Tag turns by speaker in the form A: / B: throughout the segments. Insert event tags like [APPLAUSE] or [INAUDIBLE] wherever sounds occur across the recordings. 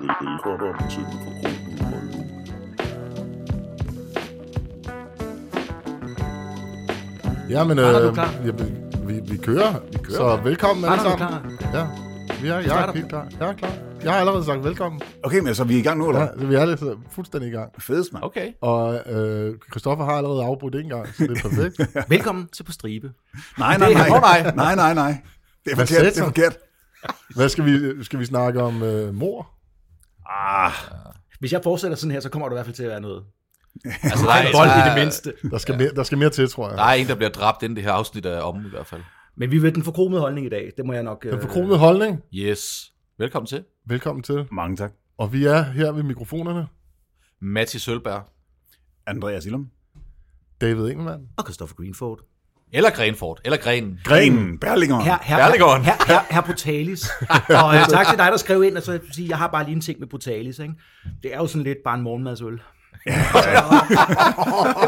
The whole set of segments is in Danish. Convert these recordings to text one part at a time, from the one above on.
A: Velkommen og tænder for kronen og røven.
B: Jamen,
C: Anders,
B: øh,
C: du er klar?
B: jamen, vi, vi kører. Vi kører.
C: kører,
B: Så velkommen alle
C: Anders, du er
B: sammen. Ja, vi er, jeg er
C: starter.
B: helt klar. Jeg er klar. Jeg har allerede sagt velkommen.
D: Okay, men så vi er i gang nu, eller? Ja.
B: Ja, vi er lidt så fuldstændig i gang.
D: Fedest, mand.
E: [LAUGHS]
C: Okay.
B: Og øh, Christoffer har allerede afbrudt en gang, så det
D: [LAUGHS]
B: er perfekt.
C: Velkommen til På Stribe.
D: Nej, nej,
C: Det er-
D: nej.
C: Åh, nej.
D: nej, nej, nej. Det er
B: Hvad
D: forkert, det
B: sætter?
D: er forkert.
B: Hvad skal vi, skal vi snakke om? Øh, mor?
D: Ah,
C: Hvis jeg fortsætter sådan her, så kommer der i hvert fald til at være noget.
E: Altså,
C: Der
E: der,
C: er
E: er,
C: bold i
E: der,
C: det
E: er,
C: mindste.
B: Der skal, ja. mere, der skal mere til, tror jeg.
E: der er en, der bliver dræbt inden det her afsnit er om i hvert fald.
C: Men vi vil den forkromede holdning i dag. Det må jeg nok...
D: Øh.
B: Den forkromede holdning.
E: Yes. Velkommen til.
B: Velkommen til.
D: mange tak.
B: Og vi er her ved mikrofonerne.
E: Matti Sølberg.
D: Andreas Illum.
B: David Ingemann.
C: Og Christopher Greenford.
E: Eller Grenfort. Eller Grenen.
D: Grenen. Berlinger.
C: Her, her, her,
E: Herregården.
C: her, her, her Brutalis. og øh, tak til dig, der skrev ind, og så vil jeg sige, jeg har bare lige en ting med Brutalis. Ikke? Det er jo sådan lidt bare en morgenmadsøl.
E: En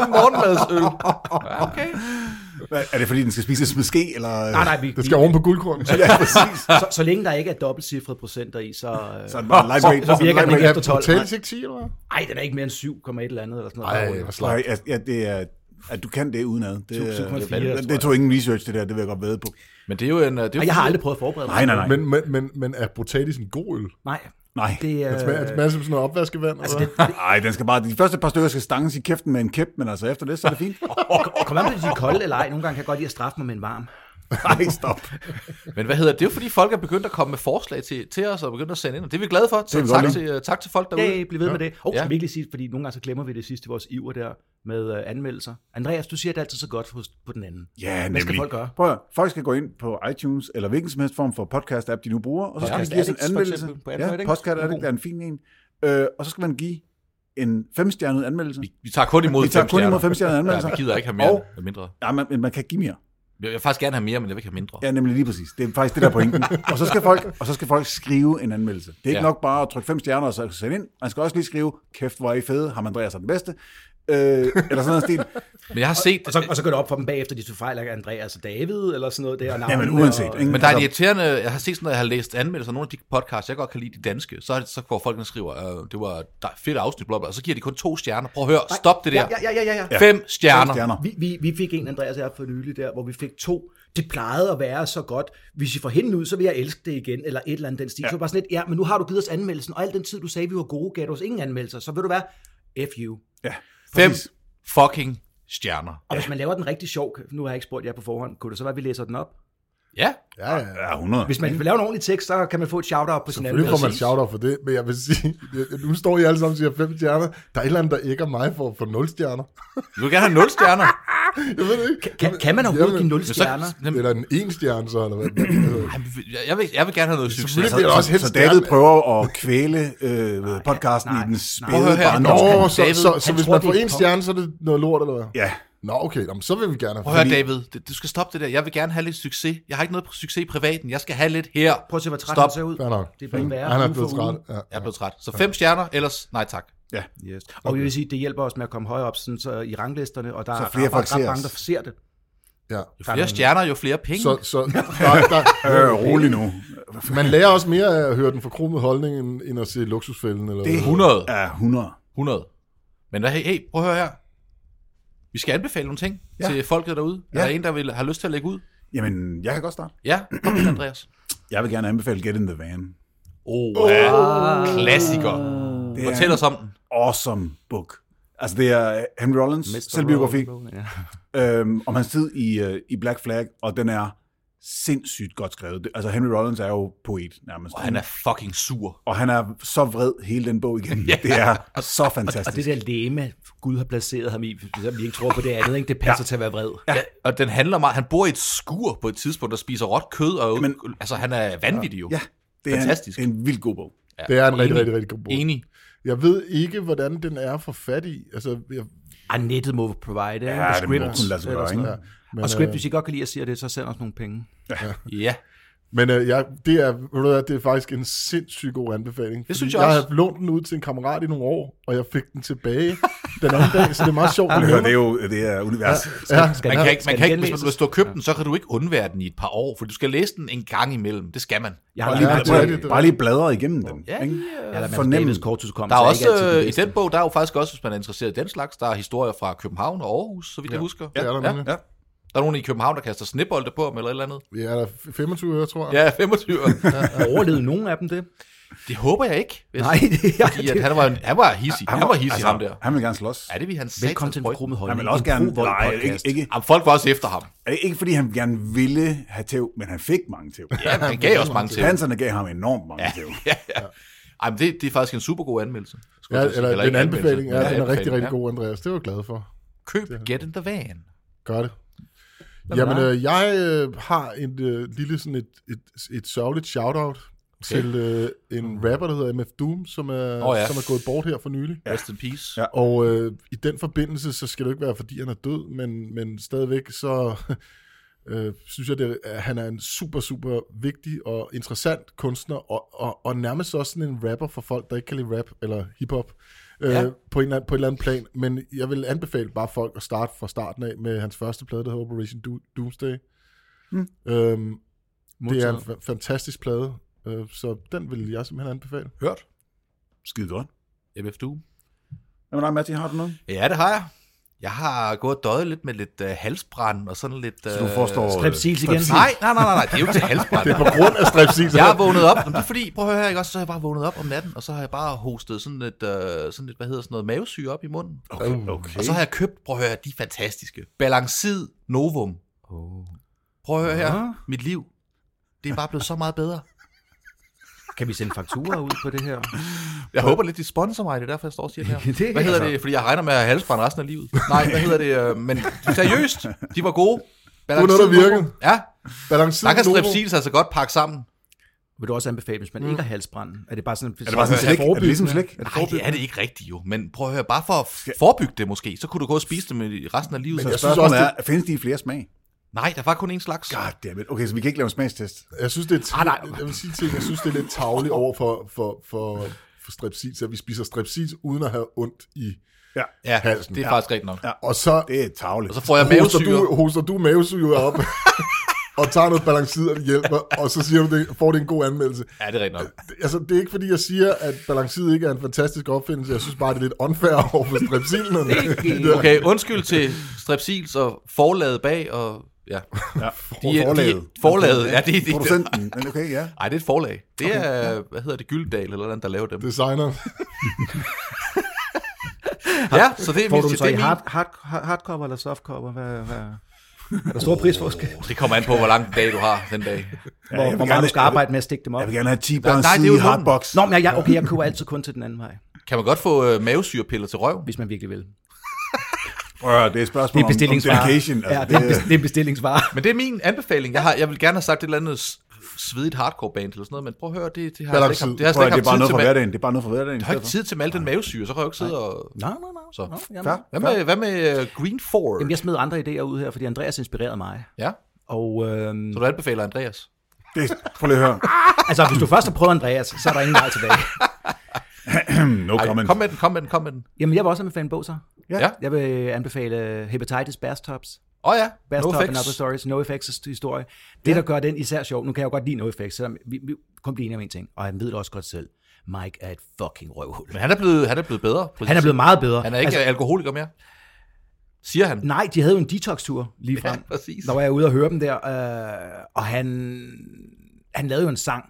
E: morgenmadsøl. Ja, okay.
D: Hvad, Er det fordi, den skal spises med ske, eller? øh,
C: Nej, nej, vi,
B: Det skal
C: vi,
B: oven på guldkorn.
D: [LAUGHS] Ja, præcis.
C: så, så længe der ikke er dobbeltcifrede procenter i, så... Øh,
D: Så er den bare lightweight.
C: så virker den ikke
B: Ja,
C: efter 12.
B: Totalt ikke 10, eller hvad?
C: Ej, den er ikke mere end 7,1 eller andet. Eller sådan noget.
B: Ej, hvor
D: Nej,
B: slapt.
D: ja, ja, det er, at du kan det udenad. Det,
C: Syv- syv komma
D: det,
C: fire,
D: det,
C: tror
D: det
C: jeg.
D: tog ingen research, det der. Det vil jeg godt ved på.
E: Men det er jo en... øh, Det er jo
C: Ej, jeg har aldrig prøvet at forberede mig.
D: Nej, nej, nej.
B: Men, men, men, men er brutalis en god øl?
C: Nej,
D: nej.
C: det er...
B: Den smager, den smager som sådan noget opvaskevand. Altså, det,
D: Nej, den skal bare, de første par stykker skal stanges i kæften med en kæp, men altså efter det, så er det
C: [LAUGHS]
D: fint.
C: Og kom an på, om de er kolde eller ej. Nogle gange kan jeg godt lide at straffe mig med en varm.
D: Nej, stop.
E: Men hvad hedder det? Det er jo fordi, folk er begyndt at komme med forslag til, til os og begyndt at sende ind. Og det er vi glade for.
D: er
E: Så
D: vi
E: tak,
D: godt
E: til, øh, tak til folk derude.
C: Ja, bliv ved med det. Og
E: Ja.
C: ja. virkelig sige, fordi nogle gange så glemmer vi det sidste i vores iver der med øh, anmeldelser. Andreas, du siger det altid så godt hos, på den anden.
D: Ja, nemlig.
C: skal folk gøre?
D: Prøv at, høre, folk skal gå ind på iTunes, eller hvilken som helst form for podcast-app, de nu bruger, og så skal
E: Ja.
D: ja, de give os en
E: Podcast Addicts, for
D: anmeldelse.
E: eksempel, på
D: ja,
E: Android, ikke?
D: podcast Addict er en fin en. Øh, og så skal man give en femstjernet anmeldelse.
E: Vi, vi tager kun imod
D: Vi tager
E: fem
D: kun imod
E: stjerner.
D: femstjernede anmeldelser.
E: Ja, vi gider ikke have mere
D: Og-
E: eller mindre.
D: Ja, man, men man kan give mere.
E: Jeg jeg vil faktisk gerne have mere, men jeg vil ikke have mindre.
D: Ja, nemlig lige præcis. Det er faktisk det, der er
E: [LAUGHS]
D: pointen. og, så skal folk, og så skal folk skrive en anmeldelse. Det er ikke
E: Ja.
D: ja. nok bare at trykke fem stjerner og så sende ind. Man skal også lige skrive, kæft hvor er I fede, har Andreas er den bedste. Øh, eller sådan noget stil.
E: Men jeg har set...
C: Og så, og så går det op for dem bagefter, de tog fejl af Andreas og David, eller sådan noget der. Og
D: Jamen
C: navnene,
D: uanset.
C: Og,
D: Ikke?
E: Men der er det
D: Altså,
E: irriterende, jeg har set sådan noget, jeg har læst anmeldelser, af nogle af de podcasts, jeg godt kan lide, de danske, så, er det- så går folk ind og skriver, øh, det var et dej- fedt afsnit, bla, bla, og så giver de kun to stjerner. Prøv at høre, stop det der.
C: Ja, ja, ja, ja, ja.
E: Ja. Fem [LAUGHS] stjerner.
D: fem stjerner.
C: Vi, vi, vi fik en, Andreas og jeg, for nylig der, hvor vi fik to. Det plejede at være så godt. Hvis I får hende ud, så vil jeg elske det igen, eller et eller andet den stil. Ja. Så var det bare sådan lidt, ja, men nu har du givet os anmeldelsen, og al den tid, du sagde, vi var gode, gav du os ingen anmeldelser. Så vil du være F you.
D: Ja,
E: Fem
D: præcis.
E: fucking stjerner.
C: Og hvis man laver den rigtig sjov, nu har jeg ikke spurgt jer på forhånd, kunne det så være, at vi læser den op?
E: Ja,
B: ja, ja.
D: Ja, 100.
C: Hvis man vil lave en ordentlig tekst, så kan man få et shout-out på sin anden.
B: Selvfølgelig får man
E: Præcis.
B: shout for det, men jeg vil sige, [LAUGHS] nu står I alle sammen og siger fem stjerner. Der er et eller andet, der ikke er mig for, for nul stjerner. [LAUGHS]
E: vi vil gerne have nul stjerner.
B: Jeg ved det ikke.
C: Kan, kan man overhovedet
B: Jamen,
C: give 0
E: Men så,
C: stjerner?
E: jamen,
B: Eller en en stjerne så, eller
E: [CLEARS THROAT]
B: hvad? Selvfølgelig
E: ej, vi- jeg, vil, jeg vil gerne have noget succes. Altså,
B: bliver det også
D: Så,
B: helt
D: så David prøver at kvæle øh, podcasten
C: nej,
D: i den
C: nej.
D: spæde
E: Prøv at høre her.
D: barndom.
B: Nå, så,
E: David,
B: så, så
C: han
B: hvis
C: tror,
B: man
C: det
B: får
C: er
B: en
C: et
B: stjerne, så er det noget lort, eller hvad?
D: Ja,
B: Nå, okay, jamen, så vil vi gerne
E: Prøv
B: have
E: at høre, David, det- du skal stoppe det der. Jeg vil gerne have lidt succes. Jeg har ikke noget succes i privaten. Jeg skal have lidt her.
C: Prøv at se, hvor træt
E: Stop.
C: han ser ud.
B: Fair nok. Mm.
C: Det er blevet værre.
B: Han er
C: uge
B: blevet
C: for
B: træt.
C: ugen.
B: Ja.
E: Jeg er blevet træt. Så fem stjerner, ellers nej tak.
D: ja.
C: Yes. Og vi vil sige, det hjælper os med at komme højere op sådan, så, i ranglisterne, og der
D: Så
C: er
D: flere
C: ret-
D: folk
C: ret
D: ser
C: mange,
D: os.
C: der ser det.
B: ja.
E: Jo flere stjerner, jo flere penge.
B: Så, så
E: [LAUGHS]
B: der, der,
D: Øh, rolig nu.
B: man lærer også mere af at høre den forkromede holdning, end, end at se luksusfælden. Eller
D: Det-
E: 100.
D: Ja, 100.
E: 100. Men hvad- hey, hey, prøv at høre her. Vi skal anbefale nogle ting ja.
D: Ja.
E: til folket derude. Ja. Er
D: Ja.
E: der en, der vil, har lyst til at lægge ud?
D: Jamen, jeg kan godt starte.
E: Ja, kom med Andreas.
D: Jeg vil gerne anbefale Get in the Van.
E: Oh, ja. klassiker.
D: Det er
E: Fortæl
D: en
E: os om den.
D: awesome book. Altså, det er Henry Rollins Mr. selvbiografi
C: Ja.
D: øhm, om hans tid i, øh, i Black Flag, og den er sindssygt godt skrevet. Det- Altså, Henry Rollins er jo poet nærmest.
E: Og han er fucking sur.
D: og han er så vred hele den bog igen. yeah. Det er så
C: Og
D: fantastisk.
C: det der lema, Gud har placeret ham i, hvis vi ikke tror på det andet, ikke? det passer ja. til at være vred.
E: Ja. Og den handler meget. Han bor i et skur på et tidspunkt og spiser råt kød. Og,
D: Jamen-
E: Jamen, altså, han er vanvittig jo.
D: Ja, det er, en,
E: Fantastisk.
D: det er en vildt god bog.
B: det er en rigtig,
E: Enig.
B: rigtig, rigtig god bog.
E: Enig.
B: Jeg ved ikke, hvordan den er for fat i. Altså, jeg,
C: Ah, nettet må provide, ja,
D: det må kunne lade sig gøre, ikke?
B: men,
C: og script, hvis I godt kan lide at se det, så send os nogle penge.
E: Ja.
B: Men øh, jeg, det, er, ved du hvad, det er faktisk en sindssygt god anbefaling. fordi
E: synes jeg
B: jeg
E: også.
B: havde lånt den ud til en kammerat i nogle år, og jeg fik den tilbage [LAUGHS] den anden dag, så det er meget sjovt. at høre.
D: Det er jo det er univers.
B: Ja,
C: Skal
E: Man
C: den-
E: kan ikke,
C: skal den
E: man kan ikke hvis, man,
C: genlæses?
E: hvis du har købt den, så kan du ikke undvære den i et par år, for du skal læse den en gang imellem. Det skal man.
C: Jeg
D: Bare
C: har
D: lige,
B: Ja, det er
D: bare,
B: rigtigt, det
D: lige,
B: er
D: bare lige bladre igennem den.
E: Ja,
D: ikke?
C: Ja, eller man
D: fornem-
C: Davids kort til kom,
E: Der er også, øh, i
C: i
E: den bog, der er jo faktisk også, hvis man er interesseret i den slags, der er historier fra København og Aarhus, så vidt jeg husker.
B: det er der nemlig.
E: ja. Der er nogen i København, der kaster snebolde på dem, eller et eller andet.
B: Vi er der 25 øre, tror jeg.
E: Ja, 25.
C: Har [LAUGHS] overlevet nogen af dem det?
E: det håber jeg ikke. Hvis,
C: Nej, det er
E: Fordi at han var, en, han var hissig. Han, var hissig, altså, ham der.
D: Han vil gerne slås.
E: Ja, det vi han sagde.
C: Velkommen til den krumme
D: Han
C: holdning.
D: vil også
C: en
D: gerne...
C: provold
D: Nej, ikke,
C: podcast.
D: ikke,
E: Jamen, folk var også efter ham.
D: ikke fordi han gerne ville have tæv, men han fik mange tæv.
E: Ja, han gav også mange til.
D: Panserne gav ham enormt mange tæv.
E: Ja, ja. Ej, men det, det er faktisk en super god anmeldelse. skulle
B: Ja,
E: jeg til at sige.
B: eller en
E: ikke
B: anbefaling. Ja,
E: men
B: den er rigtig,
E: anbefaling,
B: rigtig god, Andreas. Det var jeg glad for.
E: Køb Get in the Van.
B: Gør det.
E: Hvad med
B: Jamen, øh, jeg øh, har en øh, lille sådan et, et, et sørgeligt shout-out til øh, en rapper, der hedder MF Doom, som er,
E: Åh, ja.
B: som er gået bort her for nylig.
E: Rest in peace.
D: Ja.
B: Og øh, i den forbindelse, så skal det jo ikke være, fordi han er død, men, men stadigvæk så [LAUGHS] øh, synes jeg, det, at han er en super, super vigtig og interessant kunstner, og, og, og nærmest også sådan en rapper for folk, der ikke kan lide rap eller hiphop øh,
E: Ja.
B: ja. på, en eller anden, på et eller andet plan. Men jeg vil anbefale bare folk at starte fra starten af med hans første plade, der hedder Operation Do- Doomsday. Mm. Øhm, det er en fa- fantastisk plade, øh, så den vil jeg simpelthen anbefale.
E: Hørt.
D: Skide godt.
E: MF Doom.
D: Hvad med dig, Matti? Har du noget?
E: Ja, det har jeg. Jeg har gået og døjet lidt med lidt øh, halsbrand og sådan lidt... Øh,
D: Så du forstår...
C: Strepsils igen.
E: Nej, nej, nej, nej, nej, det er jo til halsbrand.
B: Det er på grund af strepsil, så
E: Jeg har vågnet op, Jamen, det er fordi, prøv at høre her, ikke også, så har jeg bare vågnet op om natten, og så har jeg bare hostet sådan et, øh, sådan et hvad hedder sådan noget, mavesyre op i munden.
D: Okay, okay.
E: Og så har jeg købt, prøv at høre, de er fantastiske, Balancid Novum. Prøv at høre her, mit liv, det er bare blevet så meget bedre.
C: Kan vi sende fakturer ud på det her?
E: Jeg håber lidt, de sponsorer mig, det er derfor, jeg står og siger [LAUGHS] det her.
C: Det er
E: Hvad hedder
C: altså-
E: det? Fordi jeg regner med at have halsbrand resten af livet. Nej, hvad hedder det? Øh, Men seriøst, de var gode. Balancid
B: noget, der
E: Novum.
B: virkede.
E: Ja,
B: balanceret
E: der kan
B: Novo.
E: strepsils altså godt pakke sammen.
C: Vil du også anbefale, hvis man ikke har halsbrand? Er det bare sådan, er
D: Er det bare sådan slik? Er det ligesom slik? Er det
E: Nej, det er det ikke rigtigt jo. Men prøv at høre, bare for at forebygge det måske, så kunne du gå og spise dem i resten af livet.
D: Så
B: jeg synes
D: spørgsmålet
B: også,
D: er, findes de i flere smag?
E: Nej, der var kun én slags.
D: Goddammit. Okay, så vi kan ikke lave en smagstest.
B: Jeg synes, det er
C: Ah, nej.
B: jeg vil sige til, jer, jeg synes, det er lidt tavligt over for, for, for, for strepsils, at vi spiser strepsils uden at have ondt i.
D: Ja.
E: Ja,
B: Halsen.
E: det er faktisk rigtigt nok.
D: Ja.
B: Og så,
D: Det er tavligt.
E: Og så får jeg
B: hoster,
E: mavesyre.
B: du, hoster du mavesyre op [LAUGHS] og tager noget balancid, og det hjælper, og så siger du, det, får det en god anmeldelse.
E: Ja, det er rigtigt nok.
B: Det- Altså, det er ikke, fordi jeg siger, at balancid ikke er en fantastisk opfindelse. Jeg synes bare, det er lidt unfair over for strepsilerne.
E: Okay, undskyld til strepsils og forlaget bag og... Ja.
D: Ja.
E: De er- de er- forlaget, ja, det er det.
D: Producenten, men okay, ja.
E: Ej, det er et forlag. Det er, hvad hedder det, Gyldal eller noget andet, der laver dem.
B: Designer.
E: Ja, så det er
C: Får du
E: min-
C: dem så
E: det
C: i
E: er min-
C: hard, hard, hard, hardcover eller softcover? Hvad, hvad? Er der stor prisforskel?
E: Det kommer an på, hvor lang dag du har den dag.
C: Hvor,
D: jeg vil
C: hvor meget
D: gerne-
C: du skal arbejde med at stikke dem op?
D: Jeg vil gerne have 10
E: Nej,
D: balancid
E: det er jo
D: i
E: nogen.
D: hardbox.
C: Nå, men jeg, okay, jeg køber altid kun til den anden vej,
E: Kan man godt få øh, mavesyrepiller til røven?
C: hvis man virkelig vil.
D: Prøv at høre, det er et spørgsmål
C: Det
D: om,
C: er
D: om
C: bestillingsvare.
D: dedication. Altså,
C: ja, det, er, en bes- det er en bestillingsvare.
E: Men det er min anbefaling. Jeg, har, jeg vil gerne have sagt et eller andet s- svedigt hardcore band eller sådan noget, men prøv at høre, det, det har jeg slet ikke haft, det har jeg
D: prøv
E: slet
D: at,
E: ikke
D: det er bare
E: haft tid
D: noget
E: til.
D: fra
E: med-
D: hverdagen. Det er bare noget fra hverdagen. i
E: Jeg har ikke
D: stedet
E: tid til med al den mavesyre, så kan jeg jo ikke sidde og...
C: Nej, nej, nej.
E: Så.
D: for.
C: Jamen,
D: Fair,
E: Hvad
D: fair.
E: med, hvad med øh, Green Forge?
C: Jamen, jeg smed andre idéer ud her, fordi Andreas inspirerede mig.
E: Ja,
C: Og øhm,
E: så du anbefaler Andreas.
D: Det- Prøv lige at høre. [CLEARS THROAT]
C: altså, hvis du først har prøvet Andreas, så er der ingen vej tilbage.
D: No
E: Ej,
D: comment.
E: kom med den, kom med den, kom med den.
C: Jamen, jeg vil også anbefale en bog så.
D: Ja.
E: Ja.
C: Jeg vil anbefale øh, Hepatitis Bastops.
E: Åh oh, ja,
C: Best
E: no
C: no and Other
E: effects.
C: Stories, No Effects' historie. Det, der gør den især sjov, nu kan jeg jo godt lide No Effects, selvom vi, vi kun bliver enige om en ting, og han ved det også godt selv. Mike er et fucking røvhul.
E: Men han er blevet, han er blevet bedre.
C: Han er blevet meget bedre.
E: han er ikke altså, alkoholiker mere. Siger han.
C: Nej, de havde jo en detox-tur lige frem.
E: Ja, præcis.
C: Der var jeg ude og høre dem der, øh, og han, han lavede jo en sang,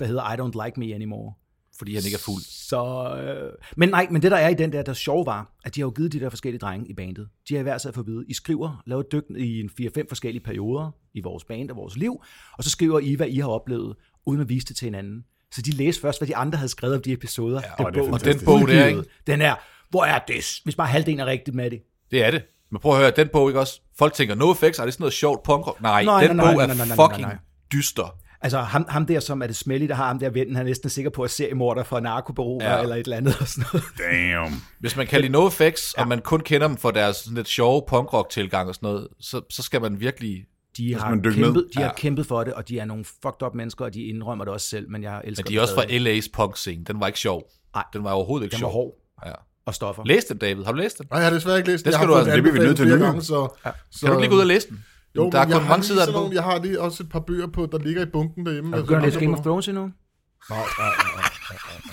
C: der hedder I Don't Like Me Anymore.
E: Fordi han ikke er fuld.
C: Så, øh, men nej, men det der er i den der, der sjov var, at de har jo givet de der forskellige drenge i bandet. De har i hvert fald fået at vide, I skriver, laver dyk i en 4-5 forskellige perioder i vores band og vores liv, og så skriver I, hvad I har oplevet, uden at vise det til hinanden. Så de læste først, hvad de andre havde skrevet om de episoder. Ja,
D: og det er
E: Og den
D: fantastisk.
E: bog der, ikke?
C: Den er, hvor er det, s- hvis bare halvdelen er rigtigt med det.
E: Det er det. Men prøv at høre, den bog, ikke også? Folk tænker, no effects, er det sådan noget sjovt punk? Nej,
C: nej,
E: den
C: nej,
E: bog
C: nej,
E: er
C: nej, nej, nej,
E: fucking
C: nej.
E: dyster.
C: Altså ham, ham der, som er det smellige, der har ham der vennen, han er næsten sikker på, at seriemorder for narkobaroner
E: Ja.
C: ja. eller et eller andet og sådan noget.
D: Damn.
E: Hvis man kan lide no effects, og man kun kender dem for deres sådan lidt sjove punkrock-tilgang og sådan noget, så, så skal man virkelig
C: De har,
D: man dykke
C: kæmpet,
D: ned.
C: de har
E: Ja.
C: kæmpet for det, og de er nogle fucked up mennesker, og de indrømmer det også selv, men jeg elsker
E: Men de er også fra
C: stadig.
E: LA's punk scene. Den var ikke sjov.
C: Nej.
E: Den var overhovedet ikke
C: Den var
E: sjov.
C: hård
E: Ja.
C: og stoffer.
E: Læs den, David. Har du læst den?
B: Nej, jeg har desværre ikke læst
E: Det
B: Jeg
E: skal
B: har
E: du
B: fået
E: altså-
D: det bliver vi nødt til
B: anbefalet
D: nu,
B: flere
D: jo.
B: gange, så, ja. så,
E: Kan du ikke lige gå ud og læse den?
B: Jo,
E: der er
B: men jeg
E: kun
B: har
E: mange
B: lige
E: sider af
B: sådan
E: den
B: nogle- Jeg har lige også et par bøger på, der ligger i bunken derhjemme.
C: Har du begyndt at læse Game of Thrones endnu?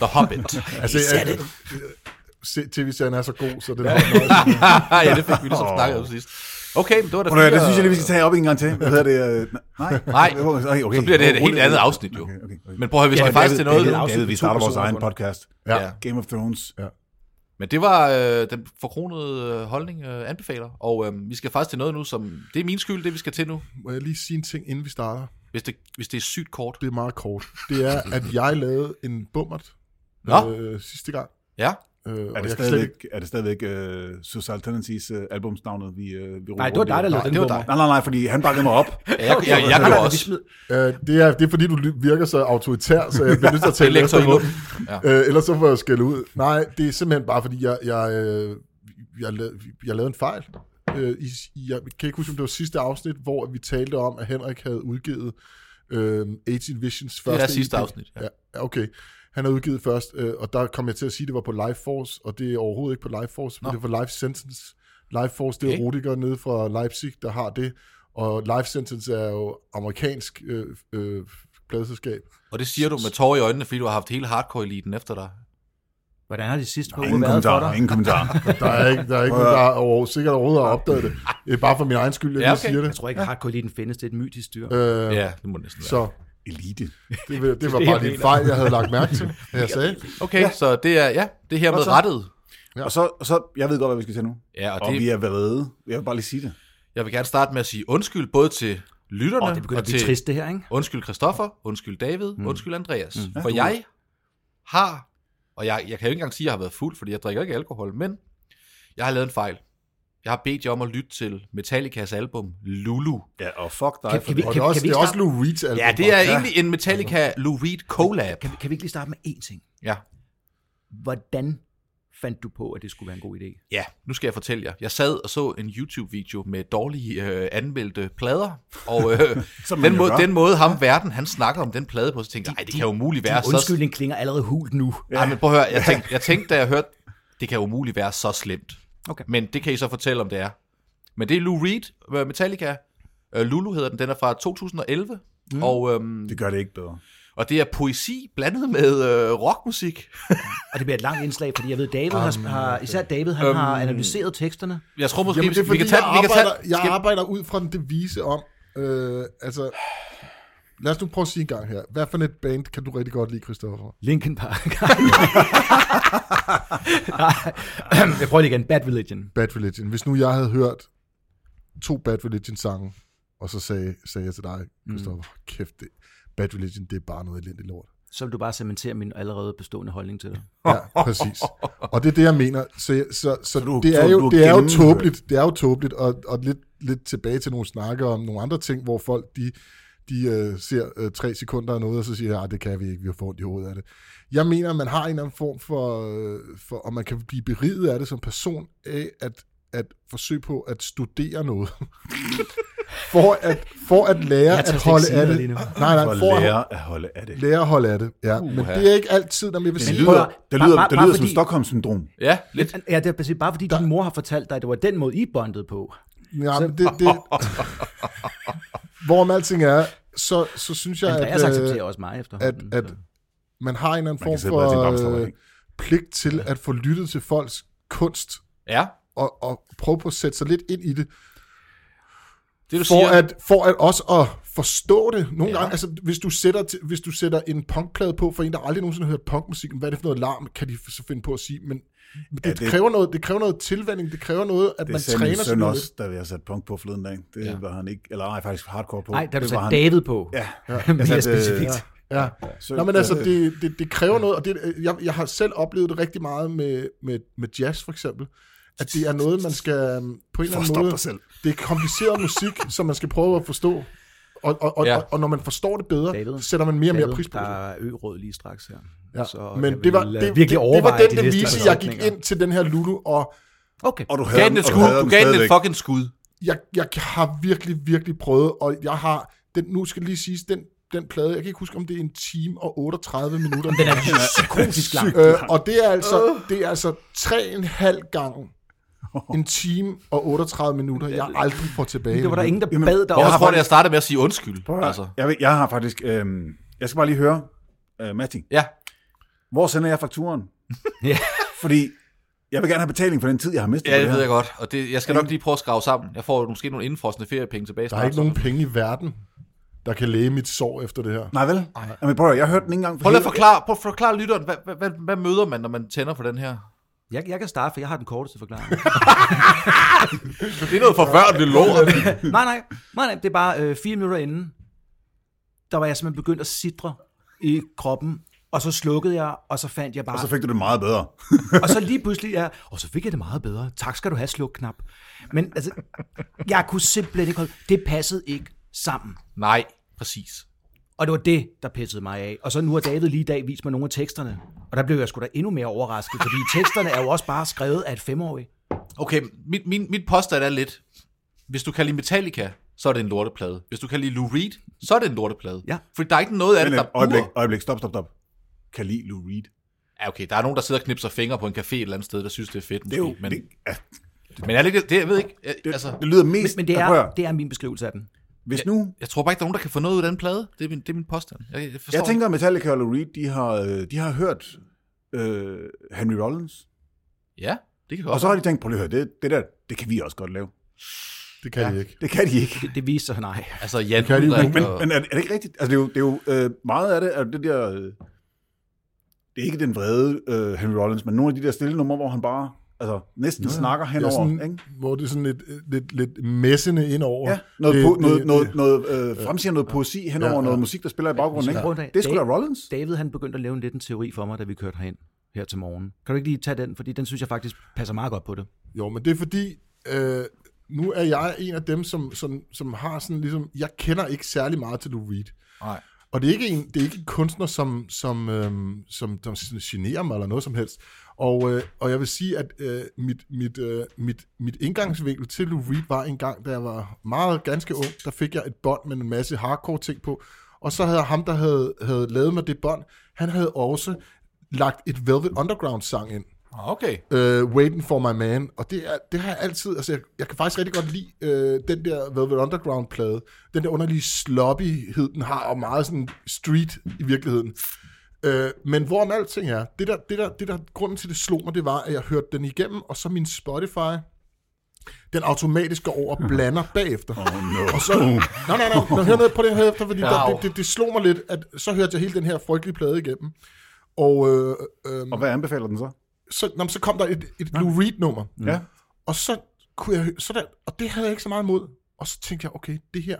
E: The Hobbit. [LAUGHS]
B: Altså, jeg, se, tv-serien er så god, så den er
E: ja, det fik vi ligesom snakket om sidst. Okay, men det var da
D: Prøv at, det
E: fint,
D: synes jeg lige,
E: og-
D: vi skal tage op en gang til. Hvad hedder det? øh, Nej.
E: Nej,
D: Okay, okay.
E: så bliver det et
D: Rolig,
E: helt
D: rolig.
E: andet afsnit jo.
D: Okay, okay, okay.
E: Men prøv at høre, vi skal
D: David,
E: faktisk til noget.
D: David,
C: afsnit
D: David, vi
C: med to
D: starter vores
C: personer
D: egen
C: kun.
D: podcast.
B: Ja.
E: Ja.
D: Game of Thrones.
E: Men det var øh, den forkronede øh, holdning øh, anbefaler, og øh, vi skal faktisk til noget nu, som det er min skyld, det vi skal til nu,
B: Må jeg lige sige en ting, inden vi starter?
E: hvis det, hvis det er sygt kort.
B: Det er meget kort. Det er, at jeg lavede en bummert
E: Nå.
B: øh, sidste gang.
E: Ja,
B: Øh, og
D: Er
B: jeg
D: det
B: kan
D: stadigvæk, er det stadigvæk uh, Suicide Tendencies uh, albumsnavnet, vi, uh, vi ruller
C: Nej, det var
D: rundt i?
C: dig,
D: Nej,
C: der lavede den
E: det var
C: nummer.
E: dig.
D: Nej, nej, nej, fordi han bakkede mig
C: [LAUGHS]
D: op.
E: jeg, jeg, jeg, jeg,
C: Nej, nej,
E: jeg
C: nej,
E: også.
C: vi smed-
B: Øh, det, er, det er fordi, du ly- virker så autoritær, så jeg bliver nødt til at
E: Det er
B: tale
E: lektor
B: efter
E: i
B: dig.
E: luften. Ja.
B: Øh, ellers så får jeg skæld ud. Nej, det er simpelthen bare fordi, jeg, jeg, øh, jeg, lavede, jeg lavede en fejl. Øh, i, i- jeg kan ikke huske, om det var sidste afsnit, hvor vi talte om, at Henrik havde udgivet øh, 18 Visions første...
E: sidste
B: EP.
E: afsnit, ja.
B: Ja. ja, okay. Han havde udgivet først, øh, og der kom jeg til at sige, at det var på Life Force, og det er overhovedet ikke på Life Force, men det var Life Sentence. Life Force, det er
E: Okay.
B: okay. Rudiger nede fra Leipzig, der har det, og Life Sentence er jo amerikansk øh, øh, pladeselskab.
E: Og det siger du med tårer i øjnene, fordi du har haft hele hardcore-eliten efter dig.
C: Hvordan har de sidste par uger
D: Ingen
C: været for dig?
D: kommentar, ingen
C: [LAUGHS]
D: kommentar.
B: Der er ikke, der er ikke nogen, der over, sikkert overhovedet har opdaget det. Det er bare for min egen skyld, jeg
E: Ja,
B: ja,
E: okay.
B: okay. siger det.
C: Jeg tror ikke, at hardcore eliten findes. Det er et mytisk dyr.
B: Øh,
E: Ja, det må det næsten være.
B: Så
D: Elite.
B: det, var- det var
C: Det er
B: bare
C: det,
B: lige
C: jeg
B: en fejl, jeg havde lagt mærke til, hvad jeg sagde.
E: Okay, ja. så det er, ja, det er hermed
D: Godt så.
E: rettet.
D: Og så, og så, jeg ved godt, hvad vi skal til nu.
E: Ja, og,
D: Og
E: det,
D: vi er vrede. Jeg vil bare lige sige det.
E: jeg vil gerne starte med at sige undskyld både til lytterne
C: Åh, det begynder
E: og
C: at blive
E: til
C: trist, det her, ikke?
E: undskyld Christoffer, undskyld David, mm. undskyld Andreas. Mm. For
D: du-
E: jeg har, og jeg, jeg kan jo ikke engang sige, at jeg har været fuld, fordi jeg drikker ikke alkohol, men jeg har lavet en fejl. Jeg har bedt jer om at lytte til Metallicas album Lulu.
D: Ja, og fuck dig.
C: Kan-
D: for
C: kan
D: det.
B: Og
C: vi-
B: det er også,
C: vi
B: det er
C: starte-
B: også Lou Reed's album.
E: Ja, det er egentlig en Metallica Lou Reed collab.
C: Kan vi, kan vi ikke lige starte med én ting?
E: Ja.
C: Hvordan fandt du på, at det skulle være en god idé?
E: Ja, nu skal jeg fortælle jer. Jeg sad og så en YouTube-video med dårlige øh, anmeldte plader, og
B: [LAUGHS]
E: øh,
D: Som man
E: den,
D: jo
E: måde,
D: gør.
E: den måde ham verden, han snakker om den plade på, så tænkte jeg, nej, det kan jo umuligt være
C: Din
E: så...
C: undskyldning klinger allerede hult nu.
E: Ja. Ej, men prøv at høre, jeg tænkte, jeg tænkte, da jeg hørte, det kan umuligt være så slemt.
C: Okay.
E: Men det kan I så fortælle, om det er. Men det er Lou Reed, øh, Metallica. Øh, Lulu hedder den, den er fra 2011. Mm. Og, øhm,
D: Det gør det ikke bedre.
E: og det er poesi blandet med øh, rockmusik.
C: Og det bliver et langt indslag, fordi jeg ved, David har, har
E: øh,
C: især David,
E: øhm,
C: han har analyseret teksterne.
E: Jeg tror måske,
B: Jamen, det er fordi,
E: vi kan tage
B: jeg,
E: den- vi kan tage
B: arbejder,
E: den-
B: jeg
E: skal-
B: arbejder ud fra den devise om, øh, altså... Lad os nu prøve at sige en gang her. Hvad for et band kan du rigtig godt lide, Christoffer?
C: Linkin Park. [LAUGHS] Nej. jeg prøver lige igen. Bad Religion.
B: Bad Religion. Hvis nu jeg havde hørt to Bad Religion-sange, og så sagde, sagde jeg til dig, Christoffer, mm. kæft, det, Bad Religion, det er bare noget elendigt lort.
C: Så vil du bare cementere min allerede bestående holdning til dig.
D: [LAUGHS]
B: Ja, præcis. Og det er det, jeg mener. Så, så, så
D: du-
B: du, det, er
D: så
B: jo,
D: du
B: det er jo
D: gennemfører.
B: tåbeligt. Det er jo tåbeligt, og, og lidt, lidt tilbage til nogle snakker om nogle andre ting, hvor folk, de, de øh, ser øh, tre sekunder af noget, og så siger at det kan vi ikke, vi har fået i hovedet af det. Jeg mener, man har en eller anden form for, øh, for, og man kan blive beriget af det som person, af at, at forsøge på at studere noget. [LAUGHS] for, at, for at lære
C: Jeg tør
B: at
C: ikke
B: holde
C: sige
B: af
C: noget
B: det.
C: lige nu.
B: Nej, nej,
D: For at
B: for at
D: lære at holde af det.
B: lære at holde af det. Ja. Men
E: Uha.
B: det er ikke altid, når jeg vil
D: Det
B: sige,
D: lyder, det
C: bare-
D: lyder,
C: bare-
D: det
C: bare
D: lyder som
C: fordi-
D: Stockholm-syndrom.
E: Ja, lidt.
C: Ja, det er præcis bare fordi, din mor har fortalt dig, at det var den måde, I bondede på.
B: Ja, men det,
E: [LAUGHS]
B: det... Hvorom alting er, så, så synes jeg,
C: Andreas
E: altså
B: at, øh,
C: accepterer også mig efter.
B: at, at man har en eller anden
D: Man kan
B: form
D: sidde bare og tænke, "Bamse, der
B: for
D: var
B: øh,
D: ikke."
B: pligt til at få lyttet til folks kunst,
E: Ja,
B: og, og prøve på at sætte sig lidt ind i det,
E: det du
B: for
E: siger.
B: at, for at også at forstå det. Nogle
E: Ja.
B: ja. gange, altså hvis du, sætter, til- hvis du sætter en punkplade på for en, der aldrig nogensinde har hørt punkmusik, hvad er det for noget larm, kan de så finde på at sige, men men det,
D: Ja,
B: ja,
D: det-
B: det, kræver noget, det kræver noget tilvanding, det kræver noget, at man
D: Det sagde min
B: træner
D: søn
B: sådan
D: også,
B: noget.
D: da jeg satte punk på forleden dag. Det
E: Ja.
D: ja. var han ikke, eller nej, faktisk hardcore på.
C: Nej, da du
D: det
C: satte
D: var
C: David på.
D: Ja.
C: [LAUGHS] Mere
D: satte, øh,
C: specifikt.
B: Altså, Ja.
D: Så,
B: Nå, men altså, det, det, det kræver noget, og det, jeg, jeg har selv oplevet det rigtig meget med, med, med jazz, for eksempel, at det er noget, man skal øhm, på en eller anden
D: Forstop
B: måde...
D: dig selv.
B: Det er kompliceret musik, [LAUGHS] som man skal prøve at forstå, og, og, og,
E: Ja.
B: ja. og, og når man forstår det bedre,
C: David,
B: David, sætter man mere og mere
C: David,
B: pris på
C: Der
B: det.
C: er ø-råd lige straks her.
B: Ja.
C: Så jeg
B: Men det var,
C: vil,
B: det, det,
C: øh, virkelig
B: det var
C: overveje
B: den
C: de næste
B: devise, jeg gik
C: betragtninger.
B: ind til den her Lulu, og
C: Okay.
D: Og du
E: Gav
D: havde
E: den et
D: og
E: skud.
D: havde
E: Du gav den et
D: stadigvæk.
E: fucking skud.
B: jeg, jeg har virkelig, virkelig prøvet, og jeg har, den, nu skal lige siges, den, den plade, jeg kan ikke huske, om det er en time og 38 minutter. den [LAUGHS] er
C: Psykotisk langt.
B: Øh, og det er altså, det er altså tre en halv gang
D: [LAUGHS]
B: en time og 38 minutter, jeg aldrig får tilbage.
C: Det var der ingen, der bad dig
E: Og jeg
D: har
E: tror,
D: faktisk-
E: det jeg startede med at sige undskyld. Altså.
D: Altså. Jeg, ved- jeg har faktisk... Øh, jeg skal bare lige høre, øh, Matti,
E: Ja,
D: hvor sender jeg [LAUGHS] fakturen?
C: Ja.
D: Fordi jeg vil gerne have betaling for den tid, jeg har mistet.
E: ja,
D: på
E: det ved
D: her.
E: jeg godt. Og det, jeg skal nok lige prøve at skrave sammen. Jeg får måske nogle indfrosne feriepenge tilbage.
B: Der er ikke nogen penge i verden, der kan læge mit sår efter det her.
D: Nej vel? Nej. Jamen, prøv at, høre, jeg hørte den ikke engang.
E: Prøv lige at
D: hele-
E: forklare, prøv at forklare lytteren, hvad, hvad, hvad, hvad møder man, når man tænder for den her?
C: Jeg, jeg kan starte, for jeg har den korteste forklaring.
E: Det er noget forværdeligt lort.
C: nej, nej, nej, nej, det er bare øh, fire minutter inden, der var jeg simpelthen begyndt at sidre i kroppen, og så slukkede jeg, og så fandt jeg bare...
D: Og så fik du det meget bedre.
C: og så lige pludselig, ja, og så fik jeg det meget bedre. Tak skal du have, slukknap. Men altså, jeg kunne simpelthen ikke holde... Det passede ikke sammen.
E: [LAUGHS] Nej, præcis.
C: Og det var det, der pissede mig af. Og så nu har David lige i dag vist mig nogle af teksterne. Og der blev jeg sgu da endnu mere overrasket, fordi teksterne er jo også bare skrevet af et femårig.
E: Okay, mit, min, mit påstand er lidt, hvis du kan lide Metallica, så er det en lorteplade. Hvis du kan lide Lou Reed, så er det en lorteplade.
C: Ja.
E: Fordi der er ikke noget af
D: Men
E: det, der
D: et øjeblik,
E: buer.
D: øjeblik, stop, stop, stop. Kan lide Lou Reed.
E: Ja, okay, der er nogen, der sidder og knipser fingre på en café et eller andet sted, der synes, det er fedt.
D: Det er jo...
E: måske, men,
D: det, ja,
E: men er det, ikke- det, jeg ved ikke. Jeg,
D: det,
E: altså,
D: det lyder mest...
C: Men, men det,
D: Ja, prøv at
C: er,
D: høre.
C: det er min beskrivelse af den.
D: Hvis nu...
E: jeg tror bare ikke, der er nogen, der kan få noget ud af den plade. Det er min, det er min påstand. Jeg, jeg, forstår
D: Jeg tænker, at Metallica og Lou Reed, de har, øh, de har hørt øh, Henry Rollins.
E: ikke. Ja, det kan
D: Og
E: godt.
D: så har de tænkt, prøv lige at høre, det, det der, det kan vi også godt lave.
B: Det kan jeg ikke.
D: Det kan de ikke.
C: Det, det viste sig, nej.
E: Altså, Jan
B: Kan de-
E: Ulrik
D: Men,
E: og-
D: men er, det, er det ikke rigtigt? Altså, det er jo, det er jo øh, meget af det, er jo det der... Øh, det er ikke den vrede øh, Henry Rollins, men nogle af de der stille numre, hvor han bare altså, næsten ja, snakker
B: Ja,
D: henover.
B: sådan,
D: ikke?
B: Hvor det er sådan lidt, lidt, lidt messende ind over.
D: Ja, noget,
B: det,
D: po-
B: det-
D: noget,
B: det-
D: noget, noget øh, fremsiger noget poesi henover
B: Ja, ja.
D: noget musik, der spiller i baggrunden.
C: prøv en
D: Ikke?
C: dag.
D: Det er sgu da
C: Det-
D: Rollins.
C: David han begyndte at lave en lidt en teori for mig, da vi kørte herind her til morgen. Kan du ikke lige tage den, fordi den synes jeg faktisk passer meget godt på det.
B: Jo, men det er fordi, øh, nu er jeg en af dem, som, som, som har sådan ligesom, jeg kender ikke særlig meget til Lou Reed.
E: Nej.
B: Og det er ikke en, det er ikke en kunstner, som, som, øhm, som, som sådan generer mig eller noget som helst. Og, øh, og jeg vil sige, at øh, mit, mit, øh, mit, mit indgangsvinkel til Lou Reed var en gang, da jeg var meget ganske ung, der fik jeg et bånd med en masse hardcore ting på. Og så havde ham, der havde, havde lavet mig det bånd, han havde også lagt et Velvet Underground-sang ind
E: Ah, Okay.
B: uh, Waiting for my man, og det, er, det har jeg altid, altså jeg, jeg kan faktisk rigtig godt lide uh, den der Velvet Underground-plade, den der underlige sloppyhed, den har, og meget sådan street i virkeligheden. Uh, men hvorom alting er, det der, det, der, det der grunden til, det slog mig, det var, at jeg hørte den igennem, og så min Spotify, den automatisk går over og blander bagefter. Oh no. Og så, nej, nej, nej, hør ned på det her efter, fordi der,
E: Au.
B: det, det, det slog mig lidt, at så hørte jeg hele den her frygtelige plade igennem. Og øh, øh,
D: Og hvad anbefaler den så?
B: så, nå, men så kom der et, et Lou Reed-nummer.
D: Ja.
B: Og så kunne jeg hø- så der, og det havde jeg ikke så meget imod. Og så tænkte jeg, okay, det her,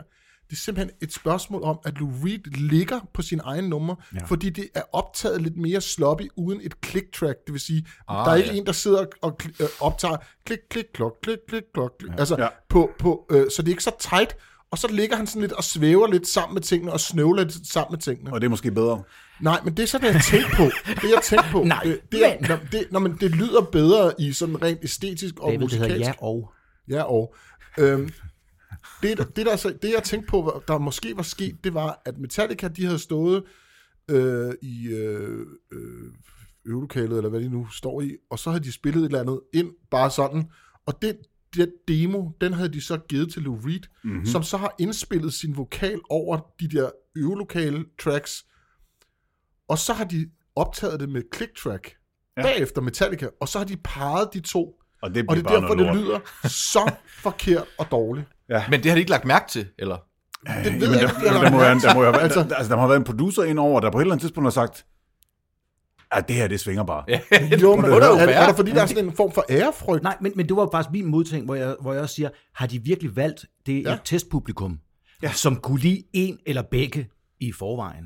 B: det er simpelthen et spørgsmål om, at Lou Reed ligger på sin egen nummer, ja. fordi det er optaget lidt mere sloppy uden et click-track. Det vil sige, ah, der er ikke
E: ja.
B: en, der sidder og kli- øh, optager klik, klik, klok, klik, klik, klok. Klik, ja. Altså,
D: Ja.
B: ja. På, på, øh, så det er ikke så tight. Og så ligger han sådan lidt og svæver lidt sammen med tingene, og snøvler lidt sammen med tingene.
D: Og det er måske bedre.
B: Nej, men det er sådan, jeg tænkte på. Det, jeg tænkte på.
C: [LAUGHS] Nej,
B: det, det, er,
C: men-
B: nå, det, nå, men det lyder bedre i sådan rent æstetisk og
C: David, det hedder
B: musikalsk.
C: ja og.
B: Ja, og... Øhm, det, der- det, der, så- det, jeg tænkte på, var- der måske var sket, det var, at Metallica, de havde stået øh, i øh, øh, øvelokalet, eller hvad de nu står i, og så havde de spillet et eller andet ind, bare sådan, og det, den demo, den havde de så givet til Lou Reed, mm-hmm. som så har indspillet sin vokal over de der øvelokale tracks, og så har de optaget det med click track, ja. bagefter Metallica, og så har de parret de to,
D: Og det bliver
B: og det er
D: bare
B: derfor,
D: noget
B: det
D: lort.
B: lyder så forkert og dårligt.
E: Men det har de ikke lagt mærke til, eller?
B: Det ved
D: Jamen,
B: jeg
D: der,
B: ikke.
D: der, der, må, være- der, må, der, altså,
B: Altså-
D: der, altså, der må have været en producer indover, der på et eller andet tidspunkt har sagt, at det her, det svinger bare. Ja.
B: Jo, men
E: det må der jo
B: er, er
E: være.
B: der fordi, der er sådan en form for ærefrygt?
C: Nej, men, men det var faktisk min modtæng, hvor jeg, hvor jeg også siger, har de virkelig valgt det ja.
B: Ja.
C: et testpublikum, ja. som kunne lide en eller begge i forvejen?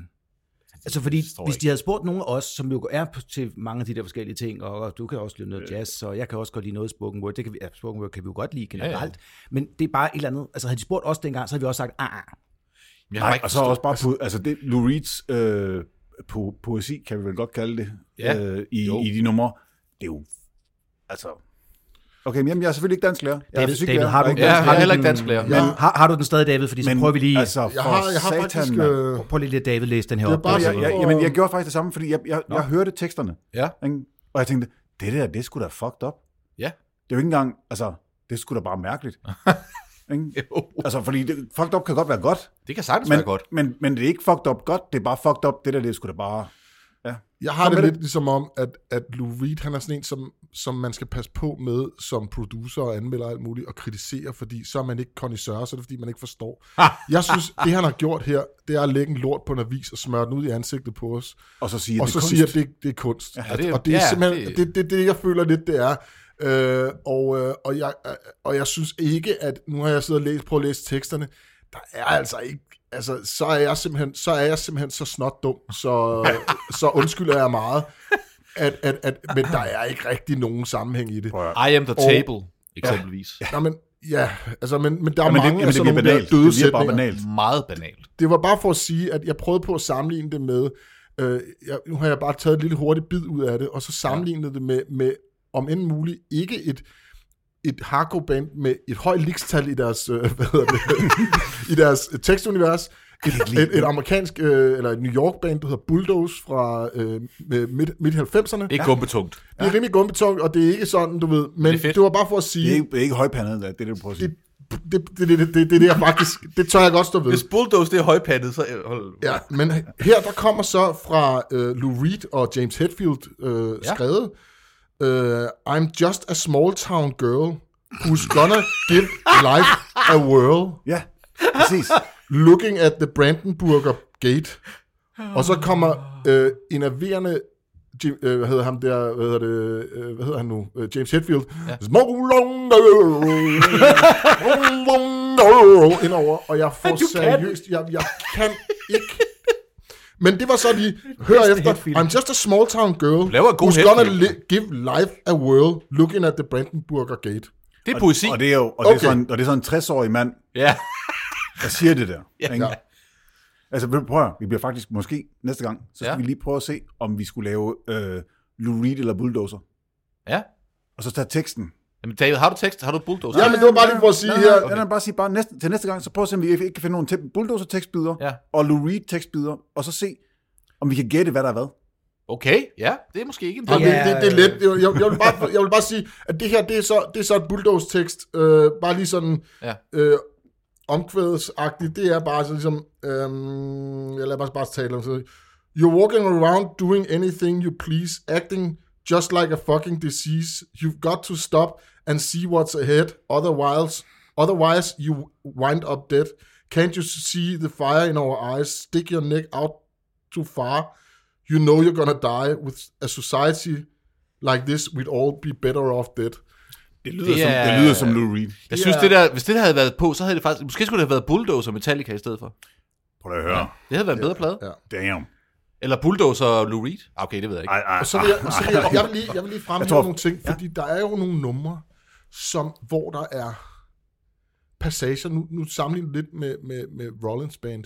C: Altså fordi,
E: forstår jeg
C: hvis
E: ikke.
C: de havde spurgt nogen af os, som jo er på- til mange af de der forskellige ting, og, og du kan også lide noget jazz, og jeg kan også godt lide noget spoken word, det kan vi, ja, spoken word kan vi jo godt lide generelt, ja,
E: Ja,
C: ja.
E: ja.
C: men det er bare et eller andet, altså havde de spurgt os dengang, så havde vi også sagt, ah, ah.
E: Jeg har
D: Nej,
E: ikke
D: og så
E: forstået-
D: også bare, på, altså det, Lou Reeds øh, po- poesi, kan vi vel godt kalde det,
E: Ja.
D: øh, i,
E: Jo.
D: i de numre, det er jo, altså, Okay, men jamen, jeg er selvfølgelig ikke dansk lærer. Jeg
C: David-
D: er fysiklærer.
C: David, har du
D: Jeg er
C: ikke
E: Ja,
D: dansklærer.
E: jeg er heller ikke dansk lærer.
B: Ja.
C: Men har, har du den stadig, David? Fordi så prøver vi lige... Altså,
D: Altså,
B: Jeg
D: for
B: har, jeg har
D: satan,
B: faktisk...
D: mand.
B: Øh,
C: prøv lige at David læse den her
B: Det er
C: op.
B: bare-
C: altså.
D: jeg, jeg, jamen, jeg gjorde faktisk det samme, fordi jeg, jeg, jeg hørte teksterne,
E: Ja.
D: ikke? og jeg tænkte, det der, det er sgu da fucked up.
E: Ja.
D: Det er jo ikke engang, altså, det er sgu da bare mærkeligt. ikke?
E: Jo.
D: Altså, fordi det, fucked up kan godt være godt,
E: Det kan sagtens
D: men,
E: være godt.
D: men, men det er ikke fucked up godt, det er bare fucked up, det der, det er sgu da bare...
B: jeg har
D: Kom
B: det
D: med
B: lidt ligesom om, at, at Lou Reed, han er sådan en, som, som man skal passe på med som producer og anmelder og alt muligt, og kritisere, fordi så er man ikke connoisseur, så er det fordi, man ikke forstår. jeg synes, det han har gjort her, det er at lægge en lort på en avis og smøre den ud i ansigtet på os,
D: Og så sige,
B: og
D: det
B: så
D: er
B: siger at det, det er kunst.
E: Ja, det er-
B: og det er
E: ja,
B: simpelthen,
E: det-
B: det det, det, det, jeg føler lidt, det er. Øh, og, øh, og, jeg, øh, og jeg synes ikke, at nu har jeg siddet og læst, prøvet at læse teksterne, der er altså ikke, altså så er jeg simpelthen så, er jeg simpelthen så snot dum,
D: [LAUGHS]
B: så, så undskylder jeg meget, at, at, at, men der er ikke rigtig nogen sammenhæng i det.
D: Prøv at-
E: I am the
B: Og-
E: table, eksempelvis.
B: Nå, men, ja, altså, men, men der er
D: Ja, men det,
B: mange
D: jamen,
B: af
D: det bliver
B: sådan nogle der
D: banalt. Det
B: døde
D: bliver bare
B: sætninger
D: banalt.
E: Meget banalt.
B: det var bare for at sige, at jeg prøvede på at sammenligne det med, øh, jeg, nu har jeg bare taget et lille hurtigt bid ud af det, og så sammenlignet det med, med om end muligt, ikke et, et hardcore band med et højt likstal i deres, øh, hvad hedder det, i deres tekstunivers, et, et, et amerikansk, øh, eller et New York band, der hedder Bulldoze fra øh, med midt, midt 90'erne.
E: Ikke gumbetungt.
B: Det er rimelig gumbetung, og det er ikke sådan, du ved, men
E: er
B: det,
E: fedt.
B: det var bare for at
D: Det er
B: sige,
D: ikke, det er ikke højpandet, det er det, du prøver at sige.
B: det, det, det, det, det, det, det, det er faktisk, det tør jeg godt stå ved.
E: Hvis bulldoze det er højpandet, så... øh, Hold.
B: Ja, men her der kommer så fra øh, Lou Reed og James Hetfield øh, ja.
E: Ja.
B: skrevet, øh, I'm just a small town girl who's gonna give life a whirl
D: Ja, præcis.
B: looking at the Brandenburger Gate. Og så kommer øh, enerverende Jim, øh, hvad hedder ham der, hvad hedder det, øh, hvad hedder han nu, øh, James Hetfield, ja. [LAUGHS] indover, og jeg får seriøst, jeg, jeg kan ikke, men det var så de, hør efter,
C: Hetfield.
B: I'm just a small town girl,
E: laver en god
B: who's gonna
E: Hetfield.
B: li- give life a whirl, looking at the Brandenburger Gate.
E: Det er poesi.
D: Og det er jo og det er
B: Okay.
D: sådan, og det er sådan en 60-årig mand,
E: Ja.
D: der siger det
B: [LAUGHS]
D: der.
E: Ja.
D: ikke? Altså, ved du, prøv at, høre, vi bliver faktisk, måske næste gang, så skal
E: Ja.
D: vi lige prøve at se, om vi skulle lave øh, Lou Reed eller Bulldozer.
E: ja.
D: Og så tage teksten.
E: Jamen, David, har du tekst? Har du bulldoze?
B: Ja, men det var bare lige for at sige her.
D: Okay. Jeg bare sige, bare næste, til næste gang, så prøv at se, om vi ikke kan finde nogle tæ- Bulldozer-tekstbyder
E: Ja.
D: og Lou Reed-tekstbyder, og så se, om vi kan gætte, hvad der er hvad.
E: Okay, ja. Det er måske ikke en
B: Og
E: dum.
B: det, det, det er let. Jeg, jeg, jeg, vil bare, jeg vil bare sige, at det her, det er så, det er så et bulldoze-tekst. Øh, bare lige sådan
E: Ja.
B: øh, omkvædesagtigt. Det er bare så ligesom... Øh, jeg lader bare, bare tale om det. You're walking around doing anything you please, acting just like a fucking disease. You've got to stop and see what's ahead. Otherwise, otherwise you wind up dead. Can't you see the fire in our eyes? Stick your neck out too far. You know you're gonna die with a society like this, we'd all be better off dead.
D: Det
E: lyder som- det lyder som
D: Lou Reed.
E: Jeg synes,
B: Ja.
E: det der, hvis det der havde været på, så havde det faktisk... Måske skulle det have været bulldoze og Metallica i stedet for.
D: Prøv at høre.
E: Det havde været en bedre plade.
B: ja.
D: Damn.
E: Eller bulldoze og Lou Reed. Ah, Okay, det ved jeg ikke.
D: Ej, ej,
B: Og så vil jeg, så vil jeg, jeg, vil lige, jeg vil lige fremhæve
D: Jeg tror-
B: nogle ting, fordi der er jo nogle numre, som, hvor der er passager, nu, nu sammenligner jeg lidt med, med, med Rollins Band.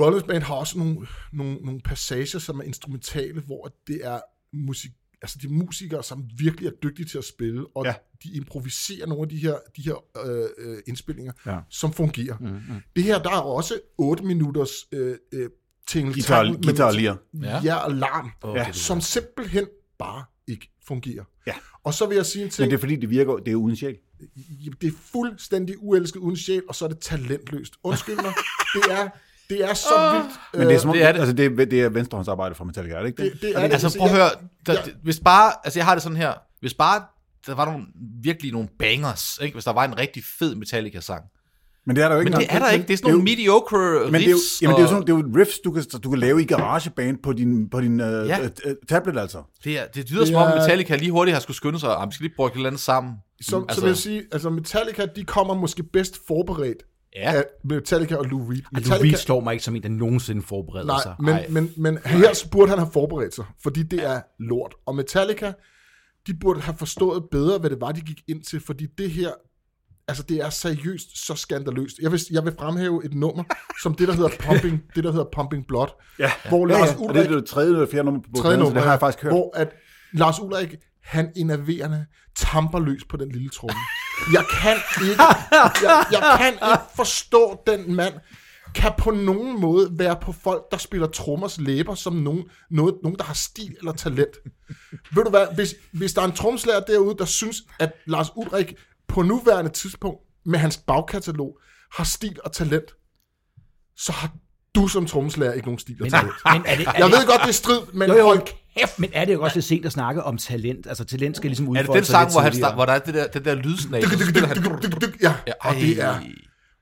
B: Rollins Band har også nogle, nogle, nogle passager, som er instrumentale, hvor det er musik, altså de musikere, som virkelig er dygtige til at spille, og
D: Ja.
B: ja. de improviserer nogle af de her, de her øh, øh, indspilninger,
D: Ja. Mm,
B: ja. som fungerer. Mm-hmm. Det her, der er jo også 8 minutters øh, øh, ting.
D: Guitar, guitar og lir.
B: ja.
E: Ja.
B: ja, alarm,
E: Okay,
B: ja. som simpelthen bare ikke fungerer.
D: Ja.
B: Og så vil jeg sige en ting,
D: Men det
B: det...
D: er fordi, det virker, det er uden sjæl.
B: det er fuldstændig uelsket uden sjæl, og så er det talentløst. Undskyld mig, det er, det er så vildt. øh,
D: Men det er som om,
E: det er det.
D: Altså, det, er, det er venstrehåndsarbejde fra Metallica, er det ikke det?
B: det, det er det.
E: Altså prøv at høre, der,
B: jeg-
E: ja. hvis bare, altså jeg har det sådan her, hvis bare der var nogle, virkelig nogle bangers, ikke? hvis der var en rigtig fed Metallica-sang.
D: Men det er der jo ikke.
E: Men det
D: engang.
E: er der ikke, det er sådan nogle
D: jo-
E: mediocre
D: Men det er jo,
E: riffs.
D: jamen det er jo,
E: og-
D: sådan, det er jo riffs, du kan, du kan lave i garageband på din, på din øh,
E: Ja.
D: ja. tablet, altså.
E: det, er, det lyder
B: Det
E: som om
B: er-
E: Metallica lige hurtigt har skulle skynde sig, og vi skal lige bruge et eller andet sammen.
B: Så, altså... så
E: altså-
B: vil jeg sige, altså Metallica, de kommer måske bedst forberedt
E: Ja.
B: af Metallica og Lou Reed.
C: Metallica... Lou Reed slår mig ikke som en, der nogensinde forbereder
B: Nej,
C: sig.
B: men, men, men her burde han have forberedt sig, fordi det er lort. Og Metallica, de burde have forstået bedre, hvad det var, de gik ind til, fordi det her, altså det er seriøst så skandaløst. Jeg vil, jeg vil fremhæve et nummer, som det, der
D: [LAUGHS]
B: hedder Pumping, det, der hedder Pumping Blood, ja. hvor
D: Ja,
B: Lars
D: ja. Og det
B: Ulrik,
D: er det tredje eller fjerde nummer på
B: tredje
D: pladen, så
B: nummer,
D: det har jeg faktisk hørt.
B: hvor at Lars Ulrik, han enerverende tamper løs på den lille tromme. Jeg kan ikke, jeg, jeg kan ikke forstå den mand kan på nogen måde være på folk, der spiller trommers læber, som nogen, noget, nogen der har stil eller talent. Ved du hvad, hvis, hvis der er en tromslærer derude, der synes, at Lars Ulrik på nuværende tidspunkt med hans bagkatalog har stil og talent, så har du som tromslærer ikke nogen stil og talent.
C: Men er det, er
B: Jeg
C: det,
B: ved godt, det er strid, men
C: Jo, jo.
B: hold kæft.
C: men er det jo også lidt sent at snakke om talent? Altså, talent skal ligesom
E: Er
C: udfordre
E: det den sang, hvor, han star- hvor der er det der, den der lydsnag, så spiller han...
B: Ja,
E: Ja,
B: og det
E: ej.
B: er...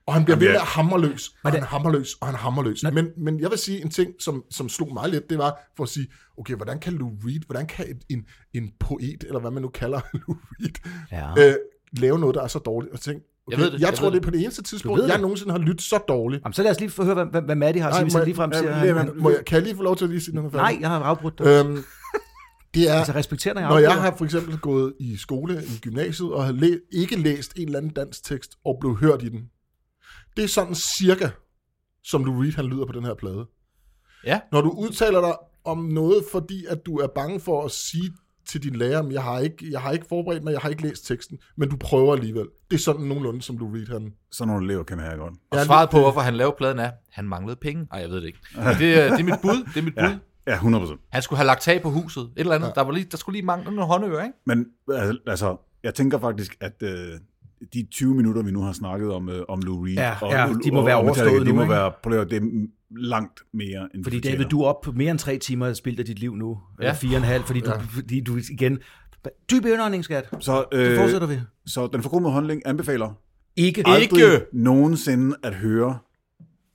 B: Og han bliver ved med at hammerløs, og
C: det-
B: han hammerløs, og han hammerløs. Men, men jeg vil sige en ting, som, som slog mig lidt, det var for at sige, okay, hvordan kan Lou Reed, hvordan kan et, en, en poet, eller hvad man nu kalder [LAUGHS] Lou Reed,
C: Ja.
B: øh, lave noget, der er så dårligt? Og tænke, okay, jeg,
E: ved
B: ved
E: det,
B: det,
E: jeg
B: jeg tror,
E: ved
B: det er på det eneste tidspunkt,
C: ved
B: jeg
C: det.
B: nogensinde har lyttet så dårligt.
C: Jamen, så lad os lige få høre, hvad, hvad, hvad Matti har at sige, hvis
B: må
C: han
B: jeg-
C: ligefrem
B: ja,
C: siger...
B: lige-
C: han- han-
B: må jeg, kan jeg lige få lov til at lige sige noget?
C: Nej, jeg har afbrudt dig.
B: Øhm, det er,
C: Altså, respekter dig.
B: Når jeg har for eksempel gået i skole i gymnasiet og har læ- ikke læst en eller anden dansk tekst og blev hørt i den, det er sådan cirka, som Lou Reed han lyder på den her plade.
E: Ja.
B: Når du udtaler dig om noget, fordi at du er bange for at sige til din lærer, "Men jeg har ikke, jeg har ikke forberedt mig, jeg har ikke læst teksten, men du prøver alligevel. Det er sådan nogenlunde, som Lou Reed han...
D: Sådan nogle elever kan jeg godt.
E: Og svaret på, hvorfor han lavede pladen er, han manglede penge. Nej, jeg ved det ikke. Men Det, er- det er mit bud, det er mit bud.
D: Ja, 100%.
E: Han skulle have lagt tag på huset. Et eller andet. Ja. Der, var lige, der skulle lige mangle nogle håndører, ikke?
D: Men al- altså, jeg tænker faktisk, at øh, de 20 minutter, vi nu har snakket om, øh, om Lou Reed,
C: Ja,
D: og,
C: ja,
D: og-
C: de må
D: og-
C: være
D: og Metallica,
C: overstået
D: de
C: nu,
D: må
C: ikke?
D: være, prøv at høre, det er m- langt mere end
C: Fordi
D: de
C: David,
D: fortjener.
C: du er op på mere end tre timer og spildt af dit liv nu. Eller
E: Ja.
C: fire og en halv, fordi du, fordi du igen... Dyb indånding, skat.
D: Så,
C: Så
D: øh,
C: fortsætter vi.
D: så den forkrummede håndling anbefaler
C: Ikke.
D: aldrig ikke. nogensinde at høre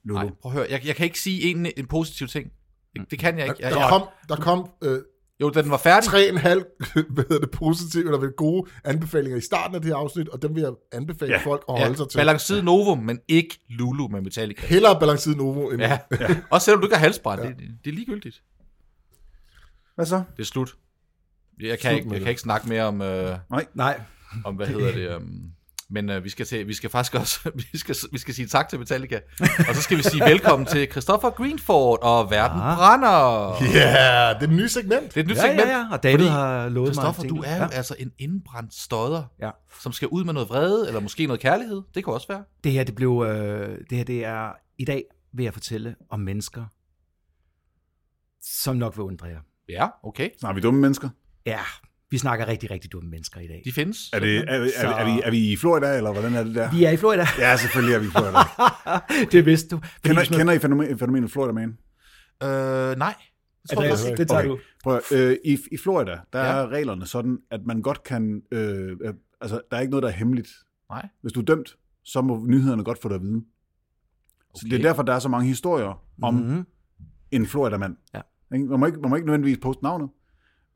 D: Lulu.
E: Nej, prøv at høre. Jeg, jeg kan ikke sige en, en positiv ting. Det, det kan jeg ikke. Jeg,
B: Der
E: jeg,
B: kom, der kom øh,
E: jo, da den var færdig,
B: tre en halv, [LAUGHS] hvad hedder det, positive eller vel gode anbefalinger i starten af det her afsnit, og dem vil jeg anbefale ja, folk at holde sig til.
E: balanceret Novum, men ikke Lulu med Metallica.
B: Hellere balanceret Novo end...
E: Ja. ja. Også selvom du ikke har halsbrand. Ja. Det, det, er ligegyldigt.
D: Hvad så?
E: Det er slut. Jeg kan, ikke, jeg kan ikke snakke mere om, øh,
C: Nej.
E: om hvad hedder det, øh, men øh, vi, skal til, vi skal faktisk også [LAUGHS] vi skal, vi skal sige tak til Metallica, og så skal vi sige velkommen til Christopher Greenford og Verden
C: Ah.
E: Brænder.
B: Ja, yeah, det er det nye segment.
E: Det er et nyt
C: Ja,
E: segment.
C: ja, ja, og David
E: fordi,
C: har lovet mig en
E: Christoffer, du
C: jingle.
E: er jo ja.
C: Ja.
E: altså en indbrændt stodder,
C: Ja.
E: som skal ud med noget vrede, eller måske noget kærlighed. Det kan også være.
C: Det her, det blev... Øh, det her, det er... I dag vil jeg fortælle om mennesker, som nok vil undre jer.
E: Ja, okay.
D: Snakker vi dumme mennesker?
C: Ja, vi snakker rigtig, rigtig dumme mennesker i dag.
E: De findes.
D: Er, det, er, er, er, er, vi, er vi i Florida, eller hvordan er det der?
C: Vi er i
D: [LAUGHS]
C: Florida.
D: Ja, selvfølgelig er vi i Florida.
C: det vidste du. Fordi
D: Kender,
C: hvis man-
D: kender I fænomen, fænomenet Florida Man?
E: Øh, nej. Det tror jeg
C: Andreas,
E: faktisk ikke.
C: det tager du.
D: Prøv, at- øh, i, I Florida, der
E: Ja.
D: ja. er reglerne sådan, at man godt kan... Øh, øh, altså, der er ikke noget, der er hemmeligt.
E: Nej.
D: Hvis du er dømt, så må nyhederne godt få dig at vide. Okay. Så det er
E: Okay.
D: derfor, der er så mange historier om mm-hmm. en Florida-mand.
C: Mhm. Ja.
D: Ikke? Man, må ikke, man må ikke nødvendigvis poste navnet,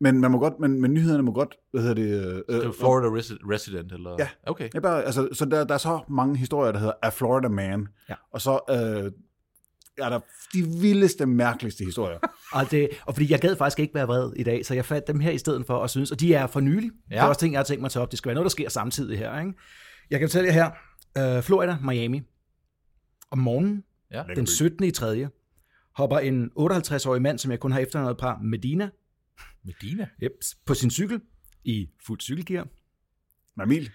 D: men, man må godt, men, men nyhederne må godt... Hvad hedder det? Øh,
E: Det er
D: øh,
E: Florida resi- resident, eller?
D: Ja.
E: Okay.
D: Ja, bare, altså, så der, der er så mange historier, der hedder A Florida Man.
C: Ja.
D: Og så øh, er der de vildeste, mærkeligste
C: [LAUGHS]
D: historier.
C: Og, det, og fordi jeg gad faktisk ikke være vred i dag, så jeg fandt dem her i stedet for og synes, og de er for nylig. Ja. Det er også ting, jeg har tænkt mig at tage op. Det skal være noget, der sker samtidig her. Ikke? Jeg kan fortælle jer her, øh, Florida, Miami. Om morgenen,
E: Ja.
C: den 17. i 3. hopper en 58-årig mand, som jeg kun har efternået par, Medina,
E: Medina.
C: yep, på sin cykel i fuldt cykelgear.
D: Men Emil,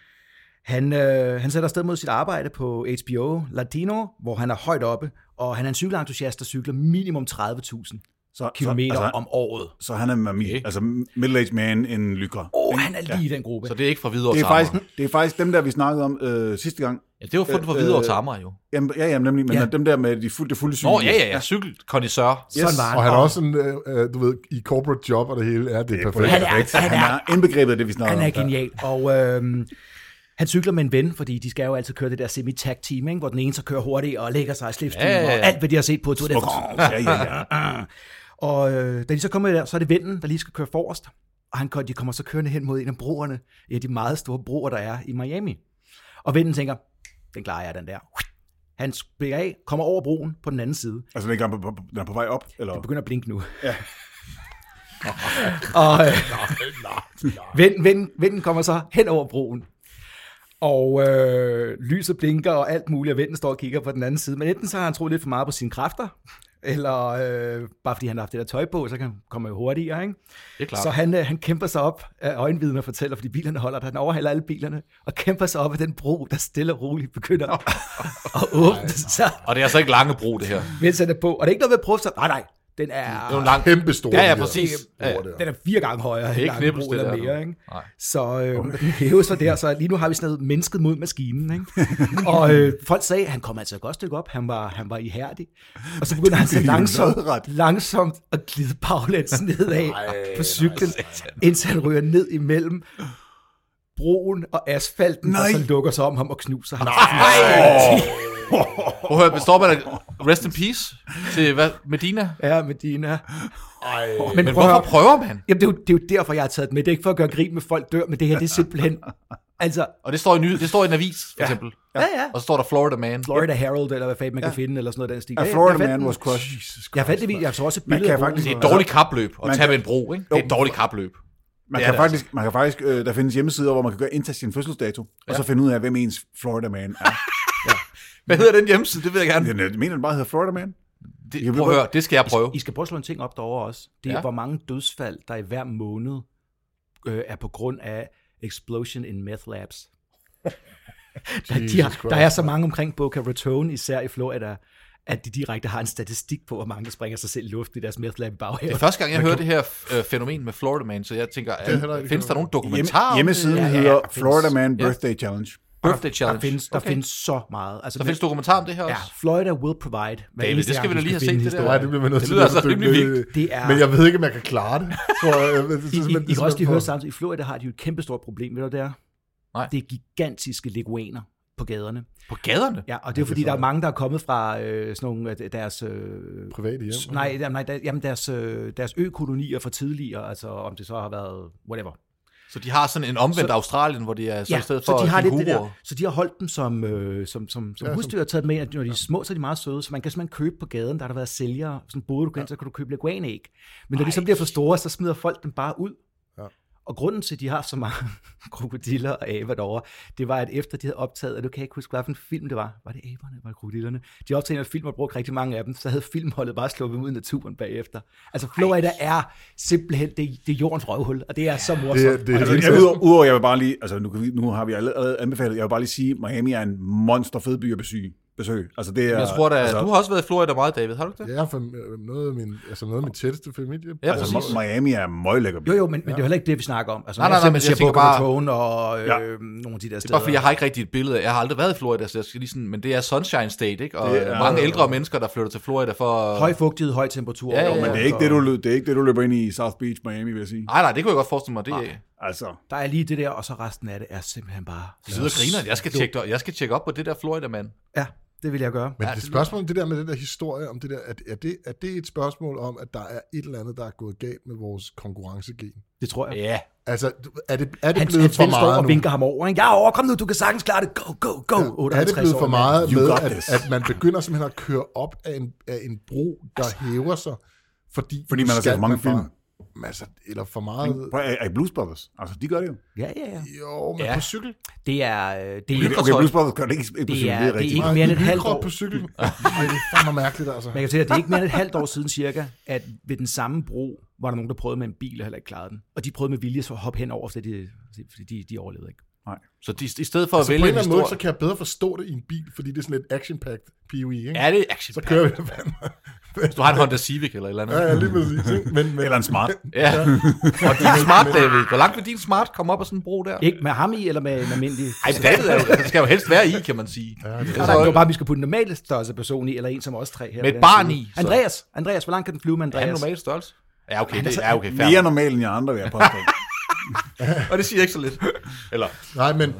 C: Han, øh, han sætter afsted mod sit arbejde på HBO Latino, hvor han er højt oppe, og han er en cykelentusiast, der cykler minimum 30.000
D: så,
C: kilometer
D: så, altså,
C: om året.
D: så han er mami,
E: Okay.
D: okay. altså middle-aged man en lykker.
C: Åh, oh, han er lige ja. i den gruppe.
E: Så det er ikke fra Hvidovre
D: Det er,
E: Tammer.
D: faktisk, det er faktisk dem der, vi snakkede om øh, sidste gang.
E: Ja, det var fundet fra
D: Øh,
E: Hvidovre
D: øh,
E: Tammer, jo.
D: Jamen, ja, jamen, nemlig, men
C: Ja.
D: ja. dem der med de fuld, det fulde syge.
E: Nå, ja, ja, ja. Cykelkondisseur.
C: Yes. Sådan var han.
B: Og han er også en, øh, øh, du ved, i corporate job og det hele. Ja, det er perfekt.
C: Han er,
D: Han er indbegrebet af det, vi snakker
C: han er
D: om.
C: genial. Og øhm, han cykler med en ven, fordi de skal jo altid køre det der semi-tag team, ikke? hvor den ene så kører hurtigt og lægger sig i slipstream
E: Ja,
C: ja,
E: ja,
C: ja,
E: ja.
C: og alt, hvad de har set på Tour de France.
D: Ja, ja,
C: [LAUGHS]
D: ja.
C: Og øh, da de så kommer der, så er det vennen, der lige skal køre forrest. Og han, kom- de kommer så kørende hen mod en af broerne, ja, de meget store broer, der er i Miami. Og vennen tænker, den klarer jeg, den der. Han spiller af, kommer over broen på den anden side.
D: Altså, den er, ikke engang på, på, den er på vej op, eller?
C: Den begynder at blinke nu. Ja. [LAUGHS]
E: [LAUGHS]
C: og øh, ven, ven, vennen kommer så hen over broen. Og øh, lyset blinker og alt muligt, og vennen står og kigger på den anden side. Men enten så har han troet lidt for meget på sine kræfter, eller øh, bare fordi han har haft det der tøj på, så kan han komme hurtigere, ikke?
E: Det er klart.
C: Så han, øh, han kæmper sig op af øjenviden og fortæller, fordi bilerne holder der. Han overhaler alle bilerne og kæmper sig op af den bro, der stille og roligt
E: [LAUGHS]
C: begynder at åbne sig,
E: Og det er altså ikke lange brug, det her.
C: mens han er på. Og det er ikke noget med at prøve sig. Nej, nej. Den er,
E: Det er jo en lang...
B: Kæmpe stor.
E: Ja, ja,
B: de der
E: præcis. Ja, ja.
B: store der.
C: den er fire gange højere
E: Det er
C: end
E: ikke knippes,
C: Langebro
E: det
C: eller
E: der.
C: mere,
E: nu.
C: ikke?
E: Nej.
C: Så øh, okay. [LAUGHS] hæves var der, så lige nu har vi sådan noget mennesket mod maskinen.
E: [LAUGHS]
C: Ikke? og øh, folk sagde, at han kom altså et godt stykke op, han var, han var ihærdig. Og så
E: [LAUGHS]
C: begynder han så langsomt,
D: lodret.
C: langsomt at glide baglæns nedad på cyklen, indtil han ryger ned imellem broen og asfalten, nej. og så lukker sig om ham og knuser ham. Nej!
E: Prøv at høre, består man af rest in peace til hvad, Medina?
C: Ja, Medina.
B: Ej.
E: Men, men
C: prøv at
E: hvorfor
C: høre.
E: prøver man?
C: Jamen, det er, jo, det er jo derfor, jeg har taget det med. Det er ikke for at gøre grin med folk dør, men det her, det er simpelthen... Altså,
E: Og det står i, ny, det står i en avis, for eksempel.
C: ja, ja.
E: Og så står der Florida Man.
C: Florida Herald, eller hvad fanden man ja. kan finde, eller sådan noget den stil.
D: A
C: Ja,
D: Florida
C: jeg fandt
D: Man
C: den.
D: was crushed.
B: Jesus
C: Jeg fandt det, video. jeg så også et
D: Man
C: billede
D: kan
C: af broen.
D: faktisk-
E: Det er et dårligt kapløb at
D: Man
E: tage
D: kan-
E: med en bro, ikke? Det er et
D: Jo.
E: dårligt kapløb.
D: Man
E: Det er
D: kan,
E: det
D: faktisk, man kan faktisk, øh, der findes hjemmesider, hvor man kan gøre indtast sin fødselsdato, ja. og så finde ud af, hvem ens Florida Man er.
E: Hvad hedder den hjemmeside? Det vil jeg gerne.
D: Den, øh, mener den bare hedder Florida Man?
E: Det,
D: Jeg vil
E: prøv at
D: godt-
E: høre, det skal jeg prøve.
C: I skal prøve at slå en ting op derovre også. Det er,
E: Ja.
C: ja. hvor mange dødsfald, der i hver måned øh, er på grund af explosion in meth labs. der, de har, der er så mange omkring Boca Raton, især i Florida, at de direkte har en statistik på, hvor mange der springer sig selv i luften i deres meth lab i
E: Det
C: baghave.
E: er første gang, jeg hører det her øh, fænomen med Florida Man, så jeg tænker,
B: er heller
E: er,
B: ikke
E: findes der nogen
D: Hjem,
E: dokumentar? om
D: hjemmesiden
C: Ja,
D: ja,
C: ja,
D: hedder
C: der findes-
D: Florida Man
E: ja.
D: Birthday Challenge.
E: det? Birthday Challenge.
C: Der findes, der
E: Okay.
C: findes så meget. Altså,
E: der
C: men-
E: findes dokumentar om det her
C: Ja,
E: også?
C: Florida will provide. hver
E: David,
C: eneste
E: det skal
C: gang,
E: vi da
C: du
E: lige
C: finde
E: have set,
C: en
E: det der.
C: historie.
B: Nej, det bliver man nødt
E: Det
B: til.
E: lyder
B: at
E: altså
B: dykke
E: rimelig
B: ned i.
E: vildt.
C: Det er-
B: Men jeg ved ikke, om jeg kan klare
E: [LAUGHS]
B: det. Tror jeg. Det er
C: I,
B: simpelthen-
C: I,
B: det
C: I
B: er
C: kan også lige
B: simpelthen
C: høre
B: for-
C: samtidig, i Florida har de jo et kæmpestort problem, ved du hvad det er?
E: Nej.
C: Det er gigantiske leguaner på gaderne.
E: På gaderne?
C: Ja, og det er jo fordi, der er mange, der er kommet fra øh, sådan nogle af de- deres... Øh,
B: Private hjem.
C: s- nej, der, nej der, jamen deres, øh, deres økolonier fra tidligere, altså om det så har været whatever.
E: Så de har sådan en omvendt Australien, hvor de er så i stedet for
C: så de har lidt det der,
E: kænguruer.
C: så de har holdt dem som, øh, som, som, som
B: Ja,
C: ja,
B: som-
C: husdyr og taget dem med, at når de er små, så er de meget søde, så man kan simpelthen købe på gaden, der har der været sælgere, sådan boede du kan, ja. så kan du købe leguanæg. Men når Ej. de så bliver for store, så smider folk dem bare ud.
B: Ja.
C: Ja. Og grunden til, at de har så mange [LAUGHS] krokodiller og aber derovre, det var, at efter de havde optaget, og du kan ikke huske, hvilken film det var, var det aberne, var det krokodillerne? De optagede en film og brugte rigtig mange af dem, så havde filmholdet bare slået dem ud i naturen bagefter. Altså Florida er simpelthen, det, det er jordens røvhul, og det er så morsomt.
B: Det er, det er
D: Altså,
B: helt
D: jeg,
B: sikkert.
D: udover, udover, jeg vil bare lige, altså nu, kan vi, nu har vi allerede anbefalet, jeg vil bare lige sige, Miami er en monster fed by at besøge. besøge. Altså, det er,
E: Men jeg tror da,
D: altså,
E: du har også været i Florida meget, David, har du ikke det?
B: Det er for øh, noget af min, altså noget af min tætteste familie.
E: Ja,
D: altså,
E: præcis.
D: Miami er en møglækker by.
C: Jo, jo, men, men det er jo heller ikke det, vi snakker om. Altså,
E: Nej,
C: nej,
E: nej,
C: nej,
E: nej, men
C: nej,
E: jeg
C: siger
E: tænker
C: Boca
E: bare-
C: Raton og øh,
D: Ja.
C: ja. nogle af de der
E: Det
C: steder.
E: er bare fordi, jeg har ikke rigtig et billede. af- Jeg har aldrig været i Florida, så jeg skal lige sådan... Men det er Sunshine State, ikke? Og
D: Det er-
E: mange ældre mennesker, der flytter til Florida for...
C: Høj fugtighed, høj temperatur.
E: Ja, ja,
C: Jo,
E: ja.
D: Men det er, ikke det, du, lø- det er ikke det, du løber ind i i South Beach, Miami, vil jeg sige.
E: Nej, nej, det kunne jeg godt forestille mig. Det er...
D: Altså,
C: Der er lige det der, og så resten af det er simpelthen bare...
E: De sidder og griner. Jeg skal, tjekke, jeg skal tjekke op på det der Florida, mand.
C: Ja, det vil jeg gøre.
B: Men
E: Ja,
B: det
E: det
B: spørgsmål om det der med den der historie, om det der, er, er, det, er det et spørgsmål om, at der er et eller andet, der er gået galt med vores konkurrencegen?
C: Det tror jeg.
E: Ja.
B: Altså, er det, er det
C: Han, han
B: blevet for
C: selv står
B: meget
C: og
B: nu?
C: vinker ham over. Ikke? Jeg er over, kom nu, du kan sagtens klare det. Go, go, go.
B: Er det
C: 58
B: blevet
C: år,
B: for
C: mand.
B: meget
D: You
B: med,
D: got
B: at,
D: this.
B: at man begynder simpelthen at køre op af en, af en bro, der hæver sig, fordi,
D: Fordi man har set
B: skal
D: for mange
B: bare- Altså, eller for meget...
D: prøv, er, er Blues Brothers? Altså, de gør det jo.
C: Ja, ja, ja.
B: Jo, men
E: Ja.
B: ja. på cykel.
C: Det er... øh, Det er
E: Lytter-
D: Okay,
E: tror-
D: Blues Brothers gør det ikke, ikke på
C: Det
D: cykel,
C: er-
D: det er
C: det er
D: rigtigt.
C: ikke- mere end et
B: Nej,
C: halvt
B: hyldkrop
C: år.
B: på cykel. [LAUGHS] Ej, det er fandme mærkeligt, altså.
C: man kan sige, at det er ikke mere end et halvt år siden cirka, at ved den samme bro var der nogen, der prøvede med en bil og heller ikke klarede den. Og de prøvede med vilje så at hoppe hen over, fordi de, fordi de, de overlevede ikke.
D: Nej.
E: Så de, i stedet for at
B: Så Altså, på en
E: vælge en
B: eller anden måde, så
E: historie...
B: kan jeg bedre forstå det i en bil, fordi det er sådan lidt action-packed PUE, ikke?
E: Ja, det er action
B: så kører vi [LAUGHS] det fandme.
E: Du har en Honda Civic eller et eller andet.
B: Ja, ja, lige præcis. ikke? Men, men,
D: Eller en smart.
E: Ja. Og din smart, David. Hvor langt vil din smart komme op af sådan en bro der?
C: Ikke med ham i, eller med en almindelig...
E: Ej, men David er jo, altså, det skal jo helst være i, kan man sige. Altså, Ja, det
C: Nej, nej, det var bare, at vi skal putte en normal størrelse person i, eller en som os tre her.
E: Med
C: på
E: et
C: den
E: barn
C: side.
E: i, så.
C: Andreas, Andreas, hvor langt kan den flyve med
E: er han
C: Andreas?
E: normal størrelse? Ja, okay, det er okay,
D: Altså, Mere
E: fair.
D: normalt end jeg andre, vil jeg
E: [LAUGHS]
D: påstå.
E: Og det siger ikke så lidt. Eller,
B: nej, men...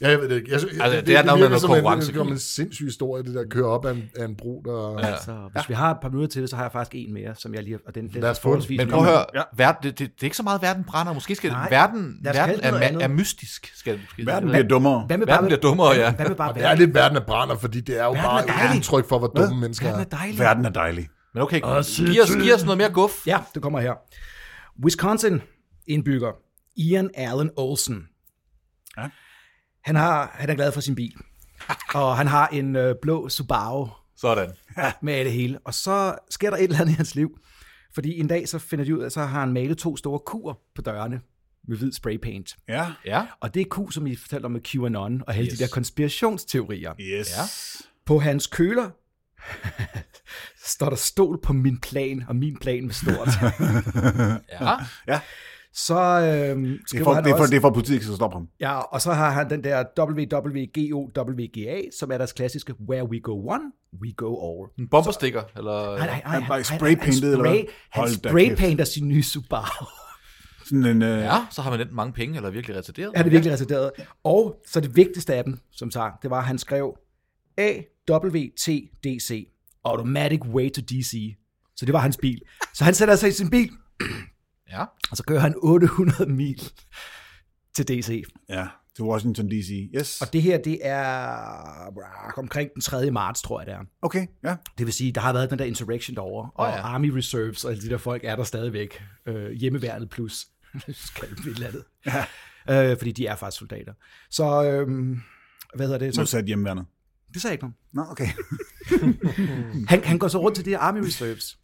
B: Ja, jeg ved det ikke. Jeg, altså,
E: det er noget med noget konkurrence.
B: Det virker som en sindssyg historie, det der at køre op af en, af en bro, der... Ja.
C: Så hvis vi har et par minutter til det, så har jeg faktisk en mere, som jeg lige har... Og den, den
B: Lad os få den.
C: forholdsvis-
E: men prøv at høre,
D: Ja.
E: verden, det, det, det, er ikke så meget, verden brænder. Måske skal
C: Nej,
E: verden,
C: lad os
E: verden
C: kalde det
E: er,
C: noget
E: ma-
C: andet.
E: er, mystisk. Skal, skal,
D: Verden bliver dummere.
C: Hvad med
E: Verden
C: bare,
E: bliver dummere, ja.
C: Hvad med bare
B: Det er
C: verden?
B: lidt verden, der brænder, fordi det er jo
C: Verden
B: bare
C: er dejlig.
B: et udtryk for, hvor dumme mennesker
C: Verden
B: er.
C: er dejlig.
D: Verden er dejlig.
E: Men okay, giv os, giv os noget mere guf.
C: Ja, det kommer her. Wisconsin indbygger Ian Allen Olsen.
D: Ja.
C: Han, har, han er glad for sin bil. Og han har en øh, blå Subaru
E: Sådan.
C: med det hele. Og så sker der et eller andet i hans liv. Fordi en dag så finder de ud af, så har han malet to store kuer på dørene med hvid spraypaint.
D: Ja.
E: Ja.
C: Og det er Q, som I fortalte om med QAnon og alle yes.
E: Yes.
C: de der konspirationsteorier.
D: Yes.
E: Ja.
C: På hans køler [LAUGHS] står der stol på min plan, og min plan med
D: [LAUGHS]
C: stort.
E: Ja.
C: så øhm,
D: Det, er
C: skriver
D: for,
C: han
D: det, er for,
C: også,
D: det er for at politiet ikke skal stoppe ham.
C: Ja, og så har han den der WWGOWGA, som er deres klassiske Where we go one, we go all.
E: En bomberstikker, eller...
C: Nej, nej, nej,
D: Han bare
C: nej, nej,
D: spraypaintet,
C: han
D: eller hvad?
C: spray- Han
D: Hold da
C: spraypainter sin nye Subaru.
D: Sådan en, øh,
E: Ja, så har man enten mange penge, eller er virkelig retarderet.
C: Han er virkelig retarderet. Og så det vigtigste af dem, som sagt, det var, at han skrev AWTDC, Automatic Way to DC. Så det var hans bil. Så han sætter sig i sin bil,
E: Ja.
C: og så kører han 800 mil til DC.
D: ja. Til Washington D.C. Yes.
C: Og det her, det er ah, omkring den 3. marts, tror jeg det er.
D: Okay, ja.
C: Det vil sige, der har været den der insurrection derovre, og
E: Åh, ja.
C: Army Reserves og alle de der folk er der stadigvæk. Øh, hjemmeværnet plus, [LAUGHS] skal vi et eller andet. Ja. Øh, fordi de er faktisk soldater. Så, øh, hvad hedder det?
D: Så
C: Så,
D: sat hjemmeværnet.
C: det sagde jeg ikke noget.
D: Nå, okay.
C: Han, han går så rundt til de her Army Reserves,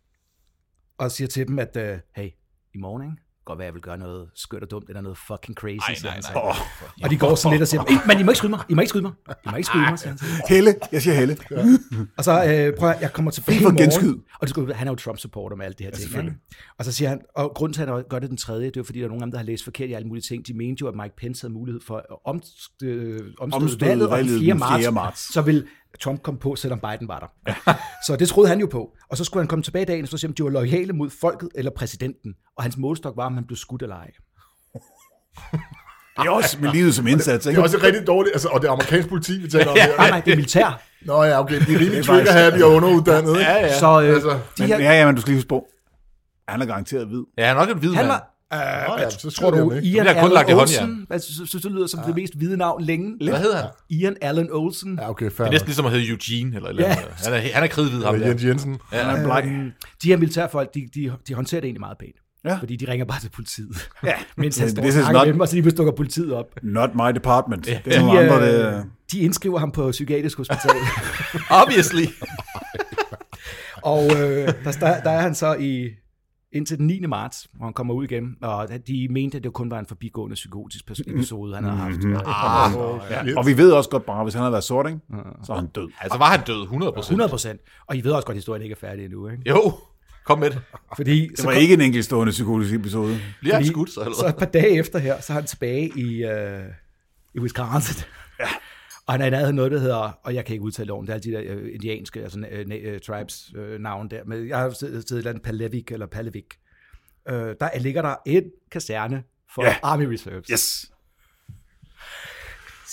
C: og siger til dem, at øh, hey, i morgen, ikke? godt være, jeg vil gøre noget skørt og dumt, eller noget fucking crazy,
E: Nej,
C: siger
E: nej,
C: han så.
E: nej. Oh.
C: Og de går sådan lidt og siger, "Ey, men I må ikke skyde mig, I må ikke skyde mig, I må ikke skyde mig, siger han så.
D: [LAUGHS] Helle. Jeg siger Helle.
C: Og så, øh, prøv at, høre, jeg kommer tilbage i
D: for
C: morgen.
D: genskyd.
C: Og det skal, ud- han er jo Trump-supporter med alt det her ja, ting. ikke? Og så siger han, og grunden til, at han gør det den tredje, det er jo fordi, der er nogen af dem, der har læst forkert i alle mulige ting. De mente jo, at Mike Pence havde mulighed for at om, øh, omstøde
D: Omstøde
C: valget, og den
D: valget
C: 4.
D: den
C: Marts,
D: 4. marts.
C: så vil Trump komme på, selvom Biden var der. [LAUGHS] så det troede han jo på. Og så skulle han komme tilbage dagen, og så sige, om de var lojale mod folket eller præsidenten. Og hans målstok var, om han blev skudt eller ej.
D: Det er også med livet som indsats,
B: Det
D: ikke?
B: er også rigtig dårligt, altså, og det er amerikansk politi, vi taler om her.
C: Nej, nej, det er militær.
B: Nå ja, okay, de er rimelig
D: Det er
B: trigger her, de er underuddannede. ikke?
E: ja.
C: Så øh,
B: Altså,
C: de
D: Men,
C: her,
D: ja, ja, men du skal lige huske på. Han er garanteret hvid.
E: Ja, han er nok en hvid
C: han
E: mand.
C: var,
B: Nå ja, så
C: tror du,
B: ikke.
C: Ian
E: Det er kun lagt i
C: Allen
E: håndjern.
C: Olsen? Hvad synes synes du, det lyder som det mest hvide navn længe?
E: Hvad hedder han?
C: Ian Allen Olsen.
B: Ja, okay, fair.
E: Det er næsten ligesom at hedde Eugene, eller et eller
C: Ja.
E: andet. Han er, han er kridhvid, ham
B: nok.
E: der.
B: Jens Jensen.
D: Han er bleg.
C: De her militærfolk, de, de, de håndterer det egentlig meget pænt.
D: Ja.
C: Fordi de ringer bare til politiet.
D: Ja,
C: [LAUGHS] Mens han står og
D: this is
C: snakker
D: not,
C: med dem, og så lige pludselig dukker politiet op.
D: not my department. Det er nogle
C: De,
D: andre, det...
C: øh, de indskriver ham på psykiatrisk
D: [LAUGHS]
C: hospital.
E: Obviously.
C: og øh, der, der, der er han så i indtil den 9. marts, hvor han kommer ud igen. Og de mente, at det kun var en forbigående psykotisk pers-
D: Mm-hmm.
C: episode, han havde haft. [LAUGHS]
E: Ah,
B: Altså,
D: Ja. Og vi ved også godt bare, hvis han havde været sort, ikke? så er han død.
E: altså var han død 100 procent.
C: 100 procent. Og I ved også godt, at historien ikke er færdig endnu. Ikke?
E: Jo, kom med det.
C: Fordi
D: Det
C: så
D: var
C: kom-
D: ikke en enkeltstående psykotisk episode.
E: Bliver han
C: Fordi-
E: skudt, så eller
C: Så et par dage efter her, så er han tilbage i, øh, i Wisconsin. Ja. Og han er i nærheden af noget, der hedder, og jeg kan ikke udtale loven, det er alle de der øh, indianske altså, øh, na- øh, tribes øh, navn der, men jeg har jo siddet siddet i et eller andet Palevik eller Palevik. Øh, der ligger der en kaserne for ja.
D: Ja.
C: Army Reserves.
D: Yes.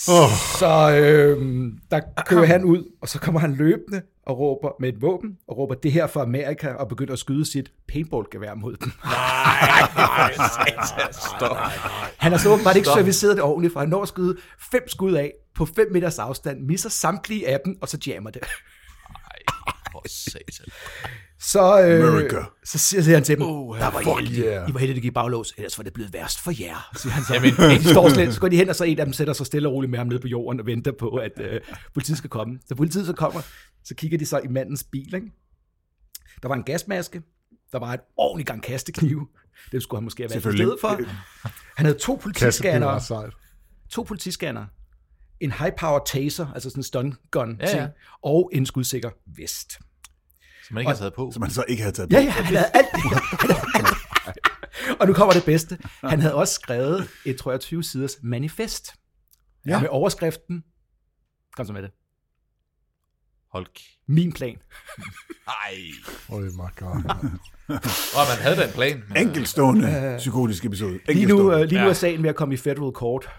B: Oh,
C: Så øh, der kører han ud, og så kommer han løbende og råber med et våben, og råber det her for Amerika, og begynder at skyde sit paintball-gevær mod dem. [LAUGHS]
E: Stop.
C: Han har så åbenbart ikke
E: Stop.
C: serviceret det ordentligt, for han når at skyde fem skud af på 5 meters afstand, misser samtlige af dem, og så jammer det.
E: For satan.
C: Så, øh,
D: America.
C: så siger siger han til dem,
E: Oh,
C: oh, der var I
B: fuck
C: heldige.
B: yeah."
C: I var heldige, det gik i baglås, ellers var det blevet værst for jer, siger han så. [LAUGHS]
E: Jamen,
C: de står slet, så går de hen, og så en af dem sætter sig stille og roligt med ham nede på jorden og venter på, at øh, politiet skal komme. Da politiet så kommer, så kigger de så i mandens bil. Ikke? Der var en gasmaske, der var et ordentligt gang kasteknive. Det skulle han måske have været i
D: Selvfølgelig.
C: stedet for. Han havde to
B: kassekniv er
C: politiscannere.
B: ret sejt.
C: to politiscanner, en high-power taser, altså sådan en stun gun
E: Ja, ja.
C: ting, og en skudsikker vest.
E: Som man ikke har taget på.
D: Som han så ikke havde taget
C: Ja,
D: på.
C: [LAUGHS] ja, han havde alt det. Han havde alt. Og nu kommer det bedste. Han havde også skrevet et, tror jeg, 20 siders manifest. Ja.
D: Ja.
C: Med overskriften, kom så med det,
E: Hold k-
C: min plan.
E: Ej.
B: Oh my god.
E: Og man havde da en plan. men, øh,
D: Enkeltstående psykotisk episode.
C: Lige nu, øh,
D: Enkeltstående.
C: lige nu
E: Ja.
C: er sagen ved at komme i federal court,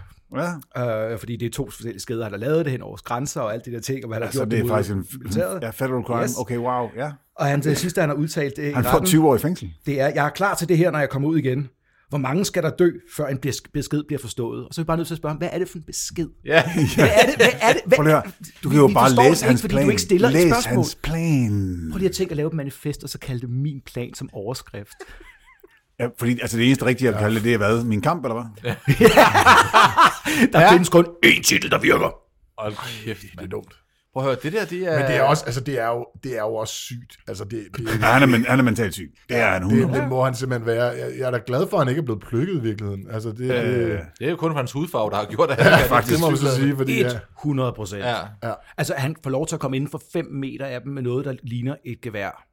D: Ja.
C: øh, fordi det er to forskellige skeder, der har lavet det hen over grænser og alt det der ting, og hvad der
D: Altså,
C: har gjort
D: det er
C: mod
D: faktisk en
C: militæret.
D: ja, federal crime.
C: Yes.
D: Okay, wow. Ja.
C: Og han, det sidste, han har udtalt det i
D: Han får
C: retten.
D: 20 år i fængsel.
C: det er, jeg er klar til det her, når jeg kommer ud igen. Hvor mange skal der dø, før en bes- besked bliver forstået? Og så er vi bare nødt til at spørge, hvad er det for en besked?
E: Ja,
C: Hvad er det? Hvad er det? Hvad?
D: Prøv lige at høre. Du kan jo
C: vi
D: bare
C: forstår
D: læse
C: det ikke,
D: hans
C: fordi du
D: plan.
C: ikke stiller et
D: Læs
C: spørgsmål.
D: hans plan.
C: Prøv lige at tænke at lave et manifest, og så kalde det min plan som overskrift. [LAUGHS]
D: Ja, fordi altså, det eneste rigtige, jeg kan kalde det, det er hvad? Min kamp, eller hvad?
C: Der ja. findes kun én titel, der virker.
E: hold kæft, mand.
B: dumt.
E: Prøv at høre, det der, det er...
B: Men det er, også, altså, det, er jo, det er jo også sygt. Altså, det, det,
D: Ja, han er, men- han er mentalt syg. Det er han 100.
B: det, det må han simpelthen være. Jeg, jeg er da glad for, at han ikke er blevet plukket i virkeligheden. Altså, det, øh,
D: Øh,
B: det,
E: Det er jo kun for hans hudfarve, der har gjort det. Ja,
B: det må man så sige, fordi ja,
C: 100 procent.
E: Ja,
C: Ja. Altså, han får lov til at komme inden for 5 meter af dem med noget, der ligner et gevær.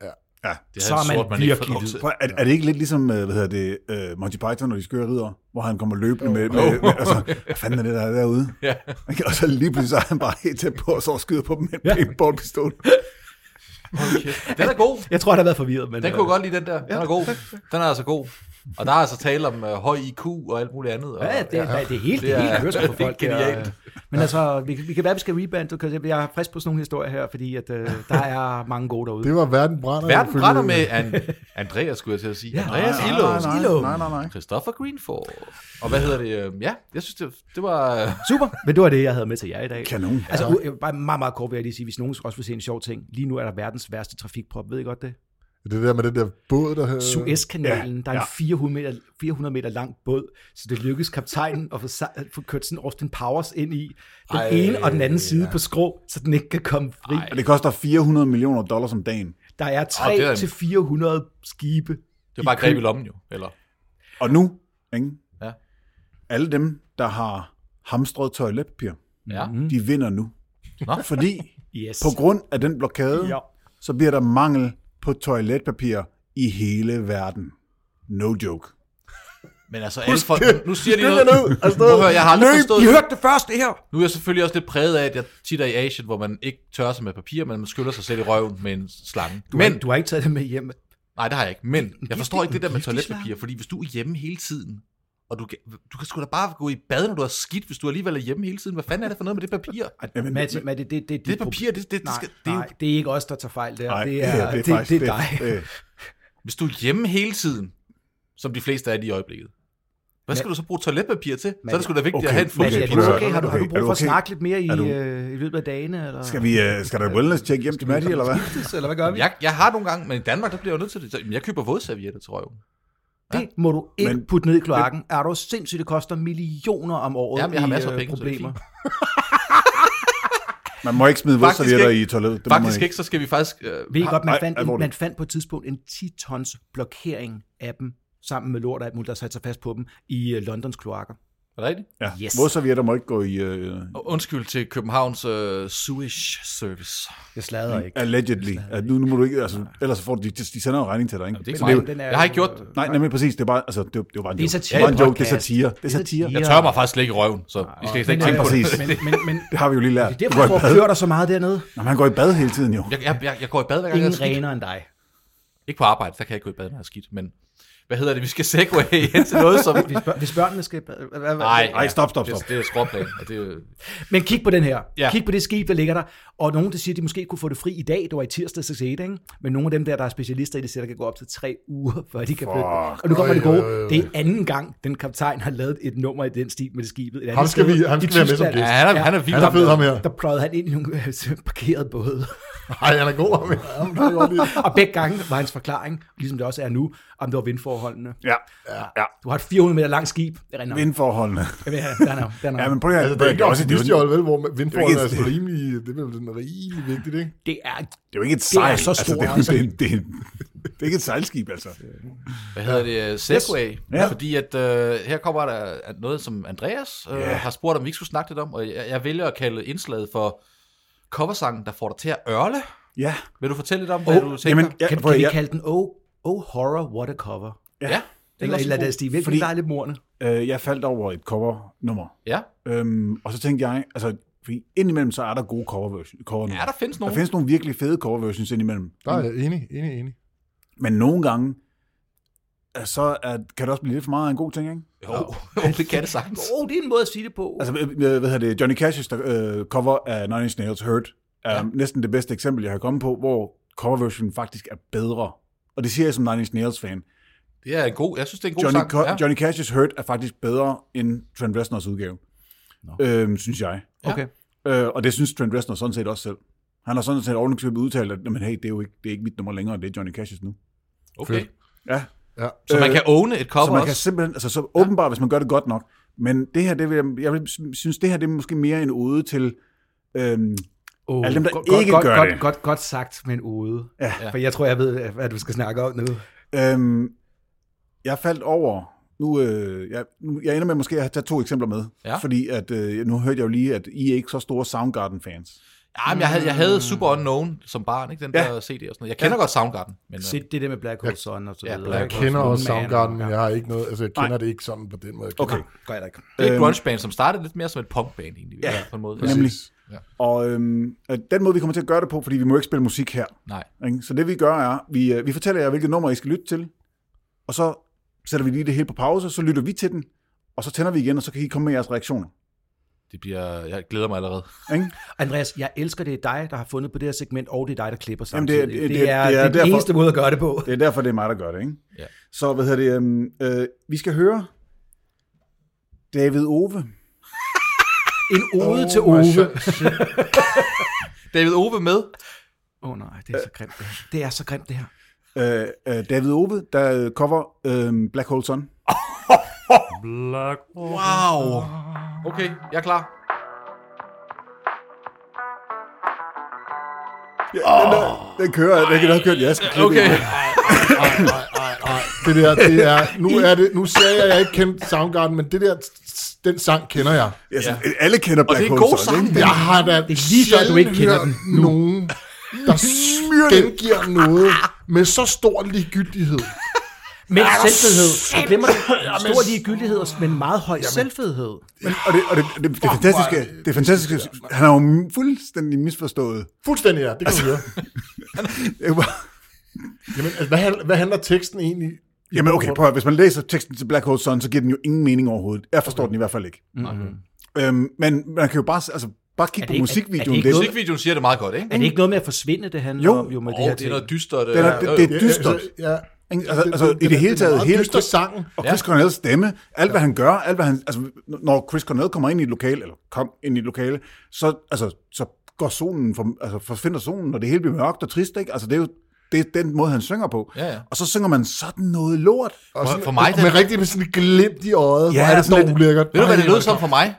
D: Ja.
E: det
C: Så
E: havde
C: er
E: en
C: man
E: sort, man ikke fået lov
C: virkelig
E: til.
D: Prøv, er, er det ikke lidt ligesom, øh, hvad hedder det, øh, Monty Python og de skøre ridder, hvor han kommer løbende med, med, med altså, hvad fanden er det, der er derude?
E: Ja.
D: Ikke? Og så lige pludselig så er han bare helt tæt på, og så skyder på dem med en
C: Ja.
D: ja. paintballpistol.
E: Hold kæft. Den er god.
C: Jeg tror, han har været forvirret, men...
E: Den kunne jeg godt lide, den der. Den er god. Den er altså god. Og der er altså tale om uh, høj IQ og alt muligt andet. Og,
C: Ja, det, ja. det er helt,
E: Det
C: det
E: er-
C: er helt kørsel for folk.
E: det er genialt.
C: Det er, men altså, vi, vi kan være, vi skal rebande. Du kan- Jeg er frisk på sådan nogle historier her, fordi at, øh, der er mange gode derude.
B: det var verden brænder.
E: Verden
B: ifølge-
E: brænder med an, Andreas, skulle jeg til at sige. Ja, Andreas
D: Nej,
E: Illo.
D: nej, nej,
C: Ilum.
D: nej, nej, nej.
E: Christopher Greenford. Og hvad hedder det? øhm, Ja, jeg synes, det, det var... øh,
C: Super, men det var det, jeg havde med til jer i dag.
D: Kanon.
C: Altså, u- jeg vil bare meget, meget kort vil jeg lige sige, hvis nogen også vil se en sjov ting. Lige nu er der verdens værste trafikprop, ved I godt det?
B: Det der med den der båd, der... øh,
C: Suezkanalen, ja,
D: ja,
C: der er en
D: ja.
C: 400 meter, 400 meter lang båd, så det lykkedes kaptajnen at få, sa- få kørt sådan Austin Powers ind i den
E: Ej,
C: Ej, ene og den anden side på skrå, så den ikke kan komme fri.
D: Og det koster 400 millioner dollars om dagen.
C: Der er
E: det er en-
C: 3 til 400 skibe.
E: Det var bare greb i lommen jo. Eller,
D: Og nu, ikke?
E: Ja.
D: alle dem, der har hamstret toiletpapir,
E: ja.
D: de vinder nu.
E: Nå.
D: Fordi
C: Yes.
D: på grund af den blokade,
C: Ja.
D: så bliver der mangel på toiletpapir i hele verden. No joke.
E: Men altså, alle folk... Nu siger de noget...
B: Skynd jer ned, afsted.
E: Prøv at høre, jeg har aldrig
B: Løb,
E: forstået...
B: I hørte
C: det første her!
E: Nu er jeg selvfølgelig også lidt præget af, at jeg tit er i Asien, hvor man ikke tørrer sig med papir, men man skyller sig selv i røven med en slange.
C: Du,
E: men,
C: men, har, du har ikke taget det med hjem.
E: nej, det har jeg ikke. Men jeg forstår ikke det der med
C: giftig
E: toiletpapir, fordi hvis du er hjemme hele tiden, og du kan, du kan sgu da bare gå i bad, når du har skidt, hvis du alligevel er hjemme hele tiden. Hvad fanden er det for noget med det papir?
D: Jamen,
C: Mads, Mads, det, det, det,
E: Det papir, det, det, det,
C: Nej,
E: skal, det, er jo-
C: nej, det er ikke os, der tager fejl der. Nej, det, er, det, er, det,
D: faktisk-
C: det er dig.
D: det-
E: Hvis du er hjemme hele tiden, som de fleste er lige i øjeblikket, hvad skal du så bruge toiletpapir til? Så er det sgu da vigtigt Øh, okay. at have en
C: Mads,
E: fugtig
C: er
E: papir.
C: du
D: prøv at
C: okay?
D: høre.
C: Har du, har du
D: Okay,
C: brug
D: er
C: for
D: du
C: at
D: okay?
C: snakke lidt mere i,
D: Er du-
C: øh, i løbet af dagene? Eller?
D: Skal, vi, øh, skal der wellness check hjem til Maddie, eller hvad?
C: Eller hvad gør vi?
E: Jeg, jeg har nogle gange, men i Danmark, der bliver jeg jo nødt til det. Så, jamen, jeg køber vådservietter, tror jeg. jo.
C: Det må du ikke
D: Men-
C: putte ned i kloakken. Er du sindssygt, det koster millioner om året
E: Jamen, jeg har
C: i,
E: masser af
C: øh,
E: penge, så det er
C: problemer.
D: Man må ikke smide
E: Faktisk
D: vådservietter
E: ikke.
D: i toilettet. Det må man
E: Faktisk ikke, så skal vi faktisk... Øh,
C: Ved I godt, man
D: Ej,
C: fandt, en,
D: alvorligt.
C: man fandt på et tidspunkt en 10-tons blokering af dem, sammen med lort og alt muligt, der satte sig fast på dem, i øh, Londons kloakker.
E: er det rigtigt?
D: Ja.
C: Yes.
D: Yes. Vådservietter må ikke gå i... Øh,
E: Og undskyld til Københavns øh, sewage service.
C: Jeg
D: Mm.
C: slader ikke.
D: allegedly. Ja, nu, nu må du ikke... Altså, ellers så får de, de, de sender jo en regning til dig, ikke?
E: Altså, Det er ikke
D: Så
E: mig.
D: jo-
C: den er
E: jeg har
C: jo- øh,
E: ikke gjort det.
D: Nej, nemlig præcis. Det er bare, altså, det, det var bare en
C: Det er
D: joke.
C: satire.
D: Det var en joke. Det er
C: Podcast.
D: satire. Det er satire.
E: Jeg tør mig faktisk slet ikke i røven, så I skal slet ikke
C: Men, øh,
E: tænke på det.
D: præcis.
C: Men, men, men,
D: Det har vi jo lige lært.
C: det er
D: Du
C: derfor,
D: går i
C: du
D: bad.
C: kører dig så meget dernede.
D: Nå, man går i bad hele tiden, jo.
E: [LAUGHS] Jeg, jeg, jeg, jeg går i bad hver gang, jeg
C: Ingen
E: er skidt.
C: renere end dig.
E: Ikke på arbejde, der kan jeg ikke gå i bad, når jeg er skidt. Men hvad hedder det? Vi skal segue [LAUGHS] hen til noget, som...
C: Hvis, bør- hvis børnene skal... hvad- hvad- hvad-
E: Nej,
D: Ej, stop, stop, stop.
E: Det, det er skråplan, og det er jo-
C: Men kig på den her.
E: Ja.
C: Ja. Kig på det skib, der ligger der. Og nogen, der siger, at de måske kunne få det fri i dag. Det var i tirsdag, så set, ikke? Men nogle af dem der, der er specialister i det, siger, der kan gå op til tre uger, før de kan flytte. det. Og nu kommer det
B: Øj,
C: gode.
B: øj, øj.
C: Det er anden gang, den kaptajn har lavet et nummer i den stil med det skibet. Et andet
B: Ham skal
C: sted
B: vi- ham
C: i
B: skal vi have med som
C: Tyskland.
E: Ja,
B: gæst.
E: han er, han er vild.
B: Han er fed, ham her.
C: Der pløjede han ind i nogle øh, parkerede både. [LAUGHS]
B: Nej, han er god ham her. Ham kan jeg godt lide.
C: og begge gange var hans forklaring, ligesom det også er nu, om det var vindforholdene.
D: Ja, ja.
C: Du har et 400 meter langt skib. Det er rent nok.
D: Vindforholdene.
C: Jeg ved, ja, der er nok- der er nok.
D: Ja, men prøv lige at...
B: [LAUGHS] Altså, det er ikke også
D: det, er jo,
B: et vel, hvor vindforholdet
D: Det er
B: er
D: ikke-
B: så rimelig, det er vel den rimelig vigtigt, ikke?
C: Det er
D: det er jo ikke et
C: Det
D: sejl.
C: er så
D: altså,
C: store,
D: det, er,
C: altså.
D: det, er, det, er, det er ikke et sejlskib, altså.
E: Hvad hedder det? øh, Segway. Yes. Ja.
D: Ja.
E: Fordi at øh, her kommer der at noget, som Andreas øh,
D: Ja.
E: har spurgt, om vi ikke skulle snakke lidt om. Og jeg, jeg vælger at kalde indslaget for coversangen, der får dig til at ørle.
D: Ja.
E: Vil du fortælle lidt om, hvad du tænker?
D: ja,
C: Kan,
D: prøv
C: kan
D: at-
C: vi
D: ja,
C: kalde den Oh, oh Horror, What a Cover?
E: ja.
C: Eller et eller andet stil. Hvilken
D: Fordi-
C: Fordi... dejlig morne.
D: øh, jeg faldt over et cover-nummer.
E: ja.
D: Øhm, og så tænkte jeg, altså, fordi indimellem så er der gode cover version, cover
E: Ja, der findes
D: der
E: nogen.
D: findes nogle virkelig fede cover versions indimellem.
B: Der er jeg enig, enig, enig.
D: Men nogle gange, øh, så er, kan det også blive lidt for meget af en god ting, ikke?
E: Jo, jo, det kan det sagtens.
C: Oh, det er en måde at sige det på. Altså,
D: Altså, øh, øh, hvad hedder det, Johnny Cash's øh, cover af Nine Inch Nails Hurt er ja. næsten det bedste eksempel, jeg har kommet på, hvor cover versionen faktisk er bedre. Og det siger jeg som Nine Inch Nails fan.
E: Det er en god, jeg synes, det er en god
D: Johnny,
E: sang.
D: Co-
E: ja.
D: Johnny Cash's Hurt er faktisk bedre end Trent Reznors udgave. No. Øhm, synes jeg.
C: okay.
D: Øh, og det synes Trent Reznor sådan set også selv. Han har sådan set ovenikøbet udtalt, at men hey, det er jo ikke, det er ikke mit nummer længere, det er Johnny Cash's nu.
E: okay.
D: Ja,
B: Ja.
E: Så man kan åne et cover
D: Øh, så man kan
E: også.
D: simpelthen, altså så åbenbart, hvis man gør det godt nok. Men det her, det vil, jeg, jeg vil- synes, det her det er måske mere en ode til øhm,
C: Oh,
D: Alle dem, der ikke
C: godt,
D: gør
C: godt,
D: det.
C: Godt, godt sagt, men ude.
D: Ja.
E: Ja.
C: For jeg tror, jeg ved, hvad du skal snakke om nu.
D: Øhm, jeg faldt over, nu, øh, jeg, nu, jeg ender med måske at have taget to eksempler med,
E: Ja.
D: fordi at, øh, nu hørte jeg jo lige, at I er ikke så store Soundgarden-fans.
E: Ja, men jeg havde, jeg havde Super Unknown som barn, ikke? Den
D: Ja.
E: der CD og sådan noget. Jeg kender godt Soundgarden, men... øh,
C: Sæt det der med Black Hole Sun og så
E: Ja,
C: videre.
E: Black
B: Jeg
E: Hole
B: kender
C: Sun,
B: også
C: Man,
B: Soundgarden, men
C: ja.
B: jeg har ikke noget, altså jeg kender
D: Nej.
B: det ikke sådan på den måde. Jeg
D: Okay.
B: kender.
C: Gør jeg da ikke.
E: Det er et
D: Øhm.
E: grungeband, som startede lidt mere som et punkband, egentlig. Ja, på en måde.
D: Nemlig.
B: Præcis.
D: Og øhm, øh, den måde, vi kommer til at gøre det på, fordi vi må ikke spille musik her.
E: Nej.
D: Ikke? Så det vi gør er, vi, øh, vi fortæller jer, hvilket nummer I skal lytte til, og så sætter vi lige det hele på pause, så lytter vi til den, og så tænder vi igen, og så kan I komme med jeres reaktioner.
E: Det bliver... Jeg glæder mig allerede.
D: Ikke?
C: Andreas, jeg elsker, det er dig, der har fundet på det her segment, og det er dig, der klipper
D: Jamen, det er-
C: samtidig.
D: det-
C: det,
D: det
C: er,
D: er
C: det er den
D: derfor-
C: eneste måde at
D: [LAUGHS]
C: gøre det på.
D: Det er derfor, det er mig, der gør det. Ikke?
E: Ja.
D: Så hvad hedder det? øhm, Øh, vi skal høre David Ove.
C: En ode oh, til
B: my
C: Ove.
B: shit.
E: David Ove med.
C: Åh oh, nej, det er så grimt det her. Det er så grimt det her.
D: Øh, øh, David Ove, der øh, cover øh, Black Hole Sun.
E: Wow. Okay, jeg er klar.
D: Ja, oh, den, der, den kører, den kan nok køre, jeg skal klippe
E: Okay.
D: i den.
B: Det der, det er, nu, er det, nu sagde jeg, at jeg ikke kendte Soundgarden, men det der, den sang kender jeg.
D: Ja, så, øh, Alle kender Black
E: det er en
D: Hole
E: god
D: Sun,
E: sang.
D: ikke?
B: Jeg har da
C: Det er lige før, du ikke kender den
B: nu. nogen, der gengiver noget med så stor ligegyldighed.
C: Men selvfedhed. Du glemmer [LAUGHS] det. Stor ligegyldighed, men meget høj selvfedhed.
D: Men, og det, og det, det, det, fantastiske, det fantastiske, han har jo fuldstændig misforstået.
B: Fuldstændig ja, det kan altså, høre.
D: Det er jo bare-
B: Jamen, altså, hvad, handler- hvad handler teksten egentlig? i-
D: Jamen okay, prøv at, hvis man læser teksten til Black Hole Sun, så giver den jo ingen mening overhovedet. Jeg forstår okay. den i hvert fald ikke. Mm-hmm. Øhm, men man kan jo bare, s- altså, bare kigge
C: det
D: på
C: ikke-
D: musikvideoen.
C: er det ikke
D: den-
E: Musikvideoen siger det meget godt, ikke?
C: Er det ikke noget med at forsvinde, det handler
D: Jo.
C: om jo med
E: Åh,
C: det her
E: det er noget
C: ting?
E: dystert.
D: Den er- det-
E: øh,
D: det-
E: øh,
B: Ja,
D: dystert.
B: altså, ja.
D: Ikke? Altså, altså, i det hele
B: den er
D: taget,
B: meget
D: hele
B: dyster sangen.
D: Og Chris Cornells stemme, alt hvad han gør, alt hvad han, altså, når Chris Cornell kommer ind i et lokale, eller kom ind i et lokale, så, altså, så går solen, for, altså forsvinder solen, og det hele bliver mørkt og trist, ikke? Altså, det er jo det er den måde, han synger på.
E: Ja, ja.
D: Og så synger man sådan noget lort.
B: Og
E: For-
B: sådan,
E: for mig,
B: og med
E: den-
B: rigtig med sådan et glimt i øjet. Ja, hvor er det
D: sådan
B: dog
D: lidt-
B: ulækkert.
E: Ved du, hvad
B: Ej,
E: det lød
B: hvor
E: som for mig?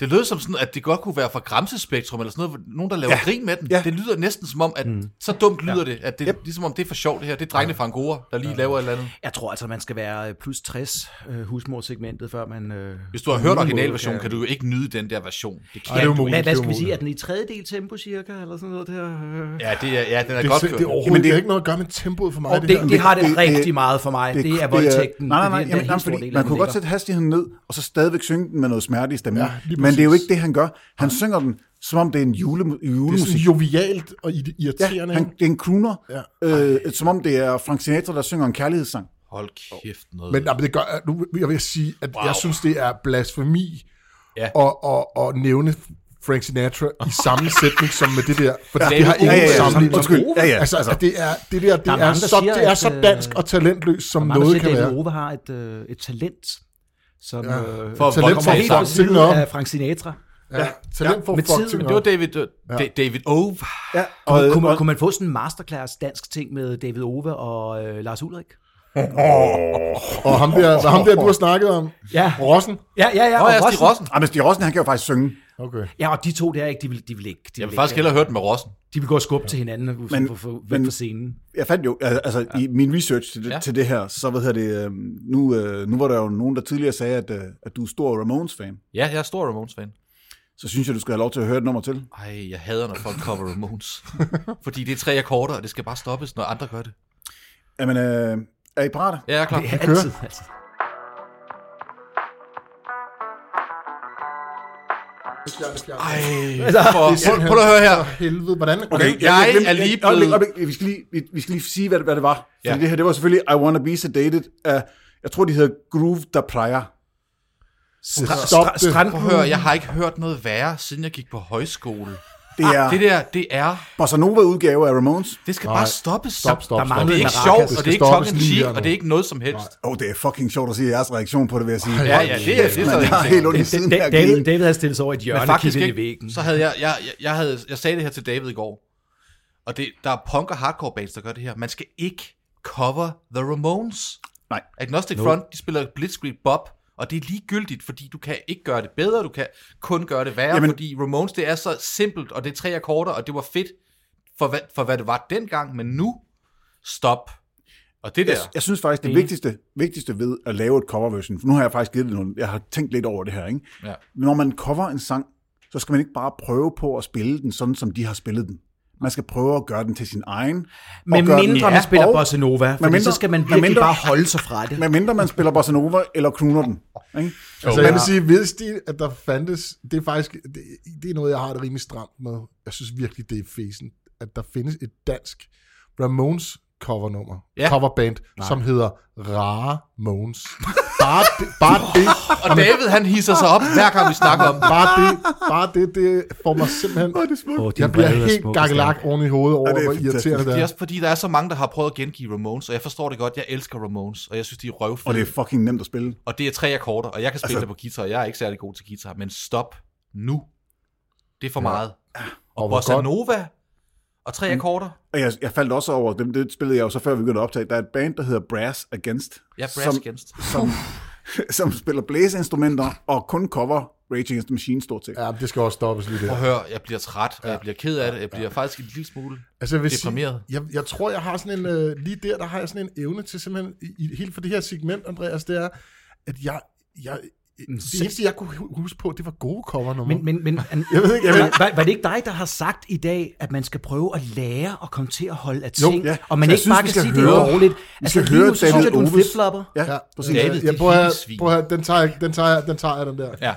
E: Det lød som sådan, at det godt kunne være fra Gramsespektrum eller sådan noget, nogen der laver ja. grin med den. Ja.
D: Ja.
E: Det lyder næsten som om, at mm. så dumt lyder ja. det, at det yep. ligesom om det er for sjovt det her. Det er drengene fra Angora, der lige ja. laver et eller andet.
C: Jeg tror altså, man skal være øh, plus 60 øh, husmorsegmentet, før man... Øh,
E: Hvis du har hørt
C: Nogen
E: originalversionen,
C: måde,
E: kan
C: ja.
E: du jo ikke nyde den der version. Det kan
B: Ej, det er
E: du
B: umuligt.
E: ikke.
C: hvad, hvad skal vi
B: umuligt.
C: sige? Er den i tredjedel tempo cirka, eller sådan noget der? Øh.
E: Ja, det er, ja, den er
B: Det,
E: godt
B: det, det er overhovedet
E: kørt.
D: Jamen,
B: Jamen,
D: det-
B: det, ikke noget at gøre med tempoet for mig.
C: Og
B: det,
C: det,
B: her.
C: det har det
D: det- det-
C: rigtig meget for mig. Det, er voldtægten.
D: Nej, nej, nej.
C: Det
D: Jamen,
C: er den
D: jamen,
C: helt store
D: fordi
C: del af
D: man
C: den
D: kunne godt
C: ligger.
D: sætte hastigheden ned, og så stadigvæk synge den med noget smerte i stemmen.
B: Ja, lige
D: Men det er jo
B: præcis.
D: ikke det, han gør. Han synger den, som om det er en jule,
B: det er sådan
D: julemusik.
B: jovialt og i-
D: Ja,
B: irriterende.
D: han, det er en crooner,
B: Ja.
D: ja. øh, som om det er Frank Sinatra, der synger en kærlighedssang.
E: Hold kæft noget.
B: Men nej, men det gør, nu, jeg vil sige, at wow. jeg synes, det er blasfemi
E: Ja.
B: ja. at, at, at nævne Frank Sinatra i samme sætning som med det der, for ja, det
E: David
B: har ingen
E: Ove.
B: ja, ja,
E: Ja, ja, ja.
B: ja, sammenligning.
D: Undskyld. Ja, ja.
B: Altså, altså, det er, det der, det
C: er
B: er,
C: mange, der
B: så,
C: siger,
B: det er
C: at,
B: så
C: øh,
B: dansk og talentløst, som
C: Man noget
B: noget
C: siger,
B: kan
C: at
B: være.
C: David Ove har et, øh, et talent, som ja. øh,
E: For
C: for
E: at
B: Talent for
E: voldtage
B: fuck
E: sig.
B: ting op.
C: af Frank Sinatra.
B: Ja, talent for
C: med
B: fuck
C: tiden,
B: ting
E: Men det var
B: op.
E: David, øh, Da- David Ove.
D: Ja,
C: Og,
D: og,
C: kunne, man,
D: og,
C: kunne man få sådan en masterclass dansk ting med David Ove og øh, Lars Ulrik?
B: Og ham der, så ham der, du har snakket om,
C: Ja,
B: Rossen.
C: ja, ja. ja
E: Nå, ja, Stig
C: Rossen.
E: Rossen.
D: ah, men Stig Rossen, han kan jo faktisk synge.
B: Okay.
C: Ja, og de to der, ikke, de vil, de vil ikke. De
E: Jeg
C: vil
E: vil faktisk
C: ikke,
E: hellere høre den med Rossen.
C: De vil gå og skubbe til hinanden og men,
D: Men-
C: for, for, væk
D: men-
C: fra scenen.
D: Jeg fandt jo, al- altså ja. i min research til det,
E: Ja.
D: ja. til det her, så hvad hedder det, øhm, nu, øh, nu var der jo nogen, der tidligere sagde, at, øh, at du er stor Ramones-fan.
E: Ja, jeg er stor Ramones-fan.
D: Så synes jeg, du skal have lov til at høre et nummer til.
E: Ej, jeg hader, når folk cover Ramones. [LAUGHS] Fordi det er tre akkorder, og det skal bare stoppes, når andre gør det.
D: Jamen, øh, er I parate?
E: Ja, jeg er klar.
C: Det er altid, altså- altid.
E: Ej,
C: Altså,
E: for, prøv, prøv at høre her.
B: Helvede, hvordan?
D: Okay,
E: Jeg
D: jeg glemte-
E: er lige
D: et øjeblik,
E: blevet-
D: øjeblik. Vi skal lige, vi, vi skal lige sige, hvad det, hvad det var.
E: Ja.
D: Ja. Fordi det her, det var selvfølgelig I Wanna Be Sedated af, jeg tror, de hedder Groove Da Playa.
B: Stop
C: Stra-
B: det.
E: Prøv at høre, jeg har ikke hørt noget værre, siden jeg gik på højskole.
D: Det er
E: Ah, Det
D: det der...
E: der, det er,
D: Bossa Nova-udgave af Ramones.
E: det skal
B: Nej.
E: bare stoppes.
B: Stop, stop,
C: Der
B: stop.
E: Det
C: manglede
E: er
C: en
E: ikke
C: maracas.
E: sjovt, og det
B: skal
E: er ikke tongue
B: stoppes
E: in
B: lige
E: cheek,
B: her nu.
E: og det er ikke noget som helst.
D: Åh, oh, det er fucking sjovt at se jeres reaktion på det, vil jeg sige.
E: Ja, ja, det er- det er så
D: Man har
E: ingenting.
D: helt ondt i
C: Den-
D: siden
C: den-
D: her.
C: David,
D: grin.
C: David havde stillet sig over i et hjørne
E: Men
C: og
E: faktisk
C: kigget ind i
E: ikke,
C: væggen.
E: så havde jeg, jeg, jeg, jeg, havde, jeg sagde det her til David i går, og det, der er punk og hardcore bands, der gør det her. Man skal ikke cover The Ramones.
D: Nej.
E: Agnostic no. Front, de spiller Blitzkrieg Bob, og Og det er ligegyldigt, fordi du kan ikke gøre det bedre, du kan kun gøre det værre, Jamen,
D: Jamen-
E: fordi Ramones, det er så simpelt, og det er tre akkorder, og det var fedt for, hvad, for hvad det var dengang, men nu, stop. Og det der,
D: Jeg, jeg synes faktisk, det vigtigste, vigtigste ved at lave et coverversion, for nu har jeg faktisk givet det nogle, jeg har tænkt lidt over det her, ikke?
E: Ja.
D: Men når man cover en sang, så skal man ikke bare prøve på at spille den, sådan som de har spillet den. Man skal prøve at gøre den til sin egen.
C: Men
D: og gøre den-
C: mindre
D: Ja,
C: man spiller
D: og-
C: bossa nova, for
D: mindre-
C: så skal man
D: men
C: virkelig
D: mindre-
C: bare holde sig fra det.
D: Med mindre man spiller bossa nova eller knuder den. Ikke?
B: Altså, jeg vil sige, hvis de, at der fandtes, det er faktisk, det, det er noget, jeg har det rimelig stramt med. Jeg synes virkelig, det er fesen, at der findes et dansk Ramones covernummer,
E: Ja.
B: ja. coverband, Nej. som hedder Rare Mones. Bare det, bare det,
E: og David han hisser sig op, hver gang vi snakker om det.
B: bare det, bare det, det får mig simpelthen... Oh, det er
C: Åh,
B: oh,
C: din
B: jeg bliver
C: vrede er
B: helt
C: smuk og
B: gakkelagt
C: stærk.
B: oven i hovedet over,
D: Ja, det er
B: hvor
D: fantastisk.
B: irriterende det
E: Det er
B: er.
E: også fordi, der er så mange, der har prøvet at gengive Ramones, og jeg forstår det godt. Jeg elsker Ramones, og jeg synes, de er røvfede.
D: Og det er fucking nemt at spille.
E: og det er tre akkorder, og jeg kan spille altså, det på guitar, og jeg er ikke særlig god til guitar, men stop nu. Det er for ja. meget. Og, Mm.
B: hvor
E: bossa
B: godt.
E: nova og tre akkorder.
D: Og jeg, jeg faldt også over, det, det spillede jeg jo så før vi begyndte at optage, der er et band, der hedder Brass Against.
E: Ja, brass
D: som,
E: against.
D: Som, som spiller blæseinstrumenter og kun cover Rage Against the Machine stort set.
B: Ja, men det skal også stoppes lige
E: Prøv
B: der.
E: at høre, jeg bliver træt, og jeg bliver ked af det. Jeg bliver faktisk en lille smule...
B: Altså, jeg, vil
E: Deprimeret.
B: sige, jeg, jeg tror, jeg har sådan en, øh, lige der, der har jeg sådan en evne til simpelthen, i, i, helt for det her segment, Andreas, det er, at jeg, jeg det eneste, jeg kunne hu- huske på, det var gode covernummer.
C: Men, men, men an,
B: Jeg ved ikke, jeg ved ikke.
C: var, var det ikke dig, der har sagt i dag, at man skal prøve at lære at komme til at holde af
D: Jo,
C: ting,
D: ja.
C: og man
D: Jeg
C: ikke
D: synes,
C: bare
D: vi
C: kan
D: skal
C: sige, det er
D: høre-
C: dårligt? Altså,
D: vi skal
C: lige
D: høre
C: nu, så synes
D: David
C: jeg, du er en
D: Oves.
C: flipflopper.
D: Ja, ja præcis.
E: David,
B: jeg,
E: det er
B: jeg prøver,
E: helt
B: her,
E: svin.
B: prøver her, den tager jeg, den tager jeg, den tager jeg, den der.
E: Ja.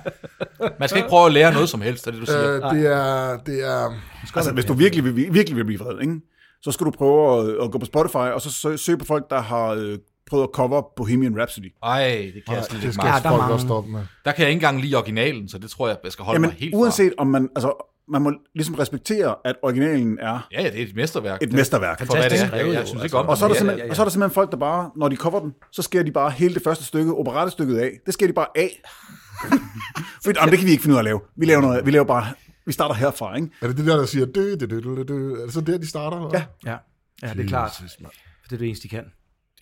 E: Man skal ikke prøve at lære noget som helst, er det, du siger.
B: Øh, det er, det er,
D: Altså, hvis du virkelig vil, virkelig vil blive vred, ikke? så skal du prøve at, at gå på Spotify, og så søge, søge på folk, der har øh, prøvet at cover Bohemian Rhapsody.
E: Ej, det kan jeg slet
B: det
E: ikke
B: skal
E: meget.
C: der er
B: folk
C: mange.
B: også stoppe med.
E: Der kan jeg ikke engang lide originalen, så det tror jeg, jeg skal holde
D: Jamen,
E: mig helt
D: uanset om man, altså, man må ligesom respektere, at originalen er
E: fra. Ja, ja, det er et mesterværk.
D: et mesterværk.
E: For hvad det er.
C: Fantastisk skrevet,
E: Jeg, jeg
C: jo,
E: synes
C: altså.
E: ikke om
D: Og så, er der
E: det.
D: simpelthen, og så er der simpelthen folk, der bare, når de cover den, så skærer de bare hele det første stykke, operettestykket af. Det skærer de bare af. For, jamen, det kan vi ikke finde ud af at lave. Vi laver, noget, vi laver bare, vi starter herfra, ikke?
B: Er det det der, der siger, dø, dø, dø, dø, dø, er det så der, de starter? Eller? Ja.
C: Ja. ja, det er klart. For det er det eneste, de kan.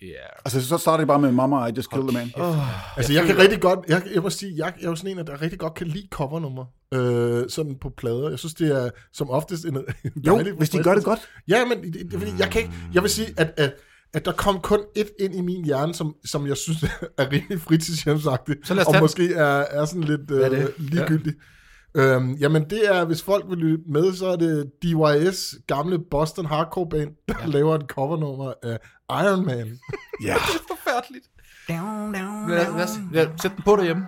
E: Det er...
D: Altså, så starter de bare med, Mama, I just killed the man.
B: Altså, jeg, kan rigtig godt, jeg, jeg må sige, jeg, jeg er jo sådan en, der rigtig godt kan lide covernummer. Øh, sådan på plader. Jeg synes, det er som oftest en, en dejlig
D: hvis de gør det
B: forfriskelse.
D: godt.
B: Ja, men det, det, er fordi, jeg kan ikke, jeg vil sige, at, at, at der kom kun et ind i min hjerne, som, som jeg synes [LAUGHS] er rimelig fritidshjemsagtigt,
E: Så lad os tage
B: og
E: den.
B: måske er, er sådan lidt øh,
C: det?
B: ligegyldigt. Ja. Øhm, jamen det er, hvis folk vil lytte med, så er det DYS, gamle Boston Hardcore Band, der ja. laver et covernummer af Iron Man.
D: Ja.
E: Forfærdeligt.
C: Down, down,
E: Lad, lad, os- lad, sæt den på derhjemme.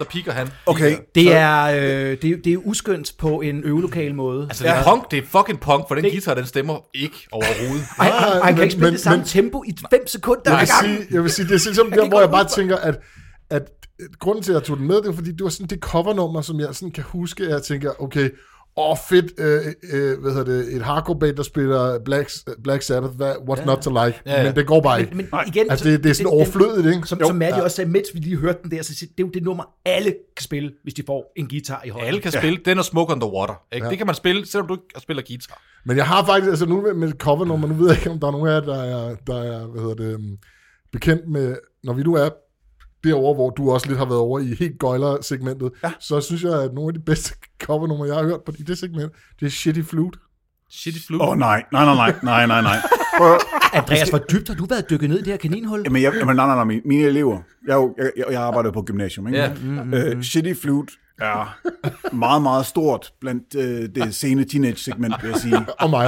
E: Så piker han.
D: Okay,
C: Det er, øh, det, er- det er uskyndt på en øvelokal måde.
E: Altså, det er punk, det er fucking punk, for den guitar, den stemmer ikke overhovedet.
C: Ej,
B: Nej,
C: han, han kan
B: men-
C: ikke spille
B: men-
C: det samme
B: men-
C: tempo i 5 sekunder
B: Jeg
C: ad
B: vil,
C: gangen.
B: sige, jeg vil sige, det er sådan
C: [LAUGHS]
B: som der,
C: kan
B: hvor jeg
C: godt
B: bare tænker, at, at grunden til, at jeg tog den med, det var fordi, det var sådan det covernummer, som jeg sådan kan huske, at jeg tænker, okay, åh oh, fedt, øh, øh, hvad hedder det, et hardcore band, der spiller Black, Black Sabbath, hvad, what's ja. not to like,
E: Ja,
B: ja,
E: ja.
B: ja. men det går bare ikke.
C: Men, men igen,
B: altså, det, det er sådan overflødigt, ikke?
C: Som, som Maddie også sagde, mens vi lige hørte den der, så siger- det er jo det nummer, alle kan spille, hvis de får en guitar i hånden.
E: Alle kan spille, den og Smoke on the Water. Ikke? Det kan man spille, selvom du ikke spiller guitar.
B: Men jeg har faktisk, altså nu med, med covernummer, nu ved jeg ikke, om der er nogen af jer, der er, der er hvad hedder det, øhm, bekendt med, når vi nu er derovre, hvor du også lidt har været over i helt gøjler-segmentet, ja. så synes jeg, at nogle af de bedste covernummer, jeg har hørt på, i det segment, det er Shitty Flute.
E: Shitty flute.
D: Åh oh, nej, nej, nej, nej, nej, nej, nej. Prøv, at-
C: Andreas, hvor dybt har du været dykket ned i det her kaninhul?
D: jamen, jeg, jamen, nej, nej, nej, mine- mine elever. Jeg, er jo- jeg, jeg, jeg arbejder på gymnasium, ikke?
E: Ja.
D: Mm, øh, shitty Flute er meget, meget stort blandt øh, det sene teenage-segment, vil jeg sige.
B: Og mig.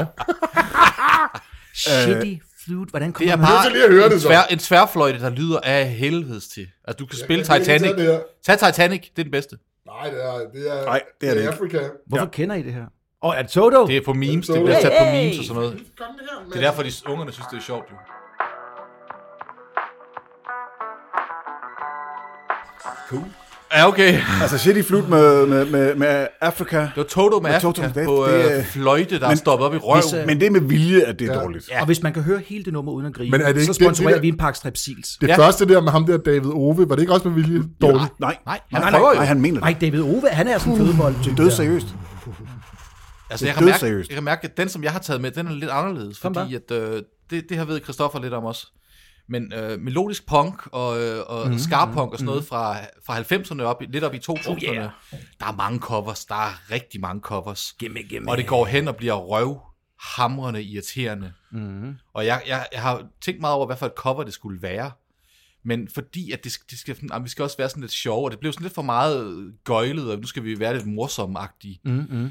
B: øh,
C: Shitty flute, hvordan
E: Det
C: kommer
E: er
C: man
E: bare
B: til lige at høre
E: en,
B: det så.
E: tvær, en tværfløjte, der lyder af helvedes til. Altså, du kan spille
B: kan ikke
E: Titanic.
B: tage det
E: Tag Titanic, det er den bedste.
B: Nej, det er, det er,
D: Nej, det er det ikke.
B: Afrika.
C: Hvorfor kender I det her? Og er det Toto?
E: Det er på memes,
B: så-
E: det bliver sat på
C: Hey!
E: memes og sådan noget.
B: Kom her, mand.
E: Det er derfor, de ungerne synes, det er sjovt, jo.
D: Cool.
E: Ja, okay.
D: Altså Shitty Flute med, med, med, med Afrika.
E: Det var Toto med
D: Med Toto,
E: Afrika
D: det-
E: på
D: det-
E: øh, fløjte, der er
D: Men-
E: stoppet op i røven.
D: Men det er med vilje, at det er dårligt.
C: Og hvis man kan høre hele det nummer uden at grine,
B: Men er det
C: så
B: ikke det-
C: sponsorerer
B: det
C: vi
B: der-
C: en pakke strepsils.
B: Det
E: Ja.
B: første der med ham der, David Ove, var det ikke også med vilje dårligt?
D: Nej, nej,
E: han
D: nej,
E: prøver
D: nej,
E: jo.
D: nej, han mener
C: Nej,
D: det.
C: David Ove, han er sådan en fødebold.
D: Død seriøst.
E: Altså, jeg
D: Det
E: Altså, kan,
D: er
E: mærke,
D: dødseriøst.
E: jeg kan mærke, at den, som jeg har taget med, den er lidt anderledes,
C: Kom
E: fordi at, øh, det, det har ved Christoffer lidt om også. Men øh, melodisk punk og, øh, og mm, skarp punk og sådan noget fra, fra 90'erne op, i- lidt op i 2000'erne. Oh, yeah. Der er mange covers, der er rigtig mange covers.
C: Gimme, gimme.
E: Og det går hen og bliver røv, hamrende irriterende.
C: Mm.
E: Og jeg, jeg, jeg har tænkt meget over, hvad for et cover det skulle være. Men fordi, at det, sk- det skal, sådan- ah, vi skal også være sådan lidt sjove, og det blev sådan lidt for meget øh, gøjlet, og nu skal vi være lidt morsomme-agtige.
C: Mm, mm.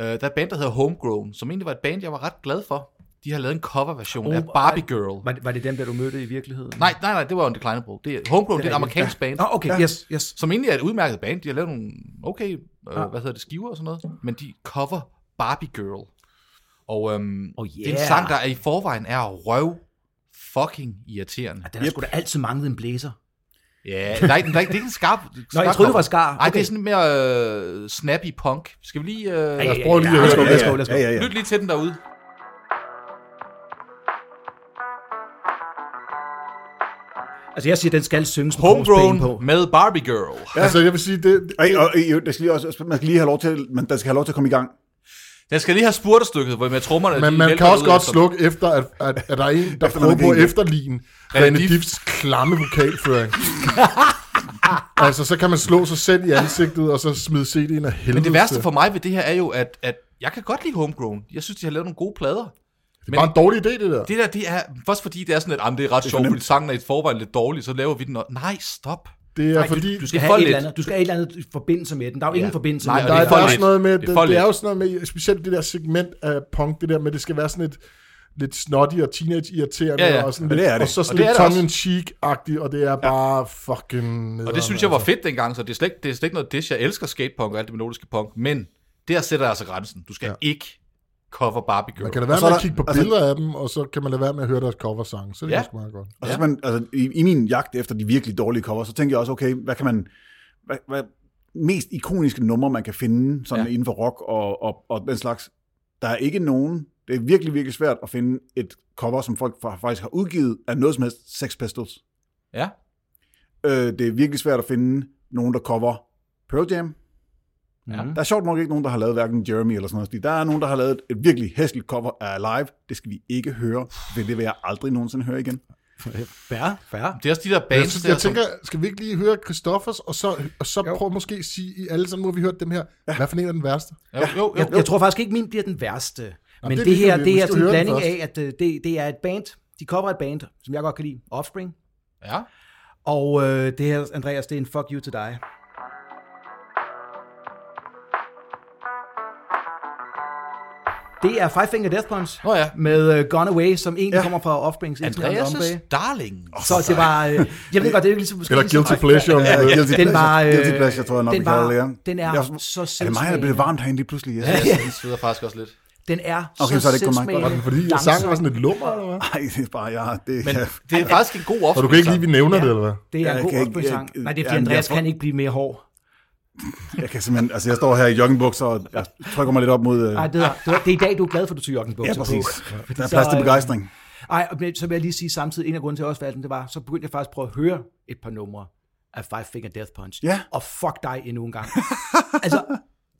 E: Øh, der er et band, der hedder Homegrown, som egentlig var et band, jeg var ret glad for. De har lavet en coverversion
C: Oh,
E: oh, af Barbie Girl.
C: Var, det- var det dem, der du mødte i virkeligheden?
E: Nej, nej, nej, det var en Kleinebro. Det er, Homegrown, det er
C: rigtigt.
E: et amerikansk band,
C: Nå, okay, yes, yes.
E: som egentlig er et udmærket band. De har lavet nogle okay, øh,
C: Ja.
E: hvad hedder det, skiver og sådan noget. Men de cover Barbie Girl. Og øhm,
C: Oh,
E: det er
C: yeah.
E: en sang, der i forvejen er røv fucking irriterende.
C: Den har sgu da altid manglet en blæser.
E: Ja, der er, ikke- der er, ikke- det er ikke en skarp...
C: Nå, jeg troede, det var skar.
E: Nej, det er sådan mere øh, snappy punk. Skal vi lige... Øh,
B: Lad os prøve lige at
C: Lad os
B: høre
C: gå,
B: det.
C: lad os gå, lad os gå.
D: Ja, ja, ja.
E: Lyt lige til den derude.
C: Altså, jeg siger, den skal synges med korsben på.
E: Homegrown med Barbie Girl.
B: Altså, jeg vil sige, det, det-
D: Ej, og, og, der skal lige også, man skal lige have lov til, man, der skal have lov til at komme i gang.
E: Jeg skal lige have spurtestykket, hvor med trommerne...
B: man,
E: de
B: man
E: vælter
B: kan også
E: ud
B: godt
E: efter-
B: slukke efter, at, at, at der er en, der
D: Efter
B: prøver
D: man
B: på
D: griner.
B: at efterligne René
E: Dif.
B: Diffs klamme
E: [LAUGHS]
B: vokalføring. altså, så kan man slå sig selv i ansigtet, og så smide CD'en af helvede.
E: Men det værste for mig ved det her er jo, at, at jeg kan godt lide Homegrown. Jeg synes, de har lavet nogle gode plader.
B: Det er bare en dårlig idé, det der.
E: Det der, det er... Først fordi det er sådan, at jamen, det er ret sjovt, fordi sangen er i forvejen lidt dårlig, så laver vi den... Og... Nej, stop.
B: Det er fordi...
E: Du
C: Du
E: skal
C: skal,
E: for
C: have et
E: lidt.
C: eller andet, du skal have et eller andet i forbindelse med den. Der er jo ingen forbindelse med
E: Nej, og
B: Der
E: det
B: er,
E: er for
B: der er
E: lidt.
B: også noget med,
E: Det
B: det,
E: er for
B: det, det er
E: lidt.
B: jo sådan noget med, specielt det der segment af punk, det der med, det skal være sådan et lidt snotty og teenage-irriterende,
E: Ja, ja.
B: og sådan
D: Ja,
B: lidt,
D: det er det.
B: og så
E: Og
B: sådan
E: det
B: lidt
E: er det også.
B: tongue-in-cheek-agtigt, og det er bare fucking...
E: Og det synes jeg var fedt dengang, så det er slet ikke, det er slet ikke noget dish. Jeg elsker skatepunk og alt det melodiske punk, men der sætter jeg altså grænsen. Du skal ja. ikke cover Barbie Girl.
B: Man kan
E: da...
B: lade
D: Og
B: være
D: så
B: med
D: er
B: at
D: der-
B: kigge på
D: altså-
B: billeder af dem, og så kan man lade være med at høre deres coversange, så er det
E: Ja.
B: er også meget godt.
D: Og så skal man, altså, i, i min jagt efter de virkelig dårlige cover, så tænker jeg også, okay, hvad kan man, hvad, hvad mest ikoniske numre, man kan finde sådan
E: Ja.
D: ja. inden for rock og, og, og den slags. Der er ikke nogen, det er virkelig, virkelig svært at finde et cover, som folk fa- faktisk har udgivet af noget som helst Sex Pistols.
E: Ja.
D: Øh, det er virkelig svært at finde nogen, der cover Pearl Jam.
E: Ja.
C: Mhm.
D: Der er sjovt nok ikke nogen, der har lavet hverken Jeremy eller sådan noget. fordi Der er nogen, der har lavet et, et virkelig hæsligt cover af Alive. Det skal vi ikke høre, for det vil jeg aldrig nogensinde høre igen.
C: Færre, færre.
E: Det er også de der
B: Jeg,
E: bands
B: synes,
E: der,
B: jeg
E: som-
B: tænker, skal vi ikke lige høre Christoffers, og så, og så prøv måske at sige, I alle sammen nu har vi hørt dem her, hvad for en er den værste?
E: Jo, jo,
C: Jeg,
E: jo.
C: jeg tror faktisk ikke, min bliver den værste. Men
B: det er
C: det her,
B: ligegyldigt.
C: det
B: Vi
C: her er
B: skal
C: sådan en
B: høre den
C: blanding af, at øh, det, det er et band. De cover et band, som jeg godt kan lide. Offspring.
E: Ja.
C: Og øh, det her, Andreas, det er en fuck you til dig. Det er Five Finger Death Punch
E: Nå ja.
C: med uh, Gone Away, som egentlig ja. kommer fra Offsprings
E: Andreas' Darling.
C: Så det var... Øh, jeg ved godt, det er ikke ligesom...
B: Eller Guilty Pleasure, om du
D: Øh,
B: vil.
D: Guilty
C: Den var... øh,
D: Pleasure. Guilty Pleasure, tror jeg nok,
C: den,
D: vi kalder
C: var,
D: det, ja.
C: den er
D: Jeg- Er det mig,
C: så
D: der
C: selvsmagende.
D: blev varmt herinde lige pludselig? Jeg synes,
E: Ja, jeg sveder faktisk også lidt.
C: Den er
D: Okay,
C: så,
D: så er det ikke kun mig.
C: selvsmagende,
B: Var det fordi, at sangen var
C: langsom.
B: sådan et lummer, eller hvad?
D: Nej, det er bare, jeg har det.
E: Men det er faktisk en god opsang.
B: Og du kan ikke lide, at vi nævner det, eller hvad?
C: Det er
D: Jeg
C: en god
D: kan ikke-
C: Offspring-sang.
D: jeg-
C: Nej, det er fordi,
D: Jamen,
C: Andreas
D: jeg får-
C: kan ikke blive mere hård.
D: Jeg kan simpelthen, altså jeg står her i joggingbukser, og jeg trykker mig lidt op mod... øh,
C: Nej, det, er, det, er, det er i dag, du er glad for, at du tog joggingbukser
D: Ja, præcis.
C: på.
D: Der er plads
C: så,
D: til
C: øh,
D: begejstring.
C: Ej, og men så vil jeg lige sige samtidig, en af grunden til, at jeg også valgte den, det var, så begyndte jeg faktisk at prøve at høre et par numre af Five Finger Death Punch.
D: Ja.
C: Og fuck dig endnu en gang. [LAUGHS] altså,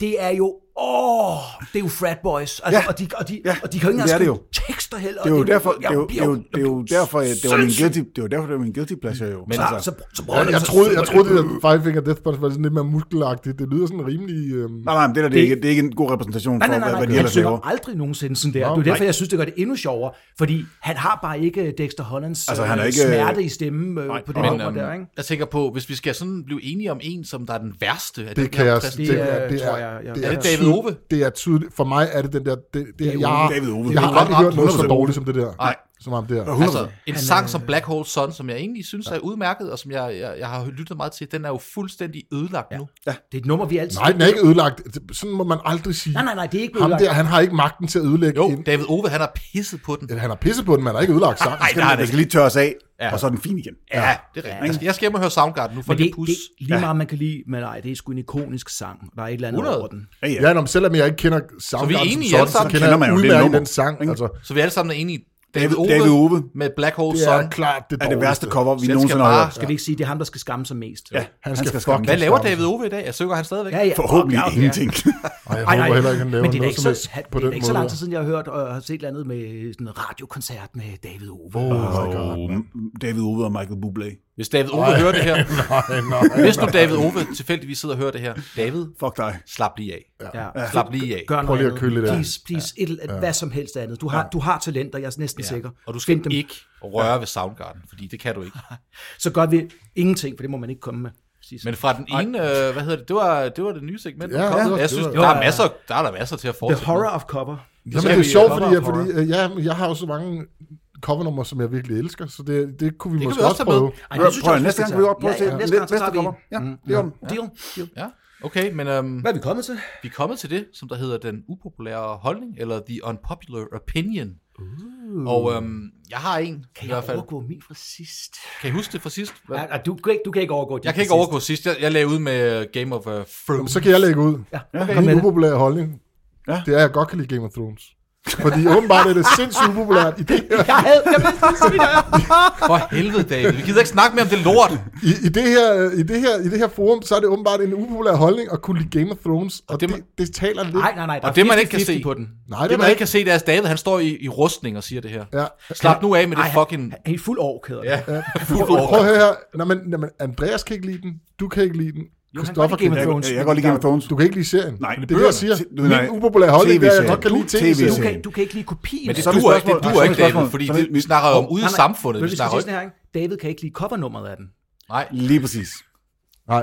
C: det er jo, åh, det er jo frat boys, altså, ja.
D: Ja.
C: og, de, og, de, ja.
D: Ja.
C: og de kan jo
D: Det er
C: ikke engang
D: det
C: skrive
D: jo.
C: tekster heller.
D: Det er
C: og
D: jo derfor, det
C: jeg
D: er jo, det
C: bliver
D: er jo, det er jo derfor, jeg, det var min
C: sindssyg.
D: guilty, det var derfor, det var min guilty pleasure jo. Altså, Men
C: Så, så, altså- så prøver
B: Jeg, jeg, troede, jeg troede, det der Five Finger Death Punch var sådan lidt mere muskelagtigt. Det lyder sådan rimelig... Øhm,
D: Nej, nej, men det der, det er, ikke, det er ikke en god repræsentation for,
C: Nej, nej, nej,
D: hvad-
C: nej,
D: hvad de
C: han
D: ellers laver.
C: synger aldrig nogensinde sådan der.
B: Nå,
C: det er jo derfor,
B: nej.
C: jeg synes, det gør det endnu sjovere, fordi han har bare ikke Dexter Hollands altså, han er ikke, smerte i stemmen øh, på det
E: Men,
C: nummer
E: øhm,
C: der, ikke?
E: jeg tænker på, hvis vi skal sådan blive enige om en, som der er den værste af
B: det
E: den
B: kan
E: her
B: jeg...
E: præst-
B: Det,
C: det
B: er,
C: er-
B: det
C: tror
B: er,
C: jeg- jeg-
B: det
E: Er
B: er,
E: det David
B: tydeligt-
E: Ove?
B: Det er tydeligt. For mig er det den der... Det, det er, jeg,
D: David Ove.
B: jeg har
D: Det er
B: aldrig hørt noget så
D: 100%.
B: dårligt som det der.
E: Nej.
B: Som ham der.
E: Altså, en sang som Black Hole Sun, som jeg egentlig synes er udmærket, og som jeg, jeg, jeg har lyttet meget til, den er jo fuldstændig ødelagt nu.
C: Det er et nummer, vi altid...
B: Nej, den er ikke ødelagt. Sådan må man aldrig sige.
C: nej, nej, nej, det er ikke
B: Ham
C: ødelagt.
B: der, han har ikke magten til at ødelægge
E: Jo,
B: en.
E: David Ove, han har pisset på den.
B: Han har pisset på den, man har ikke ødelagt sangen.
E: Nej,
D: Det
E: nej,
D: skal, det skal lige tørres af, og så er den fin igen.
E: Ja, det er rigtigt. Jeg skal hjem og høre Soundgarden nu for
C: Men det,
E: lidt pus.
C: det, lige meget, man kan lide, men nej, det er sgu en ikonisk sang. Der er et eller andet
E: 100.
C: over den.
D: Ja, ja.
B: Ja, når, selvom jeg ikke kender Soundgarden
E: enige
B: som
E: alle
B: sådan, så
E: sammen?
B: kender
D: Kender
B: man
D: man jo
B: jo
D: det
B: udmærket
D: nummer,
B: den sang.
D: ikke?
B: Altså,
E: Så vi alle sammen er enige. David Ove,
D: David Ove.
E: med Black Hole
B: Det
E: Sun.
B: er klart det
D: er det værste
B: dårligste.
D: cover, vi
E: skal
D: nogensinde har
E: bare-
D: hørt.
C: Skal vi ikke sige, det er ham, der skal skamme sig mest?
D: Ja, han skal, skal
B: skal
D: fucking
E: Hvad laver
B: Star Wars.
E: David Ove i dag? Jeg søger han stadigvæk.
C: ja, ja.
D: Forhåbentlig
C: Ja, okay.
D: ingenting.
B: Og jeg håber heller ikke, han laver
C: men det er da
B: noget
C: ikke
B: som
C: så,
B: helst
C: han,
B: på
C: det er
B: den
C: da ikke så lang tid
B: måde.
C: siden, jeg har hørt og har set et eller andet med sådan en radiokoncert med David Ove.
B: Oh my god.
D: mm. David Ove og Michael Bublé.
E: Hvis David Ove hører det her.
B: [LAUGHS] Nej, nej.
E: Hvis nu David Ove tilfældigvis sidder og hører det her. David,
D: Fuck dig.
E: slap lige af.
C: Ja.
E: Slap lige af.
C: Gør
B: Prøv
C: noget
B: lige at
C: andet.
B: køle lidt af.
C: Please, please, et, eller- hvad som helst andet. Du har, du har talenter, jeg er næsten sikker.
E: Og du
C: Find
E: skal ikke røre ved Soundgarden, fordi det kan du
C: [LAUGHS]
E: ikke.
C: Så gør vi ingenting, for det må man ikke komme med. Præcis.
E: Men fra den ene, øh, hvad hedder det, det var det, var det nye segment,
B: Ja,
E: der kom.
B: ja, det var-
E: jeg synes,
B: det
E: der,
C: var-
E: er masser, der er der masser til at
C: The
E: fortsætte. med.
C: Horror of Cover.
B: Jamen,
E: skal
B: det er
E: vi-
B: sjovt, fordi,
C: horror
B: jeg,
C: horror.
B: fordi øh, ja, men jeg har jo så mange covernummer, som jeg virkelig elsker, så det, det kunne vi
E: kan
B: måske
E: vi også
B: også
E: tage med.
B: prøve.
C: Ej,
D: Prøv,
C: det synes
D: prøv,
C: jeg også,
D: næste gang
C: vi
D: kan vi
C: tager.
D: godt prøve
C: ja, ja,
D: at se
C: næste gang, så
D: næste
C: tager vi
D: cover.
C: Mm,
D: Ja, det er om.
C: Deal. Deal.
E: Ja, okay, men øhm,
C: Hvad er vi kommet til?
E: vi er kommet til det, som der hedder den upopulære holdning, eller the unpopular opinion. Uh. Og øhm, jeg har en, i
C: Kan jeg
E: hvert fald.
C: overgå min fra sidst?
E: Kan I huske det fra sidst? Hvad?
C: Ja, du, kan ikke, du kan ikke overgå din
E: Jeg kan ikke
C: fra sidst.
E: overgå sidst. Jeg, jeg lagde ud med øh, Game of uh,
B: Jamen,
E: Thrones.
B: Så kan jeg lægge ud.
C: Ja,
B: Okay,
C: kom med
B: Min
C: det.
B: upopulære holdning,
D: Ja.
B: ja. det er, at jeg godt kan lide Game of Thrones. Fordi åbenbart er det sindssygt upopulært i det, her,
C: Jeg havde, jeg vidste
E: [LAUGHS]
C: det, så vidt jeg
E: For helvede, David. Vi gider ikke snakke mere om det
B: [LAUGHS]
E: lort.
B: i, i, det her, i, det her, i det her forum, så er det åbenbart en upopulær holdning at kunne lide Game of Thrones, og,
E: det
B: det,
E: må-
B: det, det taler lidt.
C: Nej, nej, nej. der
E: Og
C: er
E: det, man
C: 50-50
E: ikke kan se.
C: på den.
B: nej
E: Det,
B: er
E: man
B: der
E: ikke kan se, det er, at David han står i, i rustning og siger det her.
B: Ja.
E: Slap nu af med det
C: Ej,
E: fucking...
C: Han er i fuld ork, hedder det.
E: Ja, fuld
B: Prøv, prøv
E: over.
B: at høre her. Nå, men, nå, men Andreas kan ikke lide den. Du kan ikke lide den. Christoffer
C: kan
B: kan
C: ikke
B: ikke
D: Jeg,
B: lide
D: jeg, jeg kan godt lide Game of Thrones.
B: den. Du kan ikke lide serien.
D: Nej,
B: det er det,
D: bøgerne.
B: jeg siger.
D: Se- du- nej,
B: Min upopulære holdning er, at jeg
D: TV-serien.
B: godt kan lide
D: Du-
B: tv-serien.
C: Du kan,
D: serien.
C: du kan ikke lide kopien.
E: Men det
D: Så er
E: duer
D: mit
E: ikke, det
D: spørgsmål-
E: duer
D: så er
E: ikke,
D: mit spørgsmål-
E: David, fordi
D: så er mit-
E: det- vi snakker jo om ude i
C: Nej, nej,
E: samfundet.
C: men
E: Vi
C: skal
E: snakker
C: sige
E: jo ikke
C: sådan her, ikke? David kan ikke lide covernummeret af den.
E: Nej.
D: Lige præcis.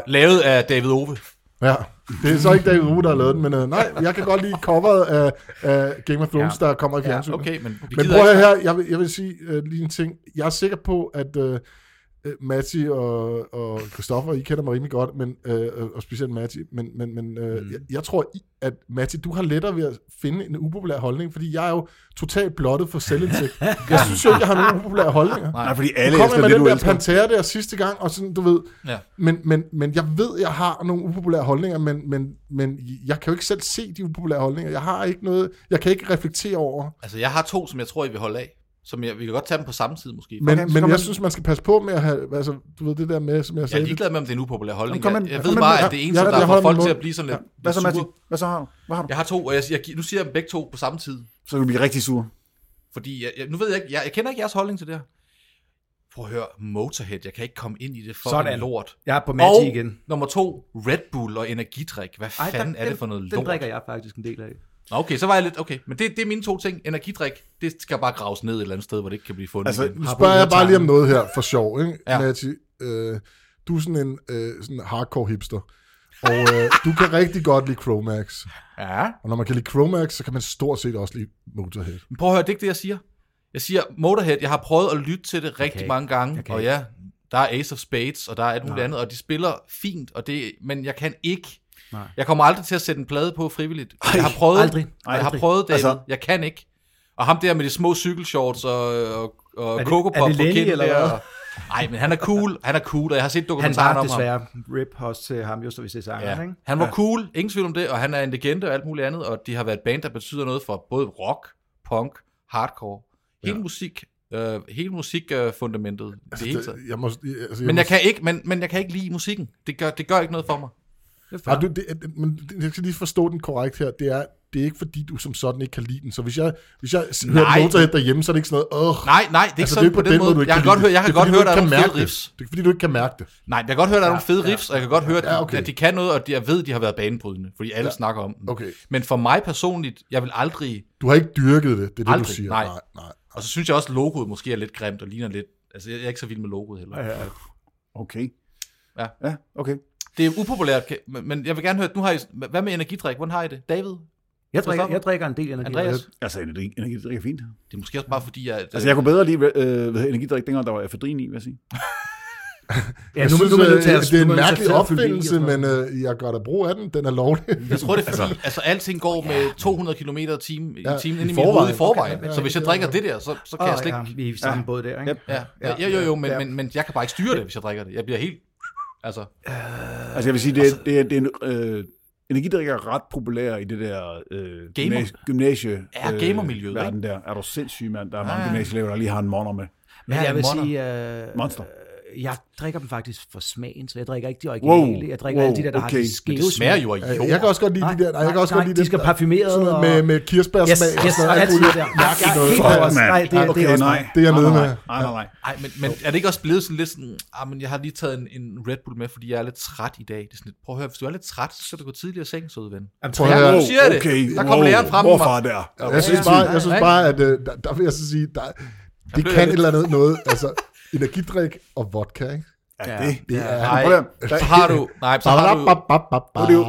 E: Lavet af David Ove.
B: Ja, det er så ikke David Ruge, der har lavet den, men øh, nej, jeg kan godt lide coveret af, af Game of Thrones, ja. der kommer i fjernsynet.
E: Okay, men vi
B: Men
E: gider
B: prøv at høre
E: ikke.
B: her, jeg vil, jeg vil sige øh, lige en ting. Jeg er sikker på, at øh, øh, Matti og, og Christoffer, I kender mig rimelig godt, men, øh, og- og specielt Matti, men, men, men øh, mm. jeg, jeg tror, I- at Matti, du har lettere ved at finde en upopulær holdning, fordi jeg er jo totalt blottet for selvindsigt.
E: [LAUGHS]
B: jeg synes jo ikke, jeg har nogen upopulære holdninger.
D: Nej, fordi alle
B: Kom
D: elsker
B: med
D: det,
B: den
D: du
B: der
D: elsker.
B: Pantera der sidste gang, og sådan, du ved.
E: Ja.
B: Men, men, men jeg ved, jeg har nogle upopulære holdninger, men, men, men jeg kan jo ikke selv se de upopulære holdninger. Jeg har ikke noget, jeg kan ikke reflektere over.
E: Altså, jeg har to, som jeg tror, I vil holde af. Som jeg, vi kan godt tage dem på samme tid, måske.
B: Men,
D: Okay, så
B: okay, men
D: kom
B: jeg
D: med-
B: synes, man skal passe på med at have, altså, du ved det der med, som jeg
E: jeg er
B: sagde, det,
E: ligeglad med, om det er en upopulær holdning.
D: Jamen, kom
E: Jeg,
D: med-
E: jeg
D: kom
E: ved
D: med-
E: bare,
D: ja,
E: at det eneste,
B: jeg-
E: der
B: jeg
E: får
B: holder
E: folk
B: min
E: til
B: mund.
E: at blive sådan
D: Ja.
E: lidt,
D: Hvad så,
E: lidt
D: Matti?
E: sure.
D: Hvad så har du? Hvad har du?
E: Jeg har to, og jeg, jeg, nu siger jeg dem begge to på samme tid.
D: Så kan vi blive rigtig sure.
E: Fordi, jeg, jeg, nu ved jeg ikke, jeg, jeg kender ikke jeres holdning til det her. Prøv at høre, Motorhead, jeg kan ikke komme ind i det fucking
C: Sådan.
E: lort.
C: Jeg er på Matti
E: og
C: igen.
E: nummer to, Red Bull og energidrik. Hvad fanden
C: den-
E: er det for noget
C: den,
E: lort?
C: Den drikker jeg faktisk en del af.
E: Nå, okay, så var jeg lidt, okay. Men det, det er mine to ting. Energidrik, det skal bare graves ned et eller andet sted, hvor det ikke kan blive fundet
D: Altså,
E: altså, igen.
B: nu
C: har
B: spørger
C: på
B: jeg bare lige om
C: tanken.
B: noget her, for sjov, ikke?
E: Ja.
B: Ja. Matti, øh, du er sådan en øh, sådan hardcore hipster, og øh, du kan rigtig godt lide Chromax.
E: Ja.
B: Og når man kan lide Chromax, så kan man stort set også lide Motorhead.
E: Men prøv at høre, det er ikke det, jeg siger. Jeg siger, Motorhead, jeg har prøvet at lytte til det rigtig
C: ikke.
E: mange gange,
C: Jeg kan
E: og
C: ikke.
E: ja, der er Ace of Spades, og der er alt muligt andet, og de spiller fint, og det, men jeg kan ikke.
C: Nej.
E: Jeg kommer aldrig til at sætte en plade på frivilligt. jeg har prøvet,
C: aldrig.
E: og jeg har
C: Aldrig.
E: prøvet det, altså,
D: Altså-
E: jeg kan ikke. Og ham der med de små cykelshorts og, og, og
C: Er det-
E: kokopop
C: er det
E: på
C: Lenny,
E: kinden
C: eller
E: der,
C: hvad?
E: og- Nej, men han er cool, han er cool, og jeg har set
C: Han
E: dokumentaren
C: var
E: om ham.
C: desværre rip hos til ham, just hvis det er
E: Ja.
C: ikke?
E: Han var cool, ingen tvivl om det, og han er en legende og alt muligt andet, og de har været et band, der betyder noget for både rock, punk, hardcore, hele musik, øh, hele musikfundamentet, øh, det hele taget.
B: Det, jeg må, altså,
E: Men
B: må-
E: jeg kan ikke, men, men jeg kan ikke lide musikken. Det gør, det gør ikke noget for mig.
B: Ah, du, det, det- men det- jeg skal lige forstå den korrekt her. Det er, det er ikke fordi, du som sådan ikke kan lide den. Så hvis jeg, hvis jeg s- hører Motorhead derhjemme, så er det ikke sådan noget, åh,
E: Nej, nej, det er ikke altså, sådan det på den måde.
B: du
E: måde.
B: ikke
E: Jeg kan
B: kan
E: godt
B: lide
E: høre, jeg
B: det. Det er,
E: kan godt
B: fordi
E: høre,
B: du
E: der er
B: ikke kan
E: nogle fede
B: mærke det.
E: riffs.
B: Det er fordi, du ikke kan mærke det.
E: Nej, jeg kan godt høre, der er nogle fede riffs, og jeg kan godt høre,
B: Ja, okay.
E: at de kan noget, og de- jeg ved, de har været banebrydende, fordi alle snakker om dem.
B: Okay.
E: Men for mig personligt, jeg vil aldrig,
B: Du har ikke dyrket det, det er det,
E: Aldrig,
B: du siger.
E: nej.
B: nej, nej.
E: og så synes jeg også, logoet måske er lidt grimt og ligner lidt, altså jeg er ikke så vild med logoet heller.
D: Okay.
E: Ja.
D: Ja, okay.
E: Det er upopulært, kan- men men jeg vil gerne høre, nu har I, hvad med energidrik? Hvordan har I det? David?
C: Jeg drikker,
E: Christoffer?
C: jeg drikker en del energi.
E: Andreas?
D: Altså, energi, energidrik er fint.
E: Det er måske også bare fordi, jeg...
D: Altså, jeg kunne bedre lide øh, hvad hedder energidrik, dengang der var efedrin i, vil jeg sige.
C: Ja,
B: Jeg
C: nu,
B: synes,
C: nu,
B: øh,
C: nu, til at,
B: det er
C: nu
B: en
C: man nødt til
B: mærkelig
C: at tage
B: opfindelse,
C: fylde i og
B: men
C: sådan noget.
B: øh, jeg gør da brug af den. Den er lovlig.
E: jeg tror, det er fordi, altså, alting går med 200 km i timen, ja, i timen inde i mit
B: forvejen.
E: hoved i forvejen.
B: Okay, ja,
E: så hvis jeg
B: ja,
E: drikker
B: ja.
E: det der, så, så kan jeg
C: Åh,
E: slet
C: ja,
E: ikke...
C: Vi er i samme båd der, ikke?
E: Ja, ja, ja, jo, jo, men, men, men jeg kan bare ikke styre det, hvis jeg drikker det. Jeg bliver helt... Altså,
D: Altså, jeg vil sige, det er, det er, det er en, øh, energidrik er ret populær i det der øh,
E: Gamer.
D: gymnasie, gymnasie øh,
E: Ja, gamermiljøet, ikke?
D: verden der. Er du sindssyg, mand? Der er
E: Ja,
D: mange
E: ja.
D: gymnasieelever, der lige har en morner med.
C: Men
E: Ja,
C: jeg
E: en
C: vil
E: monster.
C: sige, øh,
D: Monster.
C: øh, jeg drikker dem faktisk for smagen, så jeg drikker ikke de originale.
D: Wow,
C: jeg drikker alle de der, der har
D: okay.
C: de skæve
D: Men det
E: Smager jo af
B: Ja,
E: jord.
B: Øh, Jeg kan også godt lide de der. Nej, jeg kan også
C: nej,
B: godt lide
C: de skal parfumerede
B: sådan noget
C: og-
B: med, med kirsebærsmag.
C: Yes, yes, og
B: alt
C: alt
B: muligt.
C: det der. Jeg
B: mærkeligt
C: er
B: noget.
C: helt over- nej, det- det er også
B: mig. Det er jeg
D: Nej,
B: nede
D: nej,
B: med.
D: Nej, nej, nej.
E: Ej, men, men er det ikke også blevet sådan lidt sådan, ah, men jeg har lige taget en, en Red Bull med, fordi jeg er lidt træt i dag. Det er sådan lidt, prøv at høre, hvis du er lidt træt, så skal du gå tidligere i seng, søde ven.
C: Jamen,
B: Prøv at
C: tre-
B: høre.
E: Du siger det.
D: Okay,
E: Der kom
D: wow,
E: læreren frem i mig.
D: Morfar der.
B: Jeg synes bare, jeg synes bare at øh, der, der vil jeg så sige, der, det
E: blev jeg
B: kan et
E: lidt-
B: eller andet noget. Altså, energidrik og vodka, ikke?
D: Ja, det,
B: Det er...
E: Nej,
D: prøv at
B: Altså,
E: så har du, nej, så har du,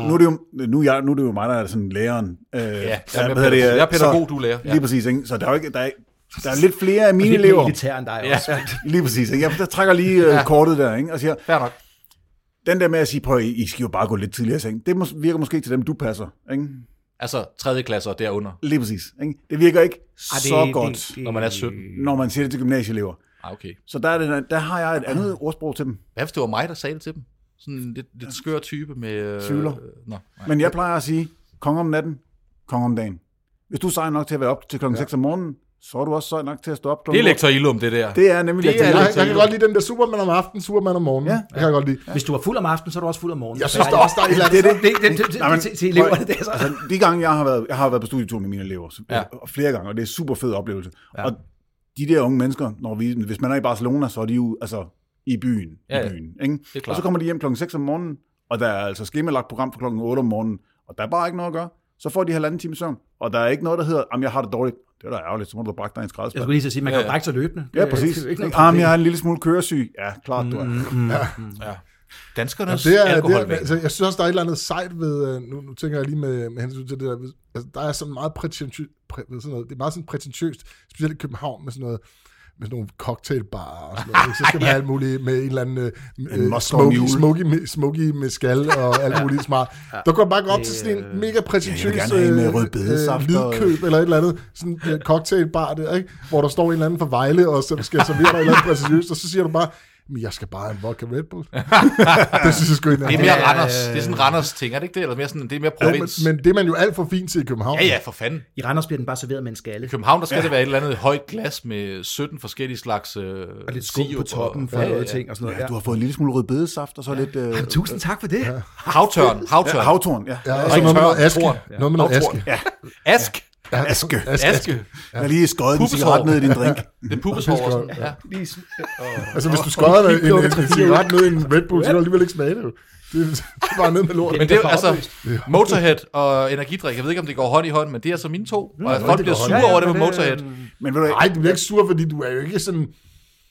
D: Nu er det jo, nu er det jo, nu er jeg, nu er det jo mig, der er sådan læreren. Øh, ja,
E: jeg er pædagog. Jeg er pædagog, du er lærer. Ja.
D: Lige præcis, ikke? Så der er jo ikke, der er, der er lidt flere af mine
C: Lidt mere
D: elever.
C: elitær end dig
E: Ja.
C: også.
D: Lige præcis, ikke? Jeg der trækker lige øh, kortet der, ikke? Og siger,
E: fair nok.
D: den der med at sige, prøv at I I skal jo bare gå lidt tidligere i seng, det mås- virker måske til dem, du passer, ikke?
E: Altså, tredje klasser og derunder,
D: Lige præcis, ikke? Det virker ikke
C: Ej,
D: så godt,
E: når man er 17.
D: når man siger det til gymnasieelever.
E: Ah, okay.
D: Så der, er det, der har jeg et andet ordsprog til dem.
E: Hvad hvis det var mig, der sagde det til dem? Sådan en lidt, lidt skør type med... Øh,
D: Tvivler.
E: Øh, nå, nej.
D: Men jeg plejer at sige, kong om natten, kong om dagen. Hvis du er sej nok til at være op til klokken ja. 6 om morgenen, så er du også sej nok til at stå op
E: det
D: klokken
E: er
D: otte.
E: lektor Ilum, det der.
D: Det er nemlig
E: Det
D: det
E: er
D: er
B: Jeg,
E: lektor
B: jeg kan
E: Ilum.
B: godt lide den der Superman om aftenen, Superman om morgenen.
D: Ja.
B: Ja. Det kan jeg godt lide.
C: Hvis du var fuld om aftenen, så er du også fuld om morgenen.
B: Jeg synes,
C: Så
B: der
C: er
B: også der er et eller
D: Det
B: andet.
D: er det.
C: det, det, det, det,
D: Nej, men-
C: til, til eleverne, det er så.
D: Altså, de gange, jeg har været, jeg har været på studietur med mine elever, så,
E: Ja.
D: ja. flere gange, og det er en super fed oplevelse. Ja. Og de der unge mennesker, når vi, hvis man er i Barcelona, så er de jo altså, i byen.
E: Ja, ja.
D: i byen ikke?
E: er klart.
D: og så kommer de hjem klokken 6 om morgenen, og der er altså skemalagt program fra klokken 8 om morgenen, og der er bare ikke noget at gøre. Så får de halvanden time søvn, og der er ikke noget, der hedder, jamen jeg har det dårligt. Det er da ærgerligt, så må du da brække dig i en
C: Jeg
D: skrædspand.
C: skulle lige så sige, man kan
E: Ja,
C: jo
E: ja.
C: brække sig løbende.
D: Ja,
C: Det-
D: præcis.
C: det er jo ikke noget
D: Jamen,
C: problem.
D: jeg er en lille smule køresyg. Ja, klart du er.
E: Danskernes
B: Det er, det er,
E: alkoholvaner.
B: altså, jeg synes også, der er et eller andet sejt ved, øh, nu, nu tænker jeg lige med, med hensyn til det der, hvis- altså, der er sådan meget prætentiøst, præ, ved sådan noget, det er meget sådan prætentiøst, specielt i København med sådan noget, med sådan nogle cocktailbarer og sådan noget, ikke? så
D: [LAUGHS]
B: skal man have alt muligt med en eller anden øh, øh,
D: Moscow
B: smoky,
D: Mule.
B: smoky, med, smoky med
D: [LAUGHS]
B: skal og alt muligt smart. Der går man bare op til
D: øh,
B: sådan en mega prætentiøs
D: gerne have en med rødbedesaft og-
B: lydkøb eller et eller andet, sådan en cocktailbar der, ikke? hvor der står en eller anden fra Vejle og så skal servere dig et eller andet prætentiøst, og så siger du bare, men jeg skal bare have en vodka Red Bull. det synes jeg sgu ikke.
E: Det er mere Randers. Det er sådan en Randers-ting, er det ikke det? Eller mere sådan, det er mere
B: Ja,
E: provins.
B: men, men det er man jo alt for fint til i København.
E: Ja, ja, for fanden.
C: I Randers bliver den bare serveret med en skalle.
E: I København, der skal ja. det være et eller andet højt glas med 17 forskellige slags øh,
C: Og lidt skum på
E: sirup
C: toppen
E: og-
C: for noget ting og sådan noget.
D: Ja,
C: Ja,
D: du har fået en lille smule rødbedesaft, og så lidt... Øh,
C: Tusind tak for det.
E: Havtørn, havtørn.
D: ja, havtorn, ja.
B: Ja,
D: ja.
B: og så noget med noget
E: Torn,
B: aske.
E: Torn.
B: Noget med noget
E: Havtorn.
B: aske.
E: Ja. Ask.
B: Ja,
D: Aske.
E: Aske.
D: Jeg har lige skåret en
E: Puppeshår.
D: cigaret ned i din
E: [LAUGHS]
D: drink.
E: Det er puppeshår.
B: Puppeshår,
E: Ja.
B: Altså, hvis du skøjer en, en, en, en cigaret ned i en Red Bull, så kan du alligevel ikke smage det. jo. Det er bare ned med lort.
E: Men det er jo altså Motorhead og energidrik. Jeg ved ikke, om det går hånd i hånd, men det er altså mine to. Og at folk
B: Mm. det
E: bliver
B: går
E: sure
B: hånd i-
E: over det med Motorhead.
D: Men ved du,
B: Nej, du bliver ikke sur, fordi du er jo ikke sådan...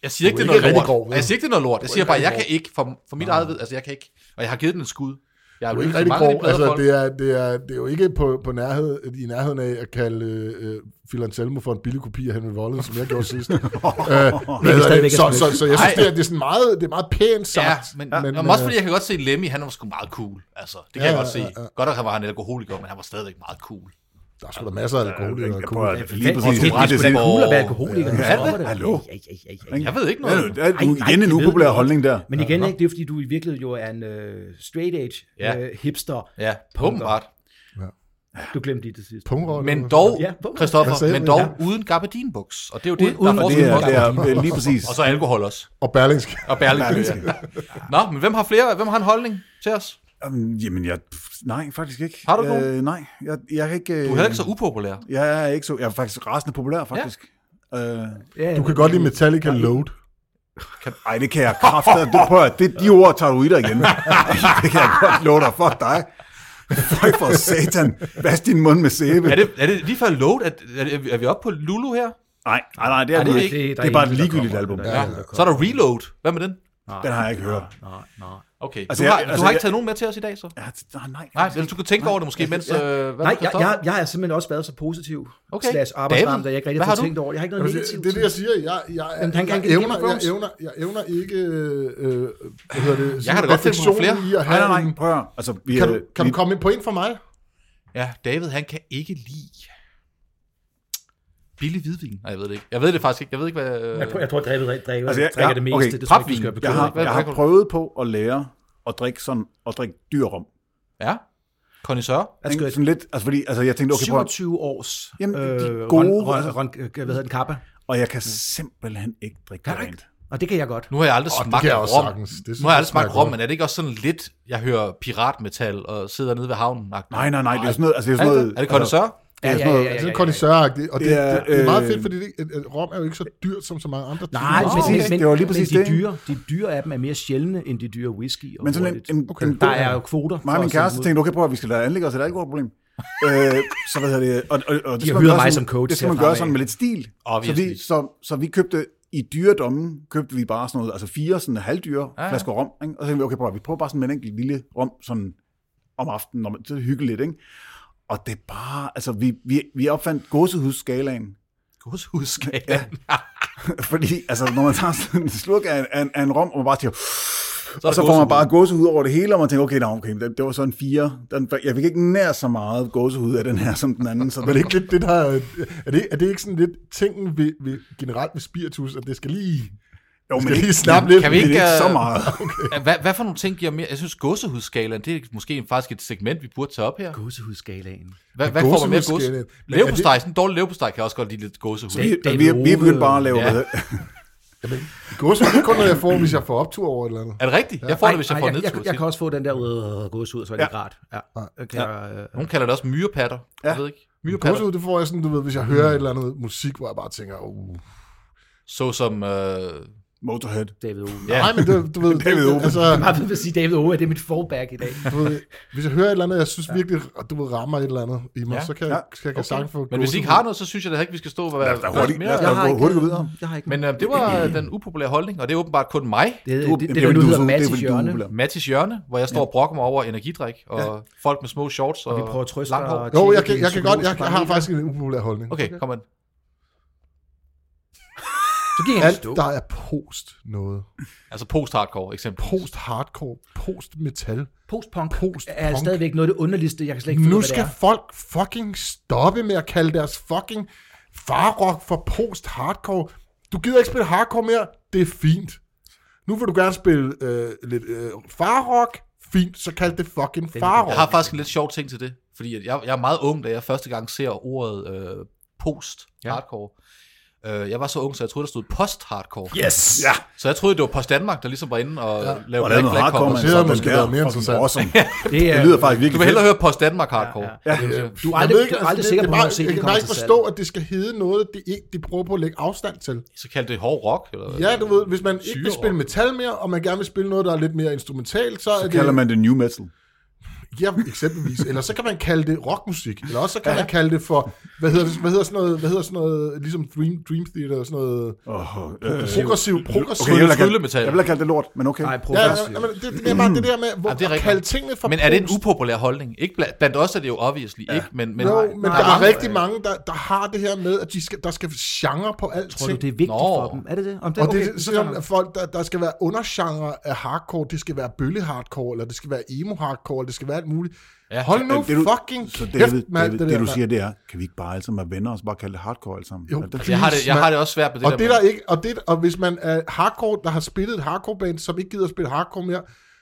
E: Jeg siger ikke,
B: Du er
E: det er noget
B: ikke rigtig
E: lort.
B: grov,
E: Grov,
B: vel?
E: jeg siger ikke, det er noget lort. Jeg siger bare,
B: ikke
E: jeg kan
B: rigtig
E: ikke, for, for mit eget ved, altså jeg kan ikke. Og jeg har givet den et skud. Jeg er
B: Du
E: jo
B: er ikke
E: ikke
B: rigtig
E: mange af
B: grov.
E: de blade
B: Altså,
E: folk.
B: det er, det, er, det er jo ikke på, på nærhed, i nærheden af at kalde øh, Phil Anselmo for en billig kopi af Henry Rollins, som jeg gjorde
E: [LAUGHS]
B: sidst. øh, hvad hedder
C: stadigvæk
B: det? så,
C: et
B: så, så, jeg synes,
E: Ej.
B: det er, det er sådan meget, det er meget pænt sagt. øh,
E: Ja, men, ja, men, men også fordi jeg kan godt se, at Lemmy, han var sgu meget cool. Altså, det kan
B: Ja,
E: jeg godt
B: ja,
E: se.
B: ja,
E: Godt, at han var en alkoholiker, men han var stadigvæk meget cool.
B: øh, der er sgu da masser af alkohol. i
D: Jeg
B: alkohol.
D: prøver at- lige præcis.
E: det er
D: rette
E: sgu da
D: til.
E: godt.
C: Cool at være alkoholiker.
E: Ja,
C: Ja,
E: hvad?
D: Hallo?
C: Ja, ja, ja, ja.
E: Jeg ved ikke
D: Ja,
E: noget.
D: det er
C: Ej, nej,
D: igen en
C: de ved
D: upopulær
C: det godt.
D: holdning der.
C: Men igen ikke, det er fordi, du i virkeligheden jo er en øh, straight age
E: Ja.
C: øh, hipster.
E: Ja, åbenbart.
C: Du glemte lige det sidste.
B: Pungrøv,
E: Men
B: eller
E: dog,
C: Ja, på-
B: Hvad
E: Christoffer,
B: sagde
E: men
B: du?
E: dog uden gabardinbuks. Og det er jo det,
C: uden-
E: der er
D: Og det
E: forskellen
D: er,
E: på
D: det er
E: gabardin.
D: øh, lige præcis.
E: Og så alkohol også.
B: hvad? Og Berlingske.
E: Og bærlingskø. Ja. [LAUGHS] Nå, men hvem har flere? Hvem har en holdning til os?
D: Øhm, Jamen, jeg, pff, nej, faktisk ikke.
E: Har du ikke nogen?
D: Øh, nej, jeg, jeg kan ikke... øh,
E: Du er heller ikke så upopulær.
D: Jeg er ikke så... Jeg er faktisk rasende populær, faktisk. Øh,
C: Ja,
B: Du kan godt lide Metallica Load.
D: ej, det kan jeg kræfte. Det, prøv at, det, de ord tager du i dig
E: [LAUGHS]
D: igen. det kan jeg godt love dig. Fuck dig. Føj for satan. Vask din mund med sæbe.
E: Er det, er det lige før load? Er, er, det- er vi oppe på Lulu her?
D: Nej, nej, nej, det er,
E: Ej,
D: det,
E: det er
D: ikke.
E: ikke-
D: Det,
C: der
D: er bare
C: en,
D: et
C: der
D: ligegyldigt
C: kommer.
D: album.
C: Der er
E: Ja.
C: en, der
E: Så er der reload. Hvad med den?
D: Den har jeg ikke hørt.
C: Nej, nej.
E: Okay.
D: Altså,
E: du,
D: jeg-
E: har, du
D: altså,
E: har ikke
D: jeg-
E: taget nogen med til os i dag, så?
D: Ja, nej, nej.
E: Nej, eller du kan tænke over det måske, mens... Øh, hvad
C: Nej,
E: med
C: jeg,
E: Christoffer?
C: jeg, jeg har simpelthen også været så positiv
E: Okay.
C: okay. slash arbejdsvarmt,
E: David,
C: at jeg ikke rigtig
E: hvad
C: har
E: har du?
C: tænkt over det. Jeg har ikke noget
B: Altså,
C: negativt.
B: det er det, jeg siger. Jeg, jeg,
C: Jamen,
B: jeg,
C: han kan
B: jeg,
C: ikke lide
B: evner,
C: Game
B: jeg,
C: of Thrones.
B: evner, jeg evner ikke... Øh, øh, hvad hedder det?
E: Jeg kan da godt finde på nogle flere.
B: refleksionen i
D: Nej,
B: at have
D: nej,
B: en-
D: nej. Prøv at høre. altså, vi,
B: Kan
D: øh,
B: du, kan
D: vi,
B: du komme ind på en for mig?
E: Ja, David, han kan ikke lide... Billig hvidvin? Nej, jeg ved det ikke. Jeg ved det faktisk ikke. Jeg ved ikke, hvad... Øh...
C: Jeg, tror- jeg tror, at David drikker,
D: Altså,
C: altså,
D: jeg-
C: jeg, drikker
D: jeg-
C: det meste.
D: okay,
C: det tror jeg, ikke,
E: papvin.
C: du skal
D: jeg,
C: bekymre
D: har,
C: dig.
E: Hvad-
D: jeg
E: hvad
D: har
E: kan du-
D: prøvet på at lære at drikke sådan, at drikke dyr rum.
E: Ja. Connoisseur.
C: Altså,
D: Sådan lidt, altså fordi, altså jeg tænkte, okay, prøv, at-
C: 27 års
D: Jamen, de
C: øh,
D: gode-
C: Ron, Ron, Ron, øh, hvad hedder den, kappa.
D: og jeg kan simpelthen ikke drikke
C: Kan du
D: rent.
C: ikke? Og det kan jeg godt.
E: Nu har jeg aldrig
B: Åh, det
E: smagt
B: kan jeg også
E: rom.
B: sagtens. Det synes
E: nu har jeg
B: jeg
E: aldrig smagt
B: smager
E: rom,
B: godt.
E: men er det ikke også sådan lidt, jeg hører piratmetal og sidder nede ved havnen?
D: Nej, nej, nej, det er sådan noget, altså det er
E: Er
D: sådan
E: det,
D: noget...
E: det? er det
D: altså,
E: connoisseur?
D: Det er sådan noget,
B: Altså, kondisøragtigt, og det,
D: Det er,
B: det, det, er meget
D: øh,
B: fedt, fordi det, at- at rom er jo ikke så dyrt som så mange andre
C: Nej,
D: Nå,
B: typer.
C: men, men,
D: præcis.
C: men,
D: Det var lige præcis
C: men de,
D: det.
C: dyre, de dyre af dem er mere sjældne, end de dyre whisky. Og
D: Altså, Men sådan en,
C: hurtigt.
D: en, en
C: der er jo kvoter.
D: Mig og
C: for
D: min
C: at sende
D: kæreste
C: ud.
D: tænkte, okay, prøv at vi skal lade anlægge os et
C: [LAUGHS]
D: alkoholproblem. øh, så hvad hedder det? Og, og, og det skal man
C: hyret
D: gøre sådan-
C: mig som coach
D: Det skal man
C: herfra
D: gøre
C: af.
D: sådan med lidt stil. Så
E: Obviously.
D: vi, så, så vi købte i dyredommen, købte vi bare sådan noget, altså fire sådan
C: Ah,
D: halvdyre
E: ja.
D: ja. flasker rom, ikke? og så tænkte vi, okay, prøv at vi prøver bare sådan med en enkelt lille rom sådan om aftenen, når man, så er det hyggeligt, ikke? Og det er bare, altså vi, vi, vi opfandt gåsehudsskalaen,
E: Godshudsk.
D: Ja.
C: [LAUGHS]
D: fordi altså, når man tager sådan en slurk af, en- af, en- af en rom, og man bare siger,
E: der
D: og så får man
E: gåsehud.
D: bare gåsehud over det hele, og man tænker, okay, no, okay det, det var sådan fire. Den, jeg fik ikke nær så meget gåsehud af den her som den anden. Så
B: Men
D: det,
B: er det, ikke lidt, det der, er, det, er det ikke sådan lidt tingen ved, ved generelt ved spiritus, at det skal lige...
D: jo,
B: skal lige snappe lidt.
E: Kan vi
D: det er
E: ikke,
D: ikke så
E: øh,
D: meget.
E: Hvad, hvad for nogle ting giver mere? Jeg synes, gåsehudskalaen, det er måske faktisk et segment, vi burde tage op her.
C: Gåsehudskalaen.
E: Hvad, hvad får man mere gåse?
B: gåsehudsskalaen. Men er
E: Leverpostej, sådan en dårlig leverpostej kan jeg også godt lide lidt gåsehud.
C: Det-
D: Vi, vi er begyndt bare at lave
E: Ja.
D: ja.
B: Gåsehud det er kun noget, jeg får, hvis jeg får optur over et eller andet.
E: Er det rigtigt? Jeg får det, hvis jeg får
C: jeg, jeg,
E: nedtur.
C: jeg kan
E: tit.
C: også få den der øh, gåsehud, så er det ja.
D: Ja.
C: ikke rart. Ja. Okay, ja. Øh,
E: Nogen kalder det også myrepatter.
D: Ja.
E: Jeg ved ikke. Myrepatter.
B: Gåsehud, det får jeg sådan, du ved, hvis jeg hører et eller andet musik, hvor jeg bare tænker, uh.
E: Såsom... Øh,
D: Motorhead.
C: David O.
E: ja.
B: Nej, men det, du ved, det,
D: David Owen.
B: altså,
C: Jeg vil sige, David O. er det mit fallback i dag.
B: du ved, hvis jeg hører et eller andet, jeg synes virkelig, at du ved, rammer et eller andet i mig,
E: Ja.
B: ja. så kan,
D: Ja.
B: jeg, kan jeg okay. sagtens få
E: Men hvis I ikke har noget, så synes jeg da ikke, vi skal stå og være
D: os da
E: være
D: hurtigt-
E: mere.
D: lad os da-
C: har
D: gå
C: ikke,
D: hurtigt videre.
C: Jeg har ikke
E: Men øh, det var øh, den upopulære holdning, og det er åbenbart kun mig,
C: det,
D: Du-
C: det, det, det, der
D: fordi
C: nu
D: du er
C: hedder
D: så- det er
C: Mads i
D: fordi, du er
C: hjørne.
D: upopulær.
E: Mattis Hjørne, hvor jeg står og brokker mig over energidrik, og folk med små shorts og,
C: Vi prøver at trøste
E: langt hår.
C: og
B: Jo,
C: tjekke
B: jeg kan,
C: din
B: jeg kan godt, jeg,
C: psykologiske
B: jeg har
C: parametre.
B: faktisk en upopulær holdning.
E: Okay, kom an.
C: Så gik han
B: Alt,
C: stå.
B: der er post noget.
E: Altså post-hardcore eksempel.
B: Post hardcore, post metal.
C: Postpunk er
B: Postpunk.
C: stadigvæk noget af det underligste, jeg kan slet ikke finde ud
B: Nu
C: af, hvad det
B: skal
C: er.
B: folk fucking stoppe med at kalde deres fucking farrock for post-hardcore. Du gider ikke spille hardcore mere, det er fint. Nu vil du gerne spille øh, lidt øh, farrock, fint, så kald det fucking farrock.
E: Jeg har faktisk en lidt sjov ting til det, fordi at jeg, jeg er meget ung, da jeg første gang ser ordet øh, post-hardcore. Øh, jeg var så ung, så jeg troede, der stod post-hardcore.
D: Yes! Ja,
E: Så jeg troede, det var Post Danmark, der ligesom var inde og ja. lavede
D: og det er noget hardcore, man.
E: cover.
B: Det
D: så
B: havde
D: den
B: måske
D: der
B: været mere
D: fucking
B: interessant.
D: Awesome.
C: Det er,
D: Det lyder faktisk
E: Du
D: virkelig
E: vil hellere
D: fedt.
E: høre Post Danmark hardcore.
C: Ja,
E: ja.
C: Du er
B: Jeg
C: aldrig,
B: ved altså,
C: du er aldrig
B: det-
C: sikker
B: det
C: på,
B: er
C: hvornår
B: bare-
C: scenen
B: Jeg kan
C: kommer
B: bare
C: til
B: ikke
C: salg.
B: forstå, at det skal hedde noget, det ikke, de prøver på at lægge afstand til.
E: Så kaldte det hård rock. Eller,
B: Ja, du
C: Øh,
B: ved, hvis man ikke vil
E: Syrerock.
B: spille metal mere, og man gerne vil spille noget, der er lidt mere instrumentalt, så, er
D: Så
B: det...
D: kalder man det new metal.
B: Ja, eksempelvis. Eller så kan man kalde det rockmusik. Eller også så kan ja. man kalde det for, hvad hedder, det- hvad hedder sådan noget, hvad hedder sådan noget, ligesom Dream, Dream Theater og sådan noget
D: Åh, øh,
B: progressiv, progressiv.
D: Okay, jeg vil have kaldt,
E: Tryllemetal.
D: jeg vil have kaldt det lort, men okay.
C: Nej,
B: Ja, ja,
C: progressiv.
B: ja, men det, det er bare det der med, hvor
E: Ja,
B: ja,
E: det er
B: at
E: rigtigt.
B: kalde tingene for
E: Men er det en
B: post.
E: upopulær holdning? Ikke blandt, blandt os er det jo obviously ja. ikke, men, men,
B: Jo,
E: Nej.
B: men
C: nej,
B: der er
C: mange-
B: rigtig mange, der, der har det her med, at de skal, der skal genre på alt
C: Tror du, det er vigtigt
E: Nå.
C: for dem? Er det det? Om det,
B: Og
C: okay,
B: det er sådan, at folk, der, der skal være undergenre af hardcore, det skal være bølle-hardcore, eller det skal være emo-hardcore, eller det skal være alt muligt. Ja, Hold nu
D: det, du,
B: fucking
D: så David,
B: kæft med alt
D: David,
B: det
D: det,
B: der.
D: du
B: mand.
D: siger, det er, kan vi ikke bare alle sammen være venner og så bare kalde det hardcore alle sammen?
B: Jo,
D: Er det-
B: altså,
E: Jeg har, det, jeg har det også svært med det
B: og
E: der.
B: det
E: med-
B: der ikke, og, det, og hvis man er hardcore, der har spillet et hardcore band, som ikke gider at spille hardcore mere,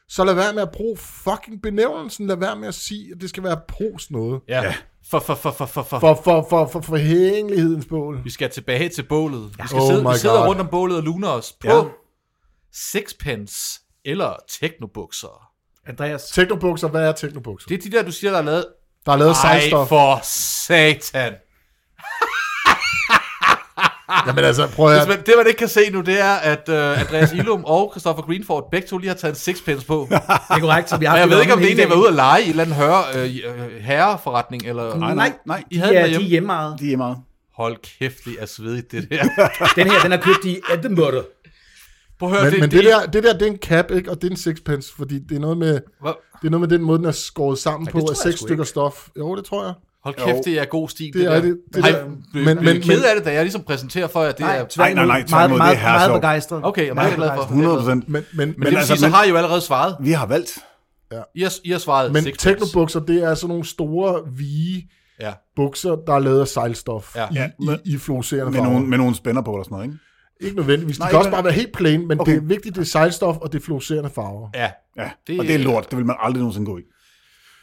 B: så lad være med at bruge fucking benævnelsen. Lad være med at sige, at det skal være pros noget.
E: Ja. For, for, for, for, for,
B: For,
E: for.
B: for, for, for, for hængelighedens bål.
E: Vi skal tilbage til bålet. Vi skal
B: Oh
E: sidde, vi
B: my
E: sidder
B: God.
E: rundt om bålet og luner os på ja.
D: Ja.
E: sixpence eller teknobukser.
C: Andreas,
B: Teknobukser, hvad er teknobukser?
E: Det er de der, du siger, der er lavet...
B: Der er lavet
E: Ej,
B: sejstof.
E: for satan.
B: Jamen altså, prøv at
E: Hvis man, det, man ikke kan se nu, det er, at uh, Andreas Ilum og Christopher Greenford begge to lige har taget en sixpence
B: [LAUGHS]
E: på.
C: det er korrekt, som vi har
E: [LAUGHS] Og jeg
C: haft
E: ved ikke, om det
C: hele
E: egentlig var
C: dagen.
E: ude at lege i en eller anden herre, øh, herreforretning, eller...
D: Nej, nej, nej.
E: I havde
C: Ja,
E: den
C: de
E: derhjemme.
C: er hjemmeejede.
D: De er meget.
E: Hold kæft, det er svedigt, det
B: [LAUGHS]
E: der.
C: Den her, den er købt i Edinburgh.
E: Prøv at høre,
B: Men,
E: det,
B: men det, der, det der, det er en cap, ikke? Og det er en sixpence, fordi det er noget med,
E: Hvor-
B: det er noget med den måde, den er skåret sammen på
C: tror
B: af
C: jeg
B: seks
C: sgu
B: stykker stof. Jo, det tror jeg.
E: Hold
D: Jo.
E: kæft, det er god stil.
B: Det er
E: der.
B: det- det
E: Ej,
B: der- men-
E: blev, men, blev men,
B: men-
E: ked
B: men-
E: af det, da jeg ligesom præsenterer for jer, at det
C: Nej,
E: er...
C: tværtimod.
D: nej, nej,
C: meget,
D: tværtimod,
C: meget,
D: det er her
C: meget
D: sjovt.
C: begejstret.
E: Okay, jeg er
C: Meget
E: glad for.
C: begejstret.
D: 100 procent.
B: Men, men, men,
E: Men det vil
D: altså,
E: sige, så
D: men-
E: har I jo allerede svaret.
D: Vi har valgt.
E: I har, I har svaret
B: men
E: sixpence.
B: teknobukser, det er sådan nogle store, vige
E: Ja.
B: bukser, der er lavet af sejlstof
E: Ja.
B: ja.
D: Ja.
B: i, i, i fluorescerende
D: Med
B: farver.
D: nogle, med nogle spænder på eller sådan noget, ikke?
B: Ikke nødvendigvis. De
D: Nej,
B: kan også
D: ikke-
B: bare være helt plain, men
D: Okay.
B: okay. det er vigtigt, det er sejlstof, og det er fluorescerende farver.
E: Ja.
D: Ja,
E: Det-
D: det, og det er lort. Det vil man aldrig nogensinde gå i.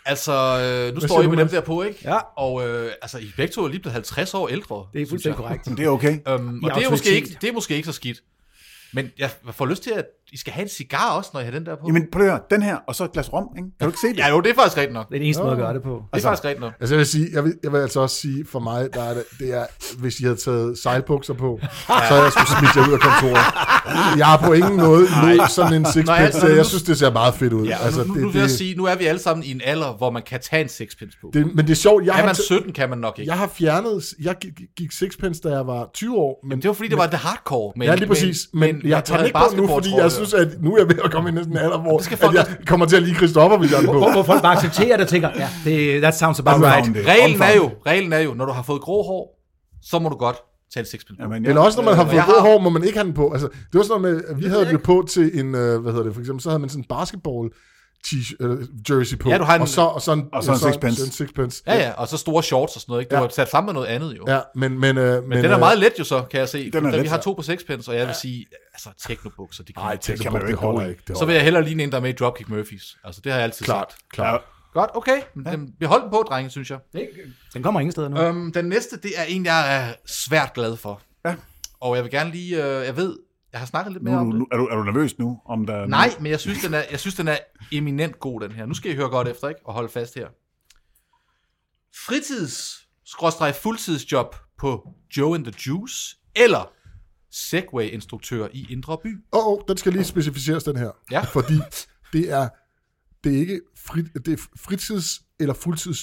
E: Altså, øh, nu
B: siger
E: står I
B: du,
E: med dem
B: Mads?
E: der på, ikke?
C: Ja.
E: Og øh, altså, I er begge to er lige blevet 50 år ældre.
C: Det er
E: synes
C: fuldstændig
E: jeg.
C: korrekt.
D: Men det er okay.
E: Øhm,
C: I
E: og det er, måske
C: autoritet.
E: ikke, det er måske ikke så skidt. Men jeg får lyst til, at I skal have en cigar også, når I har den der på.
D: Jamen, prøv at høre, den her, og så et glas rom, ikke? Kan du ikke se det?
E: Ja, jo, det er faktisk rigtigt nok. Det
C: Det er den eneste måde at gøre det på.
E: er faktisk rigtigt nok.
B: Altså jeg vil, sige, jeg, vil, jeg vil altså også sige, for mig, der er det, det er, hvis I havde taget sejlbukser på, så havde jeg skulle smidt jer ud af kontoret. Jeg har på ingen måde mod sådan en
E: Nå,
B: sixpence,
E: altså,
B: så
E: nu-
B: jeg synes, det ser meget fedt ud.
E: Ja, altså, nu, nu,
B: det,
E: nu, vil jeg
B: det,
E: sige, nu er vi alle sammen i en alder, hvor man kan tage en sixpence på. Det,
B: det, men det er sjovt, jeg
E: er
B: har,
E: man
B: t-
E: 17, kan man nok ikke.
B: jeg har fjernet, jeg gik, gik sixpence, da jeg var 20 år, men
E: Det var fordi, det var det hardcore. Men,
B: Ja, lige præcis. Men, men, jeg tager den ikke på nu, fordi jeg synes, at nu er jeg ved at komme i næsten en alder, hvor
E: skal
B: at
E: folk-
B: jeg kommer til at lide Christoffer, hvis jeg er den på.
C: Hvor, hvor folk bare accepterer det og tænker, ja, det, that sounds about
D: Omfavn
C: right.
D: det.
E: Reglen er,
D: Omfavn
E: jo, reglen er jo, når du har fået grå hår, så må du godt tage en sixpence på.
D: Jamen, ja.
B: Eller også, når man har
E: Øh,
B: fået
E: jeg
B: grå
E: har-
B: hår, må man ikke have den på. Altså, det var sådan noget med, at vi havde det jo på til en, øh, hvad hedder det, for eksempel, så havde man sådan en basketball t- øh, jersey på,
E: Ja, du har en-
B: og så, og så en,
D: Og så en sixpence.
B: en sixpence.
E: Ja, ja, og så store shorts og sådan noget. Ikke? Det
B: Ja.
E: var sat sammen med noget andet jo.
B: ja men, men, øh, men,
E: Men den er meget let jo så, kan jeg se.
D: Den er
E: da
D: let,
E: vi har
D: ja.
E: to på sixpence, og jeg vil sige, altså teknobukser, det kan
B: Nej,
E: man ikke.
B: det kan man jo ikke holde. Ikke. Det
E: Så vil jeg hellere ligne en, der er med i Dropkick Murphys. Altså, det har jeg altid
B: Klart,
E: sagt.
B: klart.
E: Godt, okay. Men ja. behold den på, drenge, synes jeg.
C: Den kommer ingen steder
D: Øh.
C: nu.
E: Øhm, den næste, det er en, jeg er svært glad for.
D: Ja.
E: Og jeg vil gerne lige, øh, jeg ved, jeg har snakket lidt
D: Nu,
E: mere
D: er
E: om
D: du-
E: det.
D: nu, er, du, er du nervøs nu? Om der er
E: Nej, men jeg synes, den er, jeg synes, den er eminent god, den her. Nu skal I høre godt efter, ikke? Og holde fast her. Fritids fuldtidsjob på Joe and the Juice, eller Segway-instruktør i Indre By.
B: Åh, oh, den skal lige specificeres, den her.
E: Ja.
B: Fordi det er, det er ikke frit, det er fritids- eller fuldtids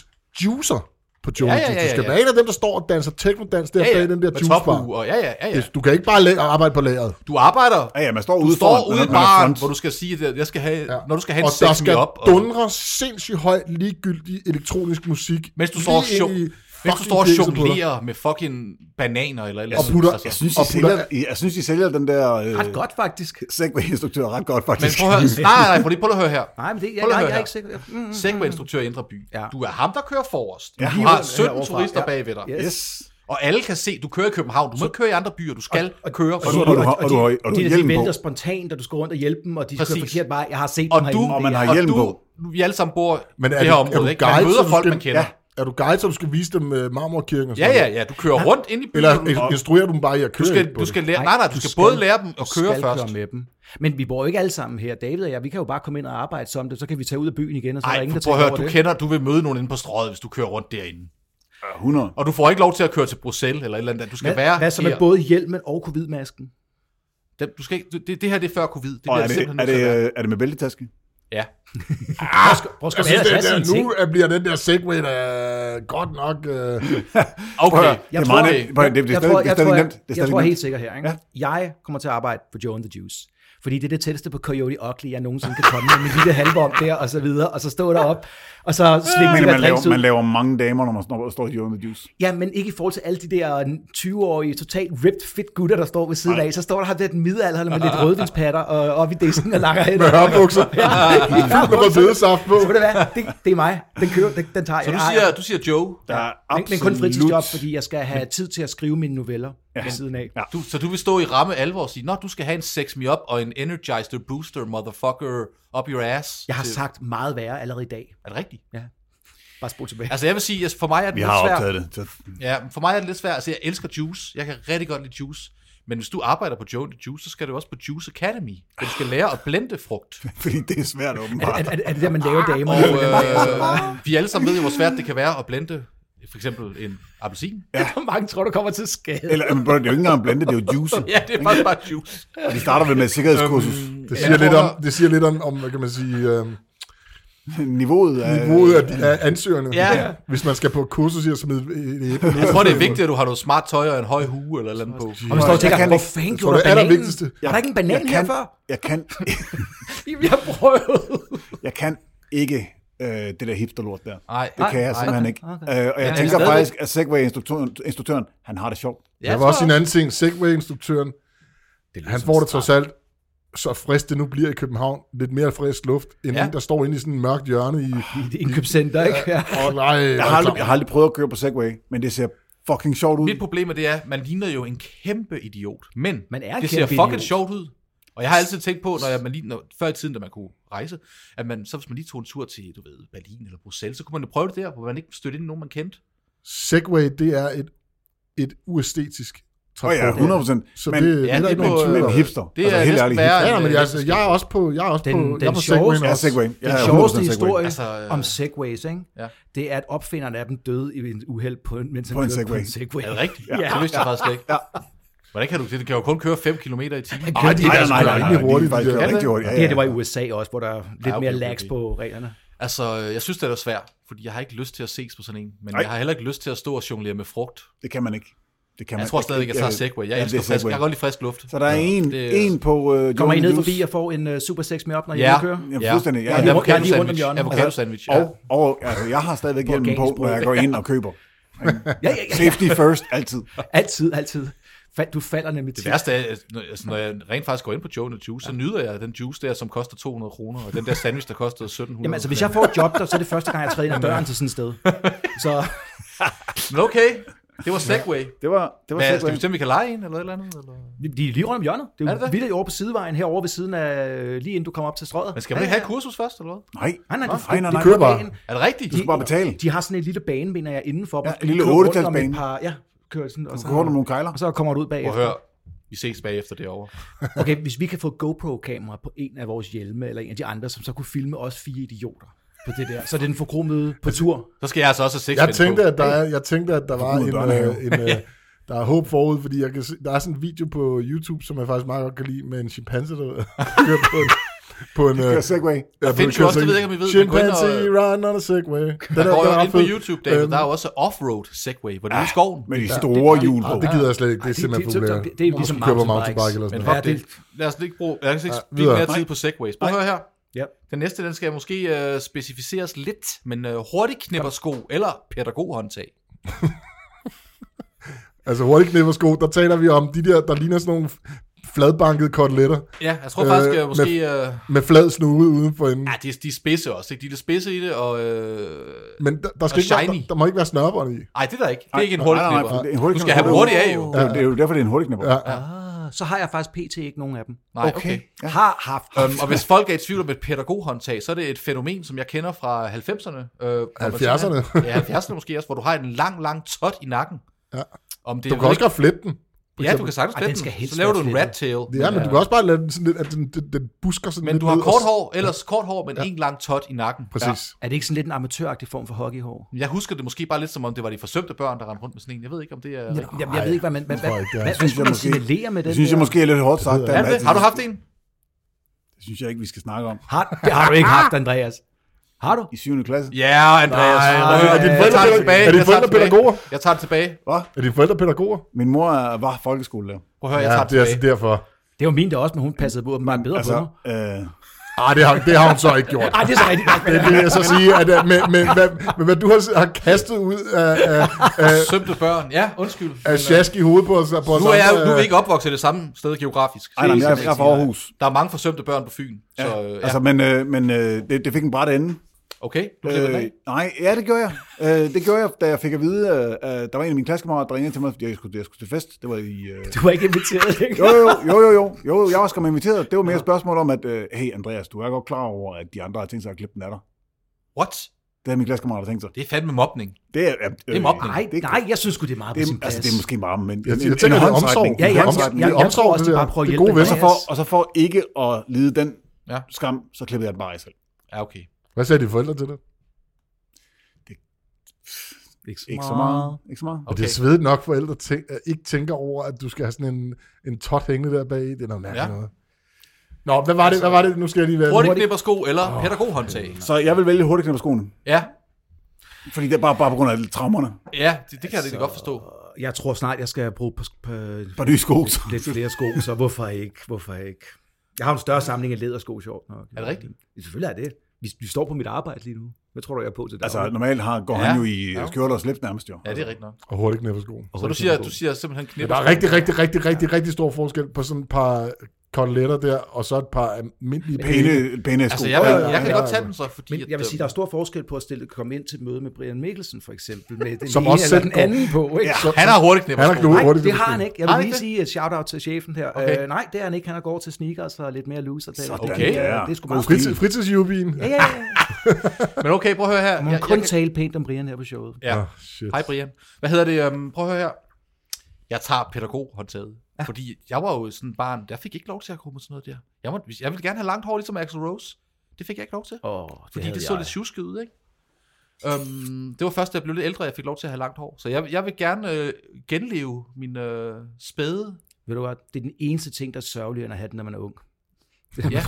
B: juicer på Joe.
E: Ja, ja, ja,
B: Du skal
E: ja.
B: være en af dem, der står og danser techno-dans der ja, ja. i den der
E: med
B: juicebar.
E: tophue, og ja, ja, ja, ja.
B: Du kan ikke bare la- arbejde på lageret.
E: Du arbejder,
D: Ja, ja, man står
E: du
D: ude
E: står
D: foran,
E: ude i
D: man er
E: baren,
D: front.
E: hvor du skal sige, at jeg skal have, ja. når du skal have
B: og
E: en
B: der
E: sex
B: skal
E: med op.
B: dundre sindssygt høj, ligegyldig elektronisk musik.
E: Mens du står og,
B: lige ind
E: jo,
B: i
E: mens du
B: fucking
E: står og
B: fjeset på dig.
E: jonglerer med fucking bananer eller eller altså.
B: Og putter-
D: Jeg synes, I
B: Og putter-
D: sælger, I- jeg synes, I sælger den der
C: Ret
D: øh,
C: godt, faktisk.
D: Segway-instruktør ret godt,
E: Men
D: faktisk.
E: prøv at
D: [LAUGHS]
E: høre,
B: [LAUGHS]
E: nej, nej, prøv lige prøv at høre her.
C: Nej, men det, jeg,
E: Prøv
C: jeg,
E: lige
C: jeg,
E: at høre
C: jeg er
E: her.
C: ikke sikker. Mm, mm,
E: Segway-instruktør i Indre By.
C: Ja.
E: Du er ham, der kører forrest.
D: Ja.
E: Du har
C: Heroverfra,
E: 17 turister
C: ja.
E: bag ved dig.
C: Yes.
D: Yes.
E: Og alle kan se, du kører i København. Du må ikke køre i andre byer. Du skal køre
D: Og
E: for
D: du, og du, har- og du, har- og
C: Og
D: du
C: de,
D: har
C: de, de
D: hjelm på.
C: vælter spontant, og du skal rundt og hjælpe dem, og de kører
E: Præcis.
C: forkert vej. Jeg har set
E: Og
C: dem
E: du,
C: herinde.
D: Og man har
C: Det er-
E: og
D: hjelm
E: du,
D: på.
E: vi alle sammen bor
B: Men
E: men
B: er
E: det her
B: du- er du
E: område, ikke? Man
B: guide,
E: møder
B: så
E: folk,
B: skal-
E: man kender.
B: ja. Er du guide, som skal vise dem øh, Marmorkirken og
E: Ja,
B: sådan
E: ja,
B: noget?
E: ja. Du kører rundt ind i byen.
B: Eller
E: og du-
B: øh, instruerer du dem bare i at
E: Du
B: køre
E: skal,
B: ind på
E: du
B: det?
E: skal lære, nej, nej, du skal både lære dem at køre
C: skal
E: først.
C: Køre med dem. Men vi bor jo ikke alle sammen her. David og jeg, vi kan jo bare komme ind og arbejde som det, så kan vi tage ud af byen igen, og så er der
E: Nej,
C: ingen, der
E: prøv
C: tænker
E: at høre,
C: over
E: du
C: det.
E: kender, du vil møde nogen inde på strøget, hvis du kører rundt derinde.
D: 100.
E: Og du får ikke lov til at køre til Bruxelles eller et eller andet. andet. Du skal
C: Hvad,
E: være
C: hvad så med
E: her.
C: både hjelmen og covid-masken?
D: Ah,
E: Den- Du skal ikke, du- det, det her det er før covid. Det
D: Og
E: bliver
D: er det,
E: simpelthen
D: er
E: nødt
D: det,
E: til at være.
D: øh, er det med bæltetaske?
E: Ja.
C: Prøv at sk- prøv at
B: Jeg
C: skrive
B: synes,
C: ned og
B: den
C: tage
B: der,
C: sine ting.
B: nu øh, bliver den der segway der godt nok... Øh,
E: [LAUGHS]
D: Jeg tror, det, er meget nemt. det, er
E: Okay. tror, det-
D: stadig-
C: jeg tror,
D: det er
C: jeg,
D: stadig
C: tror,
D: nemt.
C: jeg,
D: Det er
C: jeg
D: stadig
C: tror
D: nemt.
C: helt sikkert her, ikke? Jeg kommer til at arbejde for Joe and the Juice. Fordi det er det tætteste på Coyote Ugly, jeg nogensinde kan komme med min lille halvom der, og så videre, og så stå derop, og så svinge
D: Men
C: de der
D: man
C: drinks
D: laver,
C: ud.
D: man laver mange damer, når man står, står i Joe and the Juice.
C: Ja, men ikke i forhold til alle de der 20-årige, totalt ripped fit gutter, der står ved siden af. Så står der ham der den middelalder med lidt rødvinspatter og op i disken og lakker hen.
B: med hørbukser.
C: [LAUGHS] Ja,
B: Fyldt [LAUGHS] med rødbedesaft på.
C: Så ved du hvad, det, det er mig. Den kører, den, den tager
E: Så du
C: jeg.
E: siger, du siger Joe.
D: Der er
C: men, men kun fritidsjob, fordi jeg skal have tid til at skrive mine noveller ja. ved siden af.
D: Ja.
E: Du, så du vil stå i ramme alvor og sige, Nå, du skal have en sex me up og en energizer booster motherfucker up your ass.
C: Jeg har
E: til-
C: sagt meget værre allerede i dag.
E: Er det rigtigt?
C: Bare spol tilbage.
E: Altså jeg vil sige, altså, for mig er det
D: Vi
E: lidt
D: har
E: svært.
D: optaget det. Så
E: Ja, men for mig er det lidt svært. Altså jeg elsker juice. Jeg kan rigtig godt lide juice. Men hvis du arbejder på Joe the Juice, så skal du også på Juice Academy. hvor Du skal lære at blende frugt.
D: Fordi [LAUGHS] det er svært åbenbart.
C: Er, er, er det der, man laver damer?
E: Og øh, vi alle sammen ved jo, hvor svært det kan være at blende for eksempel en appelsin.
C: Ja. [LAUGHS] Hvor mange tror, du kommer til skade?
D: Eller men det er jo ikke engang blandet, det er jo juice.
E: [LAUGHS] Ja, det er faktisk bare juice.
D: Og de starter vel med et sikkerhedskursus.
C: [LAUGHS]
B: Det siger, lidt om, det siger lidt om, om hvad kan man sige, øh,
D: Niveauet er...
B: niveauet af, de- af ansøgerne.
E: Ja.
B: Hvis man skal på et kursus i at smide et æble.
E: Jeg tror, det er vigtigt, at du har noget smart tøj og en høj hue eller et eller andet på.
B: Øh,
C: Og man står og
D: Jeg
C: tænker,
D: kan
C: hvor
D: ikke-
B: tror,
C: fanden gjorde du
B: det er
C: bananen?
B: allervigtigste.
C: Var der ikke en banan
D: jeg
C: her
D: kan,
C: [LAUGHS] før?
D: Jeg kan, [LAUGHS]
C: Jamen, Jeg prøvede.
D: jeg kan ikke øh, det der hipsterlort der.
E: Nej,
D: Det kan jeg
E: nej.
D: simpelthen ikke.
C: okay.
D: Øh, og jeg
E: Ja,
D: tænker
E: ja.
D: faktisk, at Segway-instruktøren, instruktøren, han har det sjovt.
E: Ja,
B: Der var også en anden ting. Segway-instruktøren,
E: ligesom
B: han får det trods alt så frisk det nu bliver i København. Lidt mere frisk luft, end
E: Ja.
B: ja. en, der står inde i sådan en mørk hjørne i...
C: I et [LAUGHS] indkøbscenter, ikke? Ja.
B: Åh, nej,
D: Jeg har, aldrig, jeg har aldrig prøvet at køre på Segway, men det ser fucking sjovt ud.
E: Mit problem med det er, at man ligner jo en kæmpe idiot. Men
C: Man er en
E: det ser
C: kæmpe
E: fucking
C: idiot.
E: sjovt ud. Og jeg har altid tænkt på, når jeg, man lige, når, før i tiden, da man kunne rejse, at man, så hvis man lige tog en tur til du ved, Berlin eller Bruxelles, så kunne man jo prøve det der, hvor man ikke stødte ind i nogen, man kendte.
B: Segway, det er et, et uæstetisk
D: Åh ja, 100%.
B: Så
D: Men-
B: det, det
E: Ja,
B: er der
E: det
B: ikke
E: må-
B: nogen tvivl
D: Men
B: om.
D: hipster.
E: Det altså, er helt ærligt, værre,
B: Ja,
E: end,
B: nej, men
E: øh,
B: jeg, altså, jeg er også på, jeg er også
C: Den-
B: på, jeg er
C: den
B: på
C: sjoveste-
B: Segway
D: Jeg er Segway. Jeg
C: Den
D: er 100%
C: sjoveste
D: Segway.
C: historie
E: Altså, øh,
C: om segways, ikke?
E: ja.
C: det er, at opfinderen af dem døde i en uheld, på, en- mens han
D: På en
C: kørte på
D: Segway.
C: en segway.
E: Er det rigtigt? Ja. Det vidste jeg faktisk ikke. Ja. Hvordan kan du det? Det kan jo kun køre 5 km i timen.
C: kører de-
D: Nej,
E: altså
D: nej, nej,
B: sgu da
D: nej, nej,
B: rimelig hurtigt,
D: de er faktisk
B: de der.
D: kørt rigtig hurtigt. Ja,
C: Det her,
D: ja.
C: det var i USA også, hvor der er lidt
E: Ja, okay,
C: mere
E: okay,
C: lags
E: okay.
C: på reglerne.
E: Altså, øh, jeg synes, det er svært, fordi jeg har ikke lyst til at ses på sådan en, men
D: Nej.
E: Ej. jeg har heller ikke lyst til at stå og jonglere med frugt.
D: Det kan man ikke. Det kan man
E: Jeg tror stadigvæk, jeg tager Segway. Jeg
D: Ja,
E: elsker
D: det er
E: frisk.
D: Segway.
E: Jeg kan godt lide frisk luft.
D: Så der er en,
E: det-
D: en på... Øh,
C: Kommer I
D: Jordan
C: ned
D: Hughes.
C: forbi og får en uh, Super 6 med op, når I
E: Ja.
C: er ude at køre?
D: Ja,
E: Ja.
D: fuldstændig. Ja,
C: Jeg er
D: ja.
C: lige rundt- jeg er lige rundt om
E: Avocado-sandwich.
C: hjørnet.
E: Avocado-sandwich, ja.
D: Og, og altså, jeg har stadigvæk
C: På
D: hjelmen på, når
C: Gainsborough.
D: jeg går ind og
E: [LAUGHS]
D: køber.
C: Ja, ja, ja.
D: Safety first, altid.
C: Altid, altid. Fa- Du falder nemlig
E: Det
C: til.
E: værste er, at når- altså, når jeg rent faktisk går ind på Joe and the Juice, så nyder jeg den juice der, som koster 200 kroner, og den der sandwich, der kostede 1700
C: Jamen altså, hvis jeg får et job der, så er det første gang, jeg træder ind ad døren til sådan et sted. Så
E: Men okay, det var Segway.
D: Det var, det var
E: Hvad, skal vi
D: Segway.
E: bestemme, vi kan lege en eller et eller andet? Eller?
C: de er lige rundt om hjørnet. Det er
E: Er det
C: jo
E: det?
C: vildt over på sidevejen, herovre ved siden af, øh, lige inden du kommer op til strøget.
E: Men skal man ikke have et kursus først, eller hvad?
D: Nej,
C: Nej, nej, det,
D: nej,
C: det,
D: nej,
C: det
D: nej.
B: kører
C: kører bare.
B: bare.
C: ind.
E: Er det rigtigt?
D: Du skal bare betale.
C: De har sådan en lille bane, mener jeg, indenfor.
D: Ja,
C: hvor
D: en
C: de
D: lille
C: kører rundt om et
D: 8-talsbane.
C: par- Ja, kører sådan, og
D: Du
C: så,
D: skal rundt om nogle kejler.
C: og så kommer du ud
E: Prøv
C: bagefter.
E: at høre. Vi ses bagefter derovre.
C: Okay, hvis vi kan få GoPro-kamera på en af vores hjelme, eller en af de andre, som så kunne filme os fire idioter på det der. Så det er en forkromede på tur.
E: Så skal jeg altså også have
B: Jeg
E: sexspænd
B: tænkte,
E: på.
B: at der, er, jeg tænkte, at der var
D: Ud i
B: en,
D: børnehave.
B: øh, en,
E: [LAUGHS]
B: øh, der er håb forud, fordi jeg kan se, der er sådan en video på YouTube, som jeg faktisk meget godt kan lide, med en chimpanse, der [LAUGHS] kører på en... På en
D: Det
B: øh,
D: var Segway.
B: ja, på
E: findes
B: en
E: jo også,
B: kørsel.
E: det ved jeg ikke, om I ved, man går ind og-
B: Chimpanzee run on a segway. Den
E: Der går
B: den
E: jo
B: ret
E: ind på
B: fed.
E: YouTube, David,
B: Øhm,
E: der er jo også offroad Segway, hvor det er ude i skoven.
D: Med de store hjul på.
B: ah, det gider jeg slet ikke. Det er
C: Ej,
B: simpelthen
C: det-
B: for
C: det-
B: ulækkert.
C: det- det er jo
B: Nå,
C: ligesom
B: skal vi køre på
C: mountainbikes.
B: mountainbike eller
E: Men
B: sådan
E: fuck
C: Ja,
E: ja, det. Lad os ikke bruge, lad os ikke spille
B: videre.
E: mere tid på segways. Prøv at høre her.
C: Ja.
E: Den næste, den skal jeg måske øh, specificeres lidt, men øh, hurtigt knipper sko eller pædagoghåndtag.
B: noget. Altså hurtigt knippersko, der taler vi om de der, der ligner sådan nogle fladbankede koteletter
E: Ja, jeg tror faktisk,
B: Øh,
E: øh, måske... Øh,
B: med flad snude uden for enden.
E: ja, de, de er spidse også, ikke? De er lidt spidse i det, og... Øh,
B: Men der, der, skal
E: og
B: ikke, være-
E: shiny.
B: der, der, må ikke være snørebånd i.
E: ej, det er der ikke. Det er ikke en hurtig
D: Nej, nej,
E: knipper.
D: nej, det er en hurtig
E: Du skal have
D: knipper.
E: hurtigt af, jo.
D: Det er jo- Det er jo derfor, det er en hurtig knipper.
B: Ja.
C: Ah, så har jeg faktisk pt. ikke nogen af dem.
E: Nej, okay.
C: Har haft.
E: Øhm, og hvis folk er i tvivl om et pædagoghåndtag, så er det et fænomen, som jeg kender fra 90'erne. Øh, hvor man
B: 70'erne.
E: simpelthen- Ja, 70'erne måske også, hvor du har en lang, lang tot i nakken.
B: Ja.
E: Om det
B: Du
E: er-
B: kan også godt flette den.
E: Ja, du kan sagtens
C: Ej,
E: flette
C: den skal
E: den.
C: helst
E: Så laver du
C: være
E: en
C: flettet.
E: rat tail.
B: Ja, men du kan også bare lade den sådan lidt, at den, den, den busker sådan
E: Men
B: lidt
E: du har
B: ned og-
E: kort hår, ellers kort hår, men en lang tot i nakken.
B: Præcis.
C: Er det ikke sådan lidt en amatøragtig form for hockeyhår?
E: Jeg husker det måske bare lidt som om, det var de forsømte børn, der rendte rundt med sådan en. Jeg ved ikke, om det er...
C: Jeg,
E: rigtigt.
C: jeg, jeg ved ikke, hvad man, hvad,
B: det tror
C: hvad,
B: jeg ikke, det er. altså-
C: hvad, hvad
D: Synes
C: skulle
D: jeg
C: man
D: måske-
C: signalere med den
D: Det synes jeg
C: der?
D: måske er lidt hårdt sagt.
B: Det
D: Dan.
E: Er det det? Har du haft en?
D: Det synes jeg ikke, vi skal snakke om.
C: Har, det har du ikke haft, Andreas. Har du?
D: I 7. klasse.
E: Ja, Andreas.
C: Nej,
E: prøv at høre.
C: er dine
E: Jeg
B: forældre-
E: tager det tilbage.
B: er dine
E: Jeg tager det
B: forældre
E: tilbage.
B: pædagoger?
E: Jeg tager det tilbage.
D: Hvad?
B: Er dine forældre pædagoger?
D: Min mor er- var folkeskolelærer.
E: Prøv at høre, jeg tager det
B: det er altså
E: tilbage.
B: derfor.
C: Det var min der også, men hun passede på åbenbart bedre
D: Altså,
C: på mig.
D: øh,
B: Ah, det har, det har hun så ikke gjort.
C: Ej, det er så rigtigt.
D: [LAUGHS]
C: nok, men-
B: Det vil jeg så sige, at øh, med, med, hvad, med hvad du har, har kastet ud af, af, af,
E: Sømte børn. Ja, undskyld.
B: af
E: Men, øh,
B: sjask i hovedet på os. På os
E: Nu er, jeg,
B: andre,
E: nu er vi
B: øh,
E: ikke opvokset det samme sted geografisk.
D: Ej, nej, men jeg, jeg er fra Aarhus.
E: Der er mange forsømte børn på Fyn. Så,
D: Ja,
E: øh,
D: altså,
E: ja.
D: men, øh, men øh, det, det fik en bræt ende.
E: Okay, du klipper den
D: Øh,
E: af.
D: nej, ja, det gjorde jeg. Øh, det gjorde jeg, da jeg fik at vide, øh, øh, der var en af mine klassekammerater, der ringede til mig, fordi jeg skulle, jeg skulle til fest. Det var i... Øh,
C: Du var ikke
D: jo,
C: inviteret længere.
D: jo, jo, jo, jo, jo, jeg var skam inviteret. Det var mere et spørgsmål om, at, øh, hey Andreas, du er godt klar over, at de andre har tænkt sig at klippe den af dig.
E: What?
D: Det havde min klassekammerater tænkt sig.
E: Det er fandme mobning.
D: Det er, øh,
E: er mobning.
C: Nej, nej, jeg synes sgu, det er meget
D: Det
C: på sin
D: er,
C: plads.
D: altså, det er måske meget, men
B: Jeg, jeg tænker, det er omsorg.
D: håndsrækning.
C: Ja,
D: En
C: ja,
D: håndsrækning.
C: ja,
B: det
C: ja.
B: er
C: jeg
B: omsorg,
C: tror også,
B: det
C: det er
B: der.
C: bare at prøve at
B: det er
C: hjælpe
B: gode
C: dem.
B: venner.
D: Og så, for, og så for ikke at lide den
E: Ja.
D: skam, så klippede jeg den bare af selv.
E: Ja, okay.
B: Hvad sagde dine forældre til det?
C: Ikke
D: Ikke så meget. Ikke så meget.
B: Okay. Det er
E: Okay.
B: svedigt nok, forældre tæ- øh, ikke tænker over, at du skal have sådan en, en tot hængende der bag. Det er noget mærkeligt
E: Ja.
B: noget. Nå, hvad var det? Hvad var det? Nu skal jeg lige være...
E: Hurtigt knipper sko eller pædagoghåndtag.
D: Så jeg vil vælge hurtigt knæppe skoene.
E: Ja,
D: Fordi det er bare, bare på grund af traumerne.
E: ja det, det
C: Altså,
E: kan jeg rigtig godt forstå.
C: Jeg tror snart, jeg skal bruge på, på
D: Bare nye sko. så.
C: lidt flere sko, så hvorfor ikke? Hvorfor ikke? Jeg har en større samling af lædersko, sjovt nok.
E: Er det rigtigt?
C: Selvfølgelig er det. Vi, vi står på mit arbejde lige nu. Hvad tror du, jeg er på til det?
D: Altså, normalt har, går han
E: Ja.
D: jo i øh,
E: Ja.
D: skjorter og slips nærmest jo.
E: Ja, det er rigtigt nok.
B: Og hurtigt knæppe skoen.
E: Så du siger, du siger simpelthen
B: Men
E: knipper
B: der er rigtig, rigtig, rigtig, rigtig, rigtig stor forskel på sådan et par koteletter der, og så et par almindelige
D: Pæne, pæne sko.
E: Altså, jeg,
B: Ja,
E: jeg,
B: ja,
E: jeg, jeg kan
B: ja,
E: godt
B: ja.
E: tage den så, fordi...
C: Men jeg vil
E: at, øh,
C: sige, der er stor forskel på at stille, komme ind til et møde med Brian Mikkelsen, for eksempel,
D: [LAUGHS]
C: med den
B: Som
C: ene
B: også
C: eller
B: selv
C: den anden på. Ikke?
D: Ja.
C: Så,
E: han har hurtigt knipper
B: Han har
E: sko.
B: knudet
C: nej,
B: hurtigt.
C: det har han ikke. Jeg
E: Har
C: vil
E: han
C: lige
E: ikke
C: sige et shout-out til chefen her.
E: Okay.
C: Okay. Øh, nej, det er han ikke. Han er gået til sneakers og lidt mere loser.
D: Sådan
E: Okay.
D: der.
C: Det er sgu meget
D: God stil.
B: Fritids, fritidsjubien.
C: Ja, ja, ja.
E: Men okay, prøv at høre her.
C: Man må
E: Jeg-
C: kun
E: jeg kan-
C: tale pænt om Brian her på showet.
E: Ja.
B: Ah, shit.
E: Hej Brian. Hvad hedder det? Um, prøv at høre her. Jeg tager pædagoghåndtaget. Ja. Fordi jeg var jo sådan et barn, der fik ikke lov til at komme med sådan noget der. Jeg, måtte, jeg ville gerne have langt hår, ligesom Axel Rose. Det fik jeg ikke lov til.
C: Oh, det
E: Fordi det, det så lidt sjusket ud, ikke? Um, det var først, da jeg blev lidt ældre, jeg fik lov til at have langt hår. Så jeg, jeg vil gerne øh, genleve min øh, spæde.
C: Ved du hvad, det er den eneste ting, der er sørgeligere end at have den, når man er [LAUGHS] ung.
E: Ja.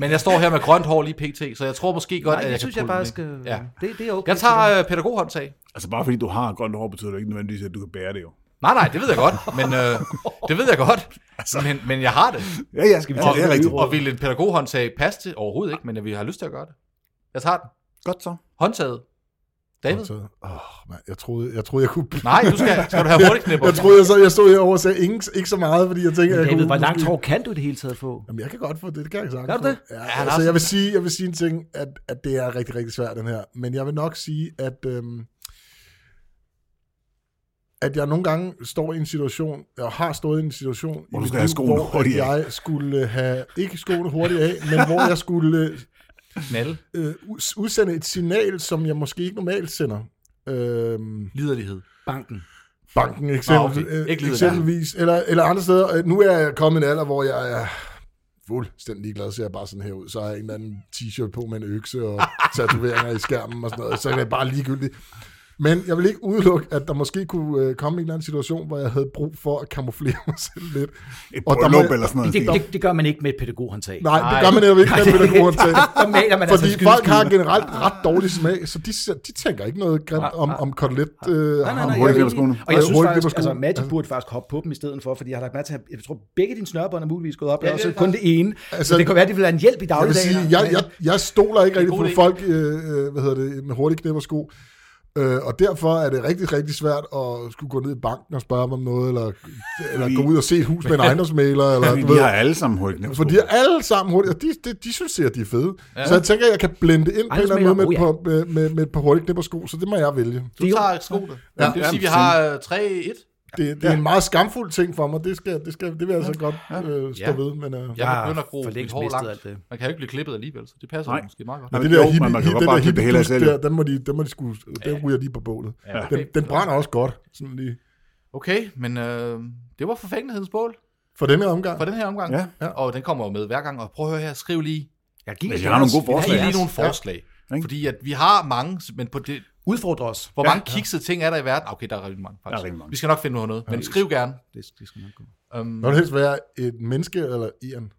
E: Men jeg står her med grønt hår lige pt, så jeg tror måske godt,
C: Nej,
E: at
C: det
E: jeg kan
C: synes jeg
E: pulle den,
C: faktisk...
E: ikke?
C: øh,
E: Ja.
C: Det, det er okay.
E: Jeg tager øh, pædagoghåndtag.
D: Altså, bare fordi du har grønt hår, betyder det ikke nødvendigvis, at du kan bære det jo.
E: Nej, nej, det ved jeg godt. Men øh, det ved jeg godt. Men, men jeg har det.
D: Ja, ja, skal vi
E: Og,
D: tage det er rigtigt.
E: og vil en pædagoghåndtag passe det? Overhovedet ikke, men vi har lyst til at gøre det. Jeg tager den.
D: Godt så.
E: Håndtaget. David?
B: Så, åh, mand, jeg troede, jeg troede, jeg kunne...
E: Nej, du skal, skal du have hurtigt knipper.
B: Jeg troede, jeg, så, jeg stod herovre og sagde ingen, ikke så meget, fordi jeg tænkte, at jeg
C: David,
B: kunne...
C: hvor langt hår kan du i det hele taget få?
B: Jamen, jeg kan godt få det, det kan jeg sagtens.
C: Gør du
B: få.
C: det?
B: Ja,
E: han har
B: altså,
E: sådan-
B: jeg vil, sige, jeg vil sige en ting, at, at det er rigtig, rigtig svært, den her. Men jeg vil nok sige, at, øhm, at jeg nogle gange står i en situation, jeg har stået i en situation,
D: Hvor
B: i
D: du
B: mit
D: skal have skoene
B: hvor at
D: hurtigt af.
B: jeg skulle øh, have, ikke skoene hurtigt af, men hvor jeg skulle øh,
E: Nalle.
B: øh, us- udsende et signal, som jeg måske ikke normalt sender. Øhm,
E: Liderlighed.
C: Banken.
B: banken eksempel,
E: Nå, okay.
B: øh,
E: Ikke lige
B: eksempelvis, eller, eller andre steder. Øh, Nu er jeg kommet i en alder, hvor jeg er fuldstændig ligeglad, ser jeg bare sådan her ud. Så har jeg en eller anden t-shirt på med en økse
E: [LAUGHS]
B: og tatoveringer i skærmen og sådan noget. Så er det bare ligegyldigt. Men jeg vil ikke udelukke, at der måske kunne øh, komme en eller anden situation, hvor jeg havde brug for at kamuflere mig selv lidt.
D: Et
B: Og der må
D: bryllup
B: jeg-
D: eller sådan
C: Det,
D: noget.
C: det, det, det gør man ikke med et pædagoghåndtag.
B: Nej,
E: Nej.
B: det gør man netop ikke, den pædagogerne
E: [LAUGHS]
B: til.
C: Der maler man altså
B: Fordi
C: en
B: altså folk
C: skyldeskyld.
B: har generelt ret dårlig smag, så de, de tænker ikke noget grimt om, om kotelet. Øh,
C: Nej, nej,
B: ham.
C: nej,
D: hurtigt
C: jeg er
D: klipper skoene.
C: enig. Og jeg
B: Ja,
C: synes
B: hurtigt
C: faktisk,
B: klipper skoene.
C: altså Magic burde faktisk hoppe på dem i stedet for, fordi jeg har lagt mærke til, at jeg tror, begge dine snørbånd er muligvis gået op, ja,
E: Ja,
C: og
E: det
C: så
E: er
C: kun det ene.
B: Altså,
C: så det kan være, det vil være en hjælp i
B: Jeg vil
C: dagligdagen.
B: sige, jeg, jeg, jeg stoler ikke rigtig
E: god
B: på
E: idé.
B: folk øh, øh, hvad hedder det, med hurtige knep og sko. Øh, og derfor er det rigtig, rigtig svært at skulle gå ned i banken og spørge dem om noget, eller, eller gå ud og se et hus
E: [LAUGHS]
B: med en ejendomsmaler, eller
D: Vi,
B: du
D: vi
B: ved.
D: har alle sammen hurtigt knæbet
B: For de er alle sammen hurtige, og de, de, de synes, at de er fede. Ja. Så jeg tænker, at jeg kan blende det ind på en eller anden måde med,
C: Ejendomsmægler,
B: oh, ja. med, med, med et par hurtige knep og sko, så det må jeg vælge.
E: Du tager skoene. Ja, det vil sige, vi har øh, 3-1.
B: Det, det er en meget skamfuld ting for mig, det, skal, det, skal, det vil jeg altså godt øh, stå
E: Ja.
B: ved. Men, øh,
E: Jeg
C: Jeg
E: begynder at gro
C: har for
E: mit
C: længst
E: hår
C: mistet
E: langt.
C: alt det.
E: Man kan jo ikke blive klippet alligevel, så det passer
D: Nej.
E: måske meget godt.
D: Nej,
B: Men det der
D: jo, men man kan
B: hippie,
D: godt
B: den
D: bare
B: der
D: klippe det hele af selv.
B: hippie
D: jo.
B: der, den må de, den må de skulle, den ryger de på bålet.
E: Ja,
B: Den, den brænder også godt, sådan lige.
E: Okay, men øh, det var forfængelighedens bål
B: For denne omgang.
E: for den her omgang.
D: Ja.
E: Ja. Og den kommer jo med hver gang. Og prøv at høre her, skriv lige,
C: Jeg giver
D: Men
C: jer
D: jeg har nogle gode
C: jeres-
E: skriv
D: forslag.
E: lige nogle forslag. Ja.
D: Ikke?
E: Fordi at vi har mange, men på det,
C: Udfordre os.
E: Hvor ja, mange kiksede ting er der i verden? Ah, Okay, der er rigtig mange, faktisk.
D: Der er rigtig mange.
E: Vi skal nok finde noget, noget men skriv gerne.
C: Det, det skal nok gå.
E: Um,
B: Må det helst være et menneske eller Ian?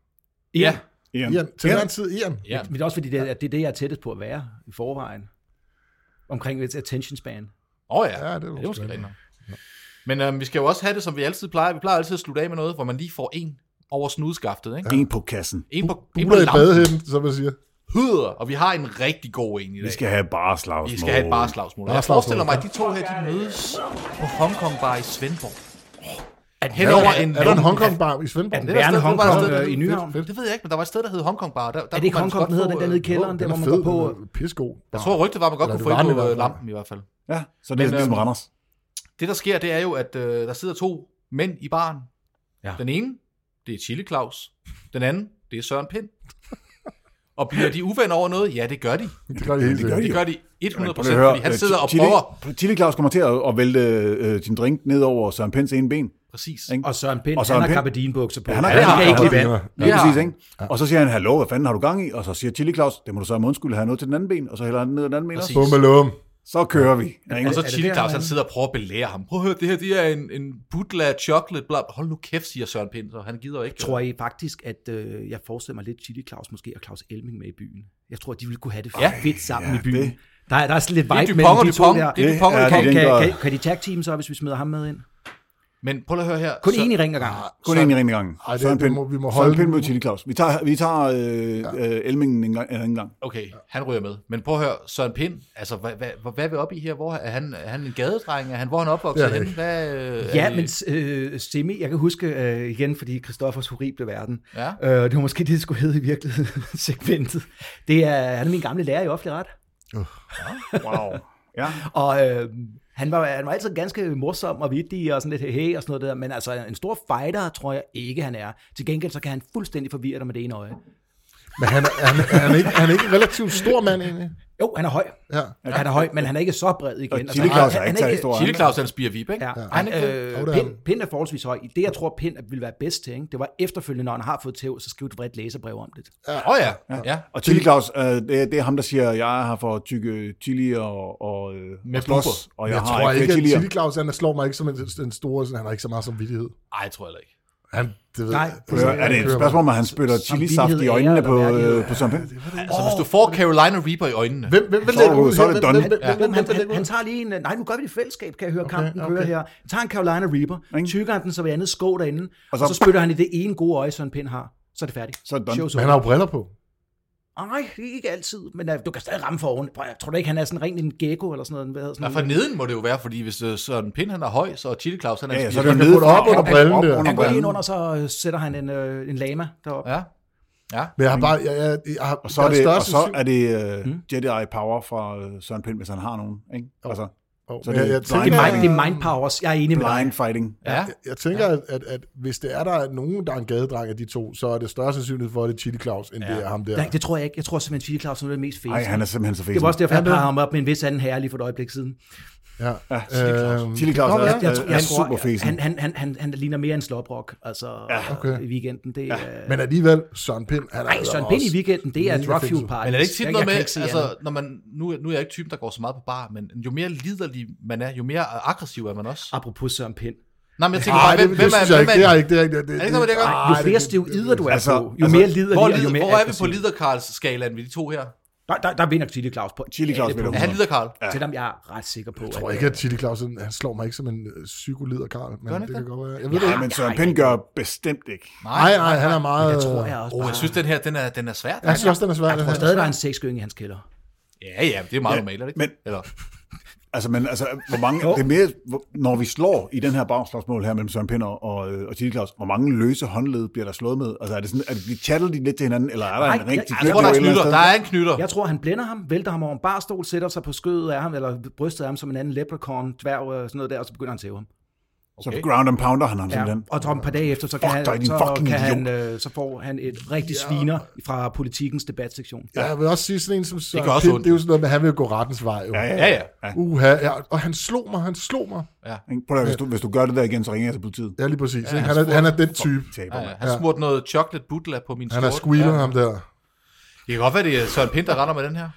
E: ja,
D: Ian.
B: Ian. Til
D: Ian.
B: hver en tid Ian.
E: ja.
C: Men det er også fordi, det er, det er det, jeg er tættest på at være i forvejen. Omkring et attention span.
E: Åh oh, ja.
B: Ja, det
E: ja,
B: er
E: det er
B: måske
E: måske
B: rigtigt.
E: rigtigt. nok. Men øhm, vi skal jo også have det, som vi altid plejer. Vi plejer altid at slutte af med noget, hvor man lige får en over snudskaftet. Ikke?
D: En på kassen.
E: En på, en på
B: Buler i
E: lampen.
B: badehænden, som man siger.
E: Hyder, og vi har en rigtig god en i dag.
D: Vi skal have bare slagsmål.
E: vi skal have et barslagsmål. Jeg
B: Barslagsmål,
E: forestiller mig,
B: ja.
E: at de to her, de mødes på Hong Kong Bar i Svendborg. At
B: Er,
E: hen over
B: er,
E: en...
B: er der en Hongkong-bar i Svendborg?
C: den
E: Det var
C: Værende
E: et sted- det var et
C: Hong
E: sted,
C: Kong,
E: der-
C: øh, i Nyhavn.
E: Det ved jeg ikke, men der var et sted, der hed Hong Kong Bar. Der, der
C: Er det
E: kunne
C: ikke
E: man
C: Hong Kong,
E: godt
C: den hedder
E: få,
C: den dernede i
E: øh,
C: kælderen, der hvor man går på... øh,
B: Pissegod.
E: Jeg tror, rygtet var, at man godt
B: Eller
E: kunne få
B: det var
E: ind
B: den i
E: på
B: hvert
E: øh,
B: fald.
E: lampen i hvert fald.
D: Ja, så det er
E: Men,
D: ligesom
E: øhm,
D: Randers.
E: Det, der sker, det er jo, at øh, der sidder to mænd i baren. Ja. Den ene, det er Chili Claus. Den anden, det er Søren Pind. Og bliver de uvenner over noget? Ja, det gør de.
B: Det gør de hele
D: det gør
B: tiden.
E: Det
D: Jo.
E: gør de 100%,
D: Prøv lige at høre,
E: fordi han
D: øh,
E: sidder og
D: Chili-
E: prøver.
D: Chili Claus kommer til at at vælte øh, sin drink ned over Søren Pins ene ben.
E: Præcis.
D: Ikke?
C: Og Søren Pind,
D: Og Søren
C: han har
D: Pind.
C: kappedinebukser på.
D: Ja, han har
C: Han
E: kappe-
C: kan ikke lide vand.
D: Ja,
E: Ja.
D: ja. præcis, ikke? Og så siger han, hallo, hvad fanden har du gang i? Og så siger Chili Claus, det må du så om undskyld have noget til den anden ben, og så hælder han den ned ad den anden ben også.
E: Præcis.
B: Bum og lum.
D: Så kører vi. Ja, ikke?
E: Og så
C: det
E: Chili
C: der,
E: Claus, han
C: han-
E: sidder og prøver at belære ham. Prøv at høre, det her det er en, en butla chocolate. Bla. Hold nu kæft, siger Søren Pind, og han gider jo ikke.
C: Tror I faktisk, at øh, jeg forestiller mig lidt Chili Claus måske og Claus Elming med i byen? Jeg tror, at de ville kunne have det
E: Ja.
C: ja. fedt sammen
D: Ja,
C: ja, i byen.
D: det-
C: Det. Der, er, der er sådan lidt
E: Det er
C: vibe
E: Dupont
C: mellem
E: og
C: de to
E: Dupont.
C: der.
E: Det er
D: Det
E: Dupont og
D: er
E: Dupont.
D: det.
C: Kan,
D: den
C: kan,
D: går-
C: kan, kan de tag team så, hvis vi smider ham med ind?
E: Men prøv lige at høre her.
C: Kun én i ring ad gangen.
D: Kun
B: Så-
D: en i ringen i gangen.
B: Ej, det-
D: Søren
B: vi
D: Pind-
B: må- vi må
D: Søren
B: holde-
D: Pind mod Tilly Claus. Vi tager, vi tager øh, øh, Elmingen en gang. En anden gang.
E: Okay, han ryger med. Men prøv at høre, Søren Pind, altså hvad, hvad, hvad, hvad er vi oppe i her? Hvor er han, er han en gadedreng? Er han, hvor er han opvokset
B: Det er
E: ja,
B: det
E: henne? Hvad, øh, er
C: Ja,
E: det-
C: men øh, Semi, jeg kan huske øh, igen, fordi Christoffers horrible verden.
E: Ja.
C: Øh, det var måske det, det skulle hedde i virkeligheden, [LAUGHS] segmentet. Det er, han er min gamle lærer i offentlig ret.
D: Wow. ja.
C: Og øh, han, var, han var altid ganske morsom og vittig og sådan lidt hey og sådan noget der. Men altså, en stor fighter tror jeg ikke, han er. Til gengæld så kan han fuldstændig forvirre dig med det ene øje.
B: Men han, er- han, er- han, er ikke, han er ikke en relativt stor mand egentlig.
C: Jo, han er høj.
B: Ja.
C: Han er høj, men han er ikke så bred igen. Altså,
D: Og Chili Claus er ikke særlig stor.
E: Chili Claus er en spire vip, ikke?
C: Ja,
E: Er
C: han,
E: Han, ikke det?
C: øh,
B: Jo, det er
C: Pind,
B: han.
C: Pind er forholdsvis høj. Det, jeg tror, Pind ville være bedst til, ikke? det var efterfølgende, når han har fået tæv, så skriv et bredt læserbrev om det.
E: Åh oh, ja. ja. ja.
D: Og Chili Claus, øh, det, er- det er ham, der siger, jeg er her for at tykke chili og, og, øh,
E: Med
D: og slås.
E: blubber.
D: Og
B: Jeg,
D: jeg,
B: jeg
D: har
B: tror ikke,
D: flere
B: at
D: chilier.
B: Tilly Claus, han slår mig ikke som en, en stor, sådan, han har ikke så meget som vidtighed.
E: Ej, jeg tror jeg heller ikke.
B: Han, det ved
C: Nej,
B: jeg-
D: Prøv at høre, Er det et spørgsmål om, at han spytter chilisaft i
C: Samvittighed, ære
D: øjnene
C: eller
D: på,
C: værdighed?
D: øh, på Søren Pind?
E: Altså, hvis du får Carolina Reaper i øjnene,
B: Hvem, hvem, hvem
D: Så er
B: lægger
D: du-
B: ud
D: så er
B: her?
D: det
B: Hvem-
D: done.
B: hvem- hvem-
C: Ja.
B: hvem-
C: Han,
B: hvem-
C: han,
B: hvem-
C: han tager lige en... øh, Nej, nu gør vi det i fællesskab, kan jeg høre okay, kampen
B: okay.
C: køre her. Han tager en Carolina Reaper, okay. tykker han den, så ved andet skå derinde, og
D: Og
C: så,
D: så-
C: og så spytter han i det ene gode øje, Søren Pind har. Så er det færdigt.
D: Så er det done.
C: Show's
B: Men han
C: over.
B: har jo briller på.
C: Nej, det er ikke altid, men øh, du kan stadig ramme for oven. Prøv, Jeg tror da ikke, han er sådan rent en gecko eller sådan noget. Hvad hedder
E: Ja,
C: sådan
E: for neden må det jo være, fordi hvis øh, Søren Pind han er høj, så er Chili Claus han er
D: Ja,
E: en
D: ja, så
E: spire
D: er det
E: vip.
B: kan
D: ned
B: få det
D: fra-
B: op under
D: op-
B: brillen
D: op
B: der.
D: under
C: Han går lige ind
D: brillen.
C: under, så øh, sætter han en, øh, en lama deroppe. Ja.
E: Ja. Ja.
B: Men jeg har bare... Jeg, jeg, jeg har,
D: Og så er det, og så er
B: er
D: det uh, Jedi Power fra øh, Søren Pind, hvis han har nogen. Ikke? Altså, så er det
B: jeg, jeg
D: blind
B: tænker,
C: Det, er mind, det er
B: at-
C: mind powers. Jeg er enig med dig.
D: blind fighting.
E: Ja.
B: Jeg, jeg tænker, at, at, at hvis det er, der er nogen, der er en gadedreng af de to, så er det større sandsynlighed for, at det er Chili Claus, end ja. det er ham der.
C: Nej, det tror jeg ikke. Jeg tror simpelthen, at Fidel Claus er noget af det mest fede.
D: Nej, han er simpelthen så
C: Det var
D: fæsen.
C: også derfor, jeg parrede ham op med en vis anden herre lige for et øjeblik siden.
B: Ja.
D: Ja, Chili Claus.
B: Øhm,
D: Chili Claus
B: det
D: er-
B: kan godt være.
D: Øh, han er super fesen.
C: han, han, han, han, han ligner mere en sloprock altså, ja,
B: okay.
C: okay. i weekenden. Det, ja. øh,
B: Men alligevel, Søren Pind... Han er
C: nej,
B: altså
C: Søren Pind i
B: også-
C: weekenden, det er
B: mega
C: drug
B: fængsel.
C: fuel party.
E: Men er det ikke tit noget med,
C: altså,
E: altså, når man, nu, nu er jeg ikke typen, der går så meget på bar, men jo mere liderlig man er, jo mere aggressiv er man også.
C: Apropos Søren Pind.
E: Nej, men jeg tænker
B: Nej,
E: bare,
B: det, det,
E: hvem, hvem
B: synes
E: er,
B: jeg
E: hvem
B: ikke.
E: er,
B: Det er ikke det. er ikke- det,
E: Er det ikke noget med det,
B: Ej,
E: Jørgen?
C: Jo flere steroider du er
D: altså,
C: på, jo
D: altså,
C: mere lider
E: hvor,
C: de, og jo
E: lider,
C: mere
E: hvor er vi på
C: aggressiv.
E: liderkarls-skalaen ved de to her?
C: Der, der, der vinder Chili Claus på.
D: Chili Claus
C: alle
D: vinder
E: Er
C: punkter.
E: han liderkarl?
D: Ja.
C: Selvom jeg er ret sikker på,
B: Jeg tror ikke, at Chili Claus, han slår mig ikke som en øh, psykolider, Karl. Men
E: han
B: det,
E: ikke
B: kan
E: det?
B: godt være. Jeg ved det
D: Ja,
B: ikke.
D: men Søren Pind gør bestemt ikke.
B: Nej, nej, han er meget...
C: jeg tror jeg også
E: Åh, oh, jeg synes, den her, den er, den er svær.
B: Jeg synes også, den er svær. den
C: bare,
B: her.
C: stadig der er en sexgøring i hans kælder.
E: Ja, ja, det er meget
D: Ja,
E: normalt, er det ikke?
D: men-
E: Eller,
D: Altså, men altså, hvor mange,
C: Jo.
D: det er mere, hvor- når vi slår i den her bagslagsmål her mellem Søren Pind og, og, øh, og Tilly Claus, hvor mange løse håndled bliver der slået med? Altså, er det sådan, at de chatter de lidt til hinanden, eller er der
C: Nej,
D: en rigtig
C: jeg-
E: jeg tror, der er knytter. Der er en knytter.
C: Jeg tror, han blænder ham, vælter ham over en barstol, sætter sig på skødet af ham, eller brystet af ham som en anden leprechaun, dværg og sådan noget der, og så begynder han at tæve ham.
D: Så ground and pounder han ham
C: Ja,
D: simpelthen.
C: og så om et par dage efter, så, kan
D: Fuck dig,
C: han,
D: din
C: så,
D: fucking
C: kan han,
D: idiot.
C: øh, så får han et rigtig sviner fra politikens debatsektion.
B: Ja, jeg vil også sige sådan en som Søren
E: gør også
B: Pind,
E: ondt.
B: det er jo sådan noget med, at han vil jo gå rettens vej. Jo.
E: Ja, ja.
B: Uha, ja, og han slog mig, han slog mig.
D: Ikke? Prøv at, høre, hvis, du, hvis du gør det der igen, så ringer jeg til politiet.
B: Ja, lige præcis. Ja, han, er, han er den type.
D: Taber,
E: Ja,
D: mand.
E: ja. Han smurte noget chocolate butler på min
B: Han
E: skjorte.
B: er squealer
E: Ja.
B: ham der.
E: Det kan godt være, det er Søren Pind, der render med den her.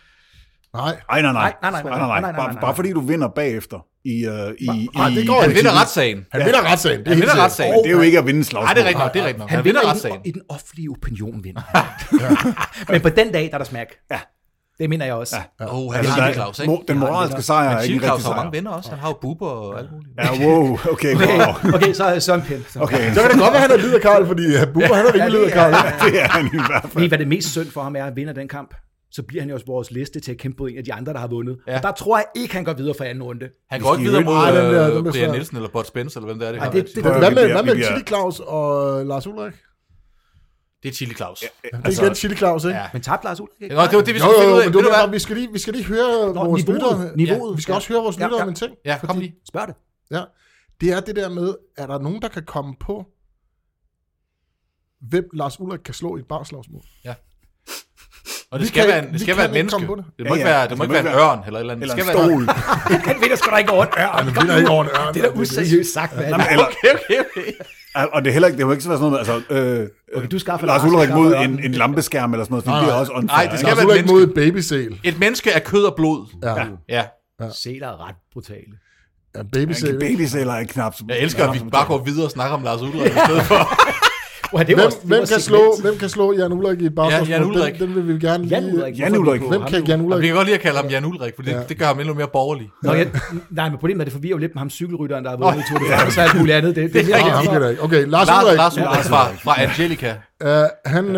B: Nej,
D: Ej, nej, nej.
C: Nej, nej, nej, nej, nej, nej, nej,
D: Bare,
C: nej.
D: bare fordi du vinder bagefter i... Uh, i,
B: nej,
D: i
B: det går
E: Han
B: ikke.
E: vinder retssagen.
B: han vinder retssagen. Det er
E: Han
B: helt
E: vinder
B: sikkert.
E: retssagen.
D: Det er jo ikke at vinde slagsmål.
E: Nej, det er rigtigt nok, det er rigtigt nok.
C: Han,
E: Han
C: vinder, i,
E: vinder
C: den,
E: retssagen.
C: i den offentlige opinion, vinder han. ja. [LAUGHS] Men på den dag, der er der smæk.
D: Ja.
C: Det mener jeg også. Ja.
E: Åh, han
D: Altså,
E: er
D: der,
E: Chili Claus,
D: mo-
E: ikke?
D: den moralske sejr er
E: Men
D: ikke
E: Chili
D: en
E: Claus
D: rigtig
E: har
D: sejr.
E: mange venner også. Han har jo buber og alt muligt.
D: Ja, wow, okay, wow.
E: [LAUGHS]
C: Okay, så er Søren Pind. Så.
D: Okay,
B: Så kan det godt være, han er lider, Karl, fordi øh, Bubber, han er virkelig lider,
C: [LAUGHS]
B: Karl.
D: det er han i hvert
C: Ved I,
D: fald.
C: hvad det mest synd for ham er, at han vinder den kamp? Så bliver han jo også vores liste til at kæmpe mod en af de andre, der har vundet. Ja.
E: Ja.
C: Og der tror jeg ikke, han går videre for anden runde.
E: Han går ikke videre mod
B: Ej, den der-
E: øh,
B: den bliver
E: Brian
B: svær.
E: Nielsen eller Bud Spencer, eller hvem det er. Det,
C: Ej,
E: er
C: det, det, det,
B: Hvad med,
D: Vi bliver-
B: hvad med
D: vi bliver-
B: Chili Claus og øh, Lars Ulrik?
E: det er Chili Claus.
B: Det er
E: Altså,
B: igen Chili Claus, ikke?
E: Ja.
C: men tabte Lars Ulrik ikke?
E: Nå, det var det,
B: Jo,
E: vi skulle
B: jo,
E: finde
B: jo,
E: ud
B: men
E: af. Ved
B: du,
E: du
B: mener,
E: hvad?
B: vi, skal lige, vi skal lige høre Nå, vores
C: niveauet.
B: lyttere.
C: Niveauet.
B: Ja, vi skal
C: Ja.
B: også høre vores
C: Ja,
B: lyttere
C: ja.
B: om en ting.
E: Ja, kom lige.
C: Spørg det.
B: Ja. Det er det der med, er der nogen, der kan komme på, hvem Lars Ulrik kan slå i et barslagsmål?
E: Og det
B: Vi
E: skal
B: kan
E: være en,
B: ikke-
E: det
B: vi
E: skal være
B: kan
E: et
B: ikke
E: menneske.
B: komme på det.
E: Det
D: Ja,
E: må ikke
D: ja.
E: være, det
D: Det
E: må ikke
D: må
E: være en
D: ikke være-
E: ørn eller et eller andet. Det
D: Eller
E: skal
D: en
E: være [LAUGHS]
D: stol.
C: Han vinder sgu da ikke over en ørn.
B: Han vinder ikke over en ørn.
C: Det er da useriøst sagt, mand.
D: Eller,
E: Okay, okay, okay.
D: og det er heller ikke, det må ikke være sådan noget med, altså, øh,
C: Okay, du skaffer
D: Lars
C: Lars,
D: Ulrik
C: jeg
D: mod
C: skaffer
D: en,
C: Jørgen.
D: en lampeskærm eller sådan noget, for det er også unfair.
E: Nej, det
D: ikke?
B: Lars
E: skal være et
B: Ulrik mod
E: menneske.
B: et babysæl.
E: Et menneske af kød og blod.
B: Ja.
E: Ja.
C: Sæler er ret brutale.
B: ja
D: En
B: babysæl.
D: Altså, babysæler er knap så...
E: Jeg elsker, at vi bare går videre og snakker om Lars Ulrik i stedet for.
C: Uha, det var,
B: Hvem,
C: også- det
B: hvem,
C: var
B: kan
C: segment.
B: slå, hvem kan slå Jan Ulrik i et bagspørgsmål?
E: Jan Ulrik.
B: Den, den vil vi gerne
C: Jan
B: lige...
C: Ulrik.
D: Jan
C: hvorfor er vi
D: Ulrik.
C: på
B: Hvem
C: ham
B: kan
C: nu?
B: Jan
E: Og vi
B: Ulrik?
E: kan godt lide at kalde ham Jan Ulrik, for det,
B: Ja.
E: det gør ham endnu mere borgerlig.
C: Nå, jeg, nej, men problemet er, det forvirrer jo lidt med ham cykelrytteren, der har vundet Tour de France og alt muligt andet. Det, det,
E: Det er
C: er
B: Nå, ham kan
C: lidt-
B: der ikke. Okay, Lars,
E: Lars,
B: Ulrik.
E: Lars Ulrik fra, fra Angelica.
B: Uh, han, uh,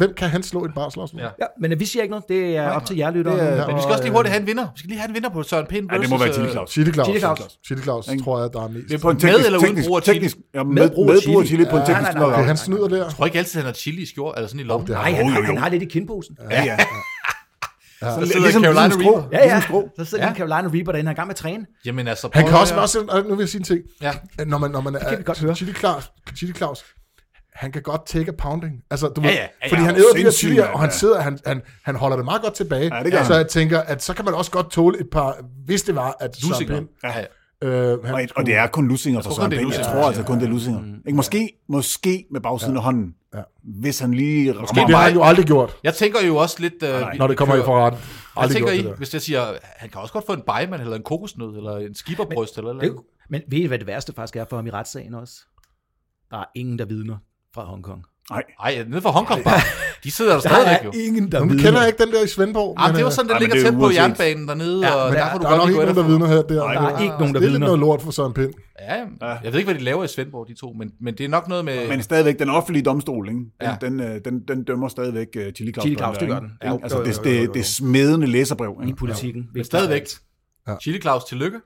B: hvem kan han slå i et barslagsmål?
E: Ja.
B: Ja.
C: Ja, men øh, vi siger ikke noget. Det er op til jer, lyttere.
B: Det er-
C: nu.
B: Men
E: Men vi skal også lige hurtigt have en vinder. Vi skal lige have en vinder på Søren Pind
D: Ja, det må være Tilly Claus.
B: Chili Claus.
C: Chili Claus.
B: Chili Claus, tror jeg, der er mest.
E: Det
B: Jeg
E: er på en med eller uden brug af chili.
D: teknisk, ja, med,
C: Med
D: med
C: brug af chili.
D: brug af chili på en
B: Ja,
D: teknisk
C: nej, nej,
B: okay,
D: logger.
B: han snyder der.
E: Jeg tror ikke altid, han har chili i skjort, eller sådan i lommen.
B: det
E: Nej,
C: Nej, han,
D: Jo, jo,
C: han,
D: jo.
C: han har lidt i kindposen.
D: Ja, ja.
E: så sidder
D: Ligesom,
E: Carolina
D: ligesom strå.
E: Reaper.
C: Ja, ja.
D: Ligesom strå.
C: Så sidder ja. Carolina Reaper derinde, han er i gang med at træne.
E: Jamen altså, prøv
B: Han kan
E: at
B: også
E: høre.
B: bare sætte... øh, Nu vil jeg sige en ting.
E: Ja.
B: Øh, Når man, når man
C: kan vi godt
B: er
C: høre.
B: Chili Claus, Chili Claus, han kan godt take a pounding. Altså, du ved,
E: ja, ja,
B: fordi
E: ja,
B: han æder de her
D: sindssygt,
B: chilier,
D: mand,
B: og han
D: ja.
B: sidder, han, han, han holder det meget godt tilbage.
D: Ja, det gør
B: så
D: han.
B: jeg tænker, at så kan man også godt tåle et par, hvis det var, at Søren
E: Lusinger.
B: Pind,
E: Ja. ja.
B: øh, han,
D: Og, og det er kun lusinger for
E: tror,
D: Søren
E: det er
D: Pind. Jeg
E: lusinger.
D: tror altså kun, det er lusinger. Ikke? Måske, måske med bagsiden af hånden.
B: Ja.
D: Hvis han lige rammer
B: det har
E: mig.
B: han jo aldrig gjort,
E: Jeg tænker jo også lidt... Øh, vi-
B: når det
E: vi
B: kommer i
E: kører-
B: forretten.
E: Jeg
B: Aldrig
E: tænker
B: gjort
E: I,
B: det der.
E: hvis jeg siger, han kan også godt få en bejman, eller en kokosnød, eller en skibberbryst, eller eller
C: Det,
E: andet.
C: men ved I, hvad det værste faktisk er for ham i retssagen også? Der er ingen, der vidner fra Hongkong.
D: Nej.
E: Ej, nede fra Hongkong bare. De
B: [LAUGHS]
E: sidder der stadigvæk jo.
C: ingen, der
B: Nu kender jeg ikke den der i Svendborg.
E: Jamen, det var sådan, den
D: Ej, men
E: ligger
D: det er
E: tæt på
D: uanset.
E: jernbanen dernede,
C: Ja,
E: og
C: men
E: der
B: der,
E: får du
B: der er
E: godt
B: nok
E: lige
B: ikke
E: gå
B: nogen, der vidner
E: efter.
B: her. Der,
D: Nej,
C: Der er ikke nogen, der
B: det er lidt
C: vidner.
B: noget lort for Søren Pind.
E: Ja, jeg ved ikke, hvad de laver i Svendborg, de to, men, men det er nok noget med...
D: Men stadigvæk, den offentlige domstol, ikke? Den,
E: Ja.
D: ja. den, øh, den, den dømmer stadigvæk uh, Chili Claus.
C: Chili
D: for
C: Claus,
D: der,
C: det gør
D: ikke?
C: den. Ja, jo,
D: altså,
C: jo, jo,
D: det, det, det smedende læserbrev.
C: i politikken.
E: men stadigvæk. Chili Claus, tillykke.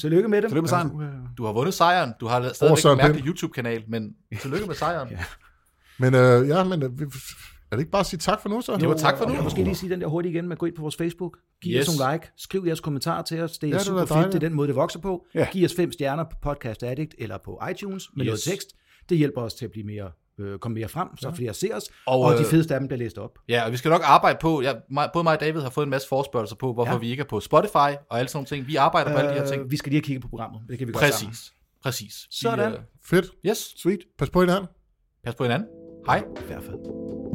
C: Tillykke med det.
D: Tillykke med sejren.
E: Du har vundet sejren. Du har
B: Over
E: stadigvæk
B: Søren
E: en mærkelig YouTube-kanal, men tillykke med sejren.
B: Men øh, ja, men øh, vi- er det ikke bare at sige tak for nu, så?
E: Det var tak for nu.
C: Jeg kan måske lige sige den der hurtigt igen med at gå ind på vores Facebook. Giv yes.
E: Yes.
C: os nogle like. Skriv jeres kommentarer til os. Det er
B: Ja, det
C: ja,
B: ville
C: super
B: være
C: fedt.
B: dejligt.
C: Det er den måde, det vokser på.
D: Ja.
C: Ja. Giv os fem stjerner på Podcast Addict eller på iTunes med yes. noget
E: Yes.
C: tekst. Det hjælper os til at blive mere, øh, komme mere frem, så flere ser os.
E: Og,
C: Og, og de
E: øh,
C: fedeste af dem bliver læst op.
E: Ja, og vi skal nok arbejde på, ja, mig, både mig og David har fået en masse forspørgelser på, hvorfor ja.
C: Ja.
E: vi ikke er på Spotify og alle sådan nogle ting. Vi arbejder på alle de her ting.
C: Øh, vi skal lige have kigget på programmet. Det kan vi godt sammen.
E: Præcis. Præcis. Vi,
C: Sådan.
E: øh,
B: Fedt.
E: yes.
D: Sweet.
B: Pas på hinanden.
E: Pas på hinanden. Hej.
C: I hvert fald.